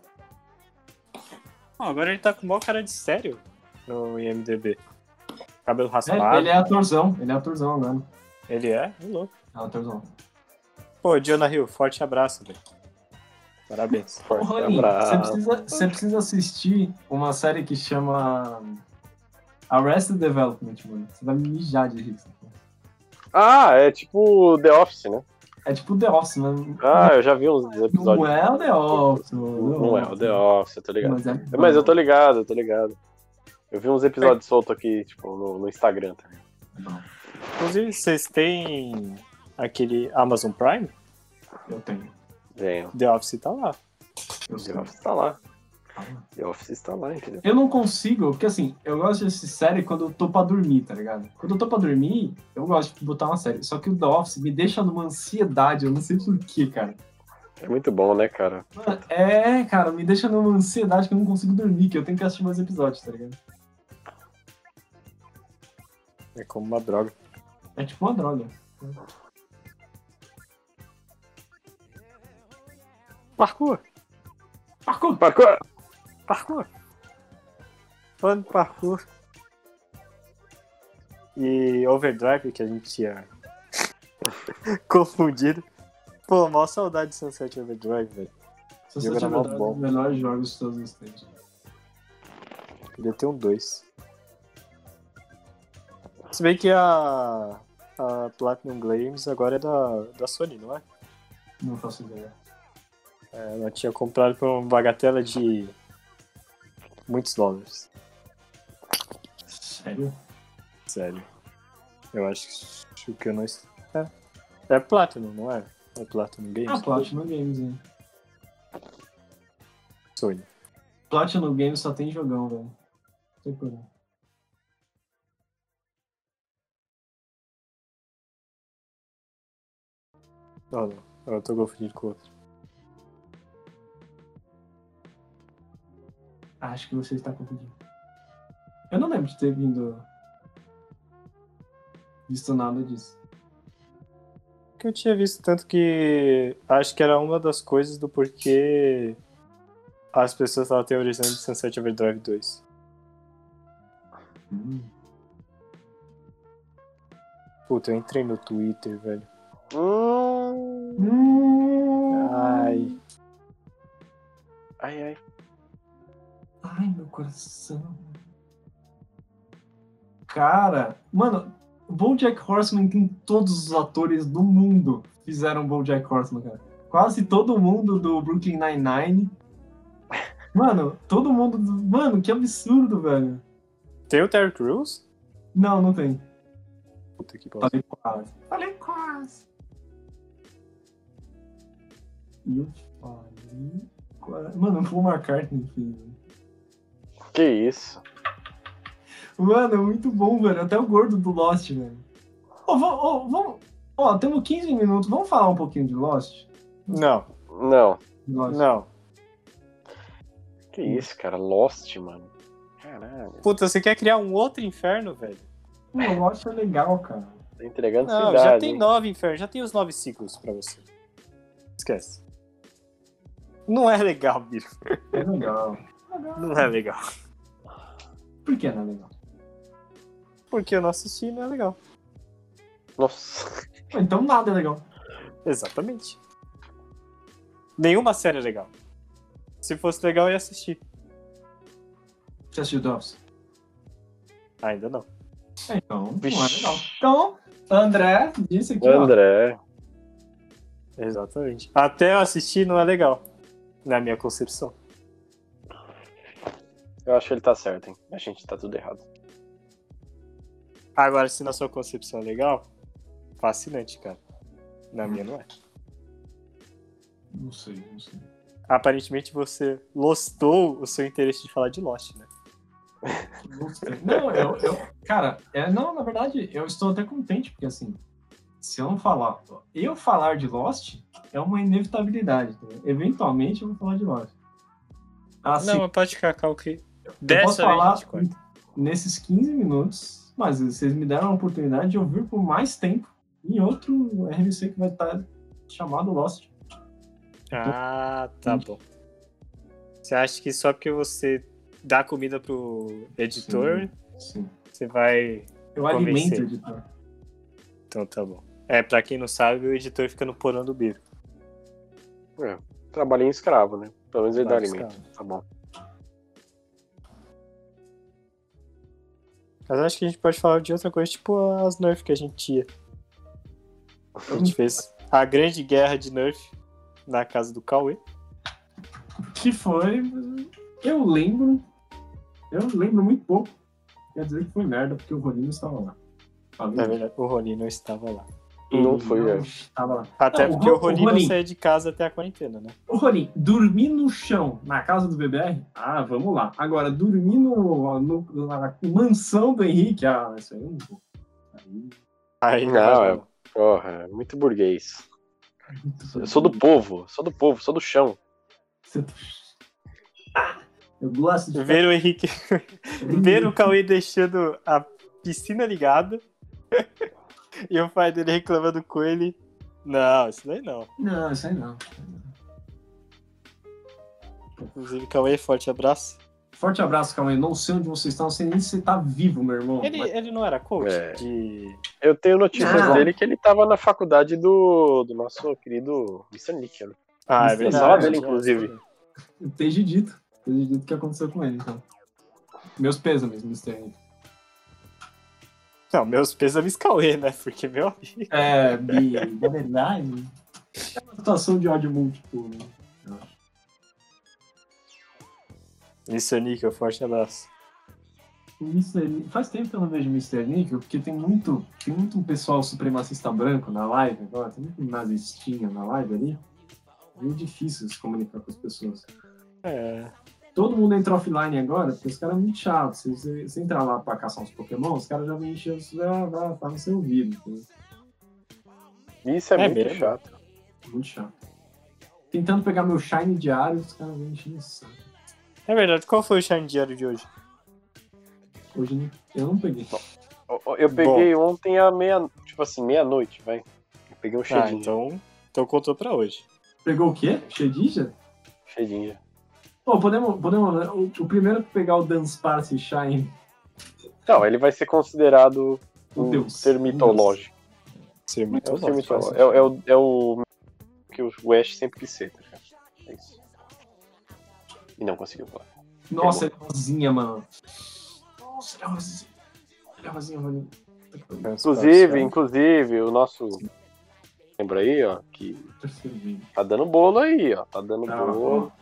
Speaker 4: Ah, agora ele tá com maior cara de sério no IMDB. Cabelo
Speaker 3: É,
Speaker 4: raspado.
Speaker 3: ele é atorzão, ele é atorzão agora.
Speaker 4: Ele é? Ô, louco.
Speaker 3: É atorzão.
Speaker 4: Pô, Jonah Hill, forte abraço, velho.
Speaker 3: [laughs]
Speaker 4: Parabéns.
Speaker 3: Ô,
Speaker 5: Forte
Speaker 3: Rony,
Speaker 5: abraço.
Speaker 3: você precisa, você precisa assistir uma série que chama Arrested Development, mano. Você vai me mijar de rir.
Speaker 5: Ah, é tipo The Office, né?
Speaker 3: É tipo The Office, mas
Speaker 5: Ah, eu já vi uns
Speaker 3: não
Speaker 5: episódios.
Speaker 3: é o The Office. mano.
Speaker 5: Não é o The Office, eu tô ligado.
Speaker 3: Mas, é
Speaker 5: Mas eu tô ligado, eu tô ligado. Eu vi uns episódios soltos aqui, tipo, no, no Instagram também.
Speaker 3: Não,
Speaker 4: Inclusive, vocês têm aquele Amazon Prime?
Speaker 3: eu tenho.
Speaker 5: Venho.
Speaker 4: The Office tá lá.
Speaker 3: Eu
Speaker 5: The
Speaker 3: tenho.
Speaker 5: Office tá lá. The Office tá lá, entendeu?
Speaker 3: Eu não consigo, porque assim, eu gosto de assistir série quando eu tô pra dormir, tá ligado? Quando eu tô pra dormir, eu gosto de botar uma série. Só que o The Office me deixa numa ansiedade, eu não sei porquê, cara.
Speaker 5: É muito bom, né, cara?
Speaker 3: Mano, é, cara, me deixa numa ansiedade que eu não consigo dormir, que eu tenho que assistir mais episódios, tá ligado?
Speaker 4: É como uma droga.
Speaker 3: É tipo uma droga.
Speaker 4: Parkour!
Speaker 3: Marco,
Speaker 5: Parkour!
Speaker 4: Parkour! Falando de parkour. E Overdrive, que a gente tinha [laughs] confundido. Pô, maior saudade de Sunset Overdrive, velho.
Speaker 3: se você
Speaker 4: Jogo
Speaker 3: tiver
Speaker 4: era mó bom.
Speaker 3: os melhores jogos de todos os tempos.
Speaker 4: Queria ter um 2. Se bem que a, a Platinum Games agora é da, da Sony, não é?
Speaker 3: Não faço ideia.
Speaker 4: Ela tinha comprado por uma bagatela de muitos dólares.
Speaker 3: Sério?
Speaker 4: Sério. Eu acho que- que eu não. est- É, é Platinum, não é? É Platinum Games?
Speaker 3: Ah, Platinum Games, hein?
Speaker 4: Sony.
Speaker 3: Platinum Games só tem jogão, velho. Não tem problema.
Speaker 4: Não, não. Eu tô confundindo com o outro.
Speaker 3: Acho que você está confundindo. Eu não lembro de ter vindo. Visto nada disso.
Speaker 4: que eu tinha visto tanto que acho que era uma das coisas do porquê as pessoas estavam teorizando de Sunset Overdrive 2. Puta, eu entrei no Twitter, velho.
Speaker 5: Hum,
Speaker 4: Ai,
Speaker 5: ai, ai.
Speaker 3: Ai, meu coração. Cara, mano, Bojack Horseman tem todos os atores do mundo fizeram Bojack Horseman, cara. Quase todo mundo do Brooklyn Nine-Nine. Mano, todo mundo. do- Mano, que absurdo, velho.
Speaker 4: tem o Terry Crews?
Speaker 3: Não, não tem.
Speaker 4: Puta que bosta.
Speaker 3: Falei quase. Falei quase. E eu falei quase. Mano, o Paul McCartney fez. né?
Speaker 5: Que isso?
Speaker 3: Mano, é muito bom, velho. Até o gordo do Lost, velho. Ô, vamos. Ó, vamos- ó, temos 15 minutos. Vamos falar um pouquinho de Lost?
Speaker 4: Não,
Speaker 5: Não.
Speaker 3: Lost.
Speaker 4: não.
Speaker 5: Que
Speaker 4: Hum.
Speaker 5: isso, cara? Lost, mano. Caralho.
Speaker 4: Puta, você quer criar um outro inferno, velho?
Speaker 3: Mano, Lost é legal, cara.
Speaker 5: Tá entregando
Speaker 4: Não,
Speaker 5: cidade.
Speaker 4: já tem
Speaker 5: hein?
Speaker 4: nove infernos, já tem os nove ciclos pra você. Esquece. Não é legal, Biro.
Speaker 3: É legal.
Speaker 4: Não é legal.
Speaker 3: Por que não é legal?
Speaker 4: Porque eu não assisti, não é legal.
Speaker 5: Nossa.
Speaker 3: Pô, Então nada é legal.
Speaker 4: Exatamente. Nenhuma série é legal. Se fosse legal, eu ia assistir.
Speaker 3: Você assistiu The Office?
Speaker 4: Ainda não.
Speaker 3: É, Então, não é
Speaker 5: Vixe.
Speaker 3: legal. Então, André disse aqui, ó.
Speaker 5: André.
Speaker 4: Exatamente. Até eu assistir não é legal. Na minha concepção.
Speaker 5: Eu acho que ele tá certo, hein? A gente tá tudo errado.
Speaker 4: Agora, se na sua concepção é legal, fascinante, cara. Na minha não é.
Speaker 3: Não sei, não sei.
Speaker 4: Aparentemente você lostou o seu interesse de falar de Lost, né?
Speaker 3: Não sei. Não, eu, eu cara, é, não, na verdade, eu estou até contente, porque assim, se eu não falar, eu falar de Lost é uma inevitabilidade, entendeu? Eventualmente eu vou falar de Lost. Assim,
Speaker 4: Não, mas pode cacar o que.
Speaker 3: eu posso
Speaker 4: Dessa vez a
Speaker 3: falar
Speaker 4: gente corta.
Speaker 3: nesses 15 minutos, mas vocês me deram a oportunidade de ouvir por mais tempo em outro RMC que vai estar chamado Lost.
Speaker 4: Ah, tá bom. Você acha que só porque você dá comida pro editor,
Speaker 3: Sim.
Speaker 4: você vai
Speaker 3: Eu alimento
Speaker 4: Convencer.
Speaker 3: o editor.
Speaker 4: Então tá bom. É, pra quem não sabe, o editor fica no porão do bico.
Speaker 5: Trabalhei em escravo, né? Pelo menos ele dá alimento.
Speaker 4: Mas
Speaker 5: Tá bom.
Speaker 4: acho que a gente pode falar de outra coisa, tipo as nerfs que a gente tinha. A
Speaker 3: Uhum.
Speaker 4: gente fez a grande guerra de Nerf na casa do Cauê.
Speaker 3: Que foi. Eu lembro. Eu lembro muito pouco. Quer dizer que foi merda, porque o Rolinho estava lá. Falei,
Speaker 4: Na verdade, o Ronin não estava lá.
Speaker 5: É, Não foi, é.
Speaker 3: não
Speaker 5: velho.
Speaker 3: estava lá.
Speaker 4: Até
Speaker 3: Não, o
Speaker 4: porque
Speaker 3: Ro-
Speaker 4: o Ronin
Speaker 3: o
Speaker 4: não
Speaker 3: Ronin.
Speaker 4: saía de casa até a quarentena, né?
Speaker 3: Ô, Rolim, dormir no chão na casa do BBR? Ah, vamos lá. Agora, dormir no, no- na mansão do Henrique? Ah, isso aí eu não vou. Aí,
Speaker 4: Aí
Speaker 5: Não, é- Porra, muito burguês. Eu sou
Speaker 4: Uhum.
Speaker 5: do povo, sou do povo, sou do chão.
Speaker 3: Você tá- Ah, Eu gosto de
Speaker 4: Ver o Henrique. Ver o Cauê deixando a piscina ligada. [laughs] e o pai dele reclamando com ele. Não, isso daí não.
Speaker 3: Não, isso aí não.
Speaker 4: Inclusive, Cauê, forte abraço.
Speaker 3: Forte abraço, Cauê. Não sei onde você está, não sei nem se você tá vivo, meu irmão.
Speaker 4: Ele,
Speaker 3: Mas-
Speaker 4: ele não era coach
Speaker 5: É.
Speaker 4: de.
Speaker 5: Eu tenho notícias
Speaker 4: Ah.
Speaker 3: Não.
Speaker 5: dele que ele tava na faculdade do, do nosso querido Mr. Nick. né?
Speaker 4: Ah,
Speaker 3: Isso
Speaker 4: é
Speaker 3: é
Speaker 4: verdade.
Speaker 5: dele, inclusive.
Speaker 3: Esteja dito. Esteja dito o que aconteceu com ele, então. Meus pêsames, Mr. Henrique.
Speaker 4: Não, meus pêsames Cauê, né? Porque, meu amigo.
Speaker 3: É, Bi, na verdade. É uma situação de ódio múltiplo, né?
Speaker 4: Mr. Nickel, é forte abraço.
Speaker 3: O Mr. Ni- Faz tempo que eu não vejo o Mr. Nickel, porque tem muito, tem muito um pessoal supremacista branco na live agora, tem muito nazistinha na live ali. É meio difícil se comunicar com as pessoas.
Speaker 4: É.
Speaker 3: Todo mundo entra offline agora, porque os caras são muito chatos. Se você você entrar lá pra caçar uns Pokémon, os caras já vêm encher o seu- já- já tá no seu ouvido. entendeu?
Speaker 5: Isso é,
Speaker 4: É
Speaker 5: muito
Speaker 4: mesmo?
Speaker 5: chato.
Speaker 3: Muito chato. Tentando pegar meu Shine diário, os caras vêm enchendo o saco.
Speaker 4: É verdade, qual foi o Shine Diário de hoje?
Speaker 3: Hoje não- eu não peguei.
Speaker 5: Eu- eu- Eu peguei ontem à meia, tipo assim, meia-noite, vai. Eu peguei um
Speaker 3: Tá,
Speaker 4: Ah,
Speaker 5: cheirinho.
Speaker 4: então, então contou pra hoje.
Speaker 3: Pegou o quê? Shedija?
Speaker 5: Cheirinho.
Speaker 3: Pô, podemos, podemos né, o, o primeiro que pegar o Dance Party Shine
Speaker 5: Não, ele vai ser considerado um
Speaker 3: Um deus.
Speaker 5: ser
Speaker 3: Um
Speaker 5: mitológico.
Speaker 4: Ser
Speaker 5: É um
Speaker 4: muito
Speaker 5: ser
Speaker 4: bom.
Speaker 5: mitológico. É, é o, é o que o Ash sempre quis ser, tá ligado? É isso. E não conseguiu falar.
Speaker 3: Nossa, ele é rosinha, mano. Nossa, ele é rosinha. Ele é rosinha, mano.
Speaker 5: Inclusive, inclusive, o nosso. Lembra aí, ó, que
Speaker 3: Terceiro vídeo.
Speaker 5: tá dando bolo aí, ó. Tá dando
Speaker 3: Não,
Speaker 5: bolo.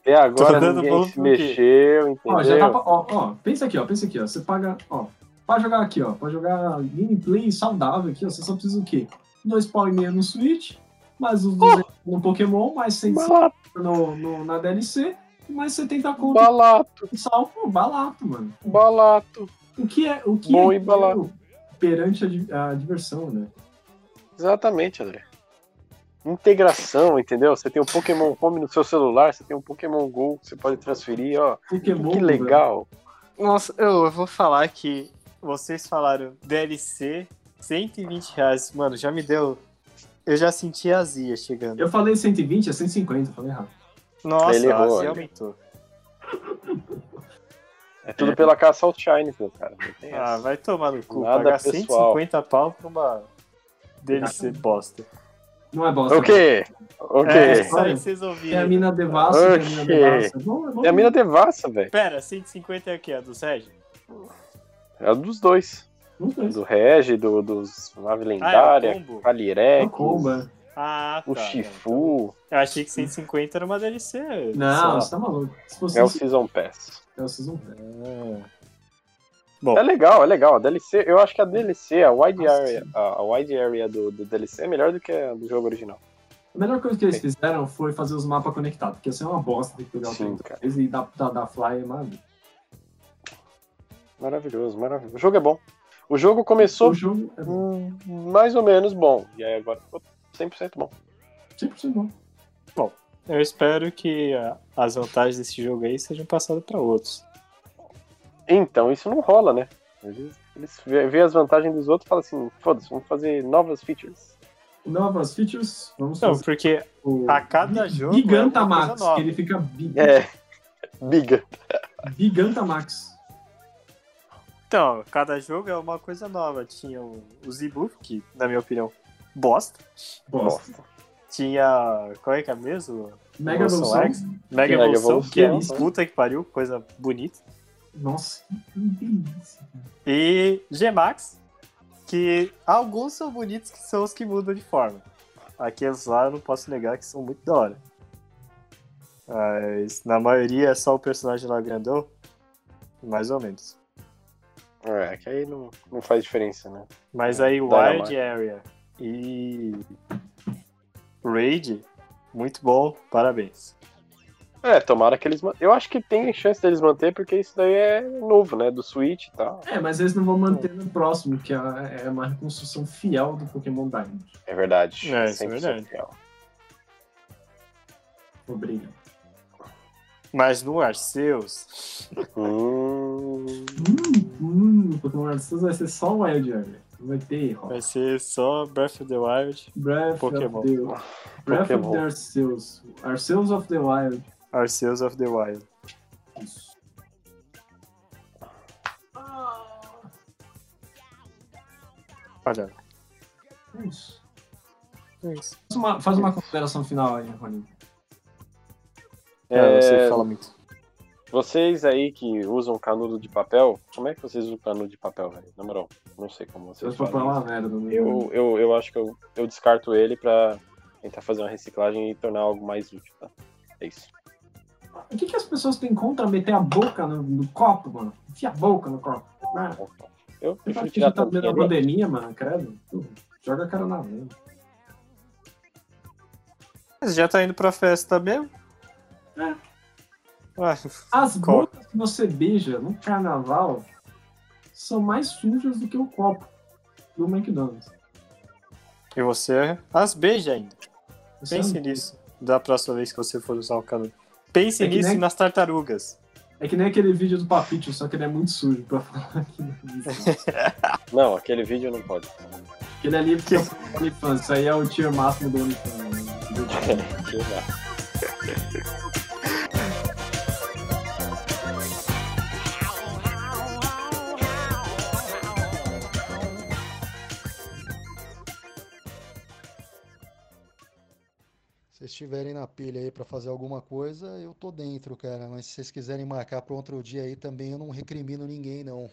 Speaker 5: Até agora
Speaker 4: Tá dando
Speaker 5: ninguém
Speaker 4: bolo
Speaker 5: se
Speaker 4: por quê?
Speaker 5: mexeu, entendeu?
Speaker 3: Ó, já tá dá pra, ó, ó, pensa aqui, ó, pensa aqui, ó. Você paga, ó, pra jogar aqui, ó, pra jogar gameplay saudável aqui, ó, você só precisa o quê? Dois pau e meia no Switch, mais os 200 no Pokémon, mais 100
Speaker 5: Balato,
Speaker 3: no, no, na DLC, e mais 70 conto
Speaker 5: balato,
Speaker 3: de sal, pô, balato, mano.
Speaker 5: balato.
Speaker 3: O que é, o que
Speaker 5: Bom
Speaker 3: é
Speaker 5: e balato.
Speaker 3: dinheiro perante a di- a, diversão, né?
Speaker 5: Exatamente, André. Integração, entendeu? Você tem um Pokémon Home no seu celular, você tem um Pokémon Go que você pode transferir, ó.
Speaker 3: Pokémon,
Speaker 5: que legal.
Speaker 4: Nossa, eu, eu vou falar que vocês falaram DLC, 120 reais. Mano, já me deu. Eu já senti a azia chegando.
Speaker 3: Eu falei 120, é 150, eu falei errado.
Speaker 4: Nossa,
Speaker 5: Ele
Speaker 4: a
Speaker 5: errou,
Speaker 4: azia
Speaker 5: olha.
Speaker 4: aumentou.
Speaker 5: É tudo pela caça ao Shine, meu cara. Não tem
Speaker 4: Ah,
Speaker 5: essa.
Speaker 4: vai tomar no cu.
Speaker 5: Nada
Speaker 4: Pagar
Speaker 5: pessoal.
Speaker 4: 150 pau pra uma DLC bosta.
Speaker 3: Não é bosta.
Speaker 5: O quê? O
Speaker 4: É,
Speaker 5: quê?
Speaker 4: isso aí vocês
Speaker 3: Tem a
Speaker 4: ouviram.
Speaker 3: mina devassa, tem a mina
Speaker 5: Ok.
Speaker 3: devassa. É bom, é bom.
Speaker 5: É a mina devassa, velho.
Speaker 4: Pera, 150 é o quê? A do Sérgio?
Speaker 5: É a dos dois.
Speaker 3: Não tem.
Speaker 5: Do Regi, do, dos Nave
Speaker 4: Ah, é o
Speaker 5: Lendária,
Speaker 4: combo.
Speaker 5: Calirex,
Speaker 3: Uma comba.
Speaker 4: Ah, tá.
Speaker 5: o Shifu,
Speaker 4: Eu achei que 150 era uma DLC.
Speaker 3: Não,
Speaker 4: sei
Speaker 3: você tá maluco. Se fosse
Speaker 5: é o
Speaker 3: isso,
Speaker 5: Season Pass.
Speaker 3: é o Season Pass.
Speaker 4: lá.
Speaker 5: É legal, é legal. A DLC, eu acho que a DLC, a Wide Area, a, a wide area do, do DLC é melhor do que a do jogo original.
Speaker 3: A melhor coisa
Speaker 5: É.
Speaker 3: que eles fizeram foi fazer os mapas conectados, porque assim é uma bosta tem que pegar o
Speaker 5: Sim,
Speaker 3: tempo
Speaker 5: cara.
Speaker 3: deles e dar da, da fly é maravilha.
Speaker 5: Maravilhoso, maravilhoso. O jogo é bom. O jogo começou
Speaker 3: O jogo é
Speaker 5: hum, mais ou menos bom, e aí agora ficou 100% bom.
Speaker 3: 100% bom.
Speaker 4: Eu espero que ah, as vantagens desse jogo aí sejam passadas pra outros.
Speaker 5: Então, isso não rola, né? Eles, eles vê vê as vantagens dos outros e falam assim, foda-se, vamos fazer novas features.
Speaker 3: Novas é features, vamos
Speaker 4: Não,
Speaker 3: fazer
Speaker 4: porque
Speaker 3: o
Speaker 4: a cada jogo é uma
Speaker 3: Gigantamax,
Speaker 4: coisa nova.
Speaker 3: que ele fica bi,
Speaker 5: É, biga.
Speaker 4: É.
Speaker 3: Gigantamax.
Speaker 4: então, cada jogo é uma coisa nova. Tinha o, o Zibuff, que na minha opinião, bosta.
Speaker 3: Bosta.
Speaker 4: Tinha. Qual é que é mesmo?
Speaker 3: Mega é
Speaker 4: Nossa,
Speaker 3: Evolução.
Speaker 4: Lex. Mega
Speaker 5: Mega
Speaker 4: Evolução,
Speaker 5: Evolução,
Speaker 4: que é
Speaker 3: nossa.
Speaker 4: puta que pariu, coisa
Speaker 3: um-
Speaker 4: bonita.
Speaker 3: Nossa, que delícia.
Speaker 4: E Gmax, que alguns são bonitos que são os que mudam de forma. Aqueles lá eu não posso negar que são muito da hora. Mas na maioria é só o personagem lá grandão. Mais ou menos.
Speaker 5: É, que aí não, não faz diferença, né?
Speaker 4: Mas
Speaker 3: É,
Speaker 4: aí
Speaker 5: Dynamite.
Speaker 4: Wild Area e Raid, muito bom, parabéns.
Speaker 5: É, tomara que eles. man- Eu acho que tem chance deles manter, porque isso daí é novo, né? Do Switch e tal.
Speaker 3: É, mas eles não vão manter no próximo, que é é uma reconstrução fiel do Pokémon Diamond.
Speaker 5: É verdade.
Speaker 4: É, isso é
Speaker 5: 100%
Speaker 4: verdade.
Speaker 5: real.
Speaker 3: Obrigado.
Speaker 4: Mas no Arceus,
Speaker 5: Hum,
Speaker 3: Hum, hum, o Pokémon Arceus vai ser só o Wild Area. Não vai ter erro.
Speaker 4: vai ser só Breath of the Wild,
Speaker 3: Breath
Speaker 4: É Pokémon. Ah,
Speaker 3: of the... Breath of
Speaker 5: Pokémon.
Speaker 3: the Arceus. Arceus of the Wild.
Speaker 4: Arceus of the Wild.
Speaker 3: Isso.
Speaker 4: Olha,
Speaker 3: É isso.
Speaker 4: é isso.
Speaker 3: Faz uma, faz uma consideração final aí, Roninho.
Speaker 4: É, você fala muito.
Speaker 5: Vocês aí que usam canudo de papel, como é que vocês usam canudo de papel, velho? Na moral, não sei como
Speaker 3: Eu
Speaker 5: vocês
Speaker 3: vou
Speaker 5: fazem.
Speaker 3: falar
Speaker 5: isso.
Speaker 3: uma merda. né?
Speaker 5: Eu, eu, eu acho que eu, eu descarto ele pra tentar fazer uma reciclagem e tornar algo mais útil, tá? É isso.
Speaker 3: O que, que as pessoas têm contra meter a boca no, no copo, mano? Enfia a boca no copo. Ah,
Speaker 5: Eu
Speaker 3: você
Speaker 5: prefiro
Speaker 3: acha que já
Speaker 5: tirar né?
Speaker 3: tá
Speaker 5: a
Speaker 3: no meio da
Speaker 5: tampinha.
Speaker 3: pandemia, mano? Credo. Pô, Joga a cara na mão.
Speaker 4: Você já tá indo pra festa mesmo?
Speaker 3: É.
Speaker 4: Ué,
Speaker 3: As
Speaker 4: Copo.
Speaker 3: bocas que você beija no carnaval são mais sujas do que o copo do McDonald's.
Speaker 4: e você as beija ainda.
Speaker 3: Você
Speaker 4: Pense
Speaker 3: não-
Speaker 4: nisso da próxima vez que você for usar o canudo. Pense
Speaker 3: É que
Speaker 4: nisso
Speaker 3: nem-
Speaker 4: nas tartarugas.
Speaker 3: É que nem aquele vídeo do Papito, só que ele é muito sujo pra [laughs] falar aqui.
Speaker 5: Não, aquele vídeo não pode.
Speaker 3: Aquele ali é porque é o OnlyFans, isso aí é o tier máximo do OnlyFans. né?
Speaker 5: Tirar.
Speaker 1: Se vocês estiverem na pilha aí pra fazer alguma coisa, eu tô dentro, cara. Mas se vocês quiserem marcar pra outro dia aí também, eu não recrimino ninguém, não.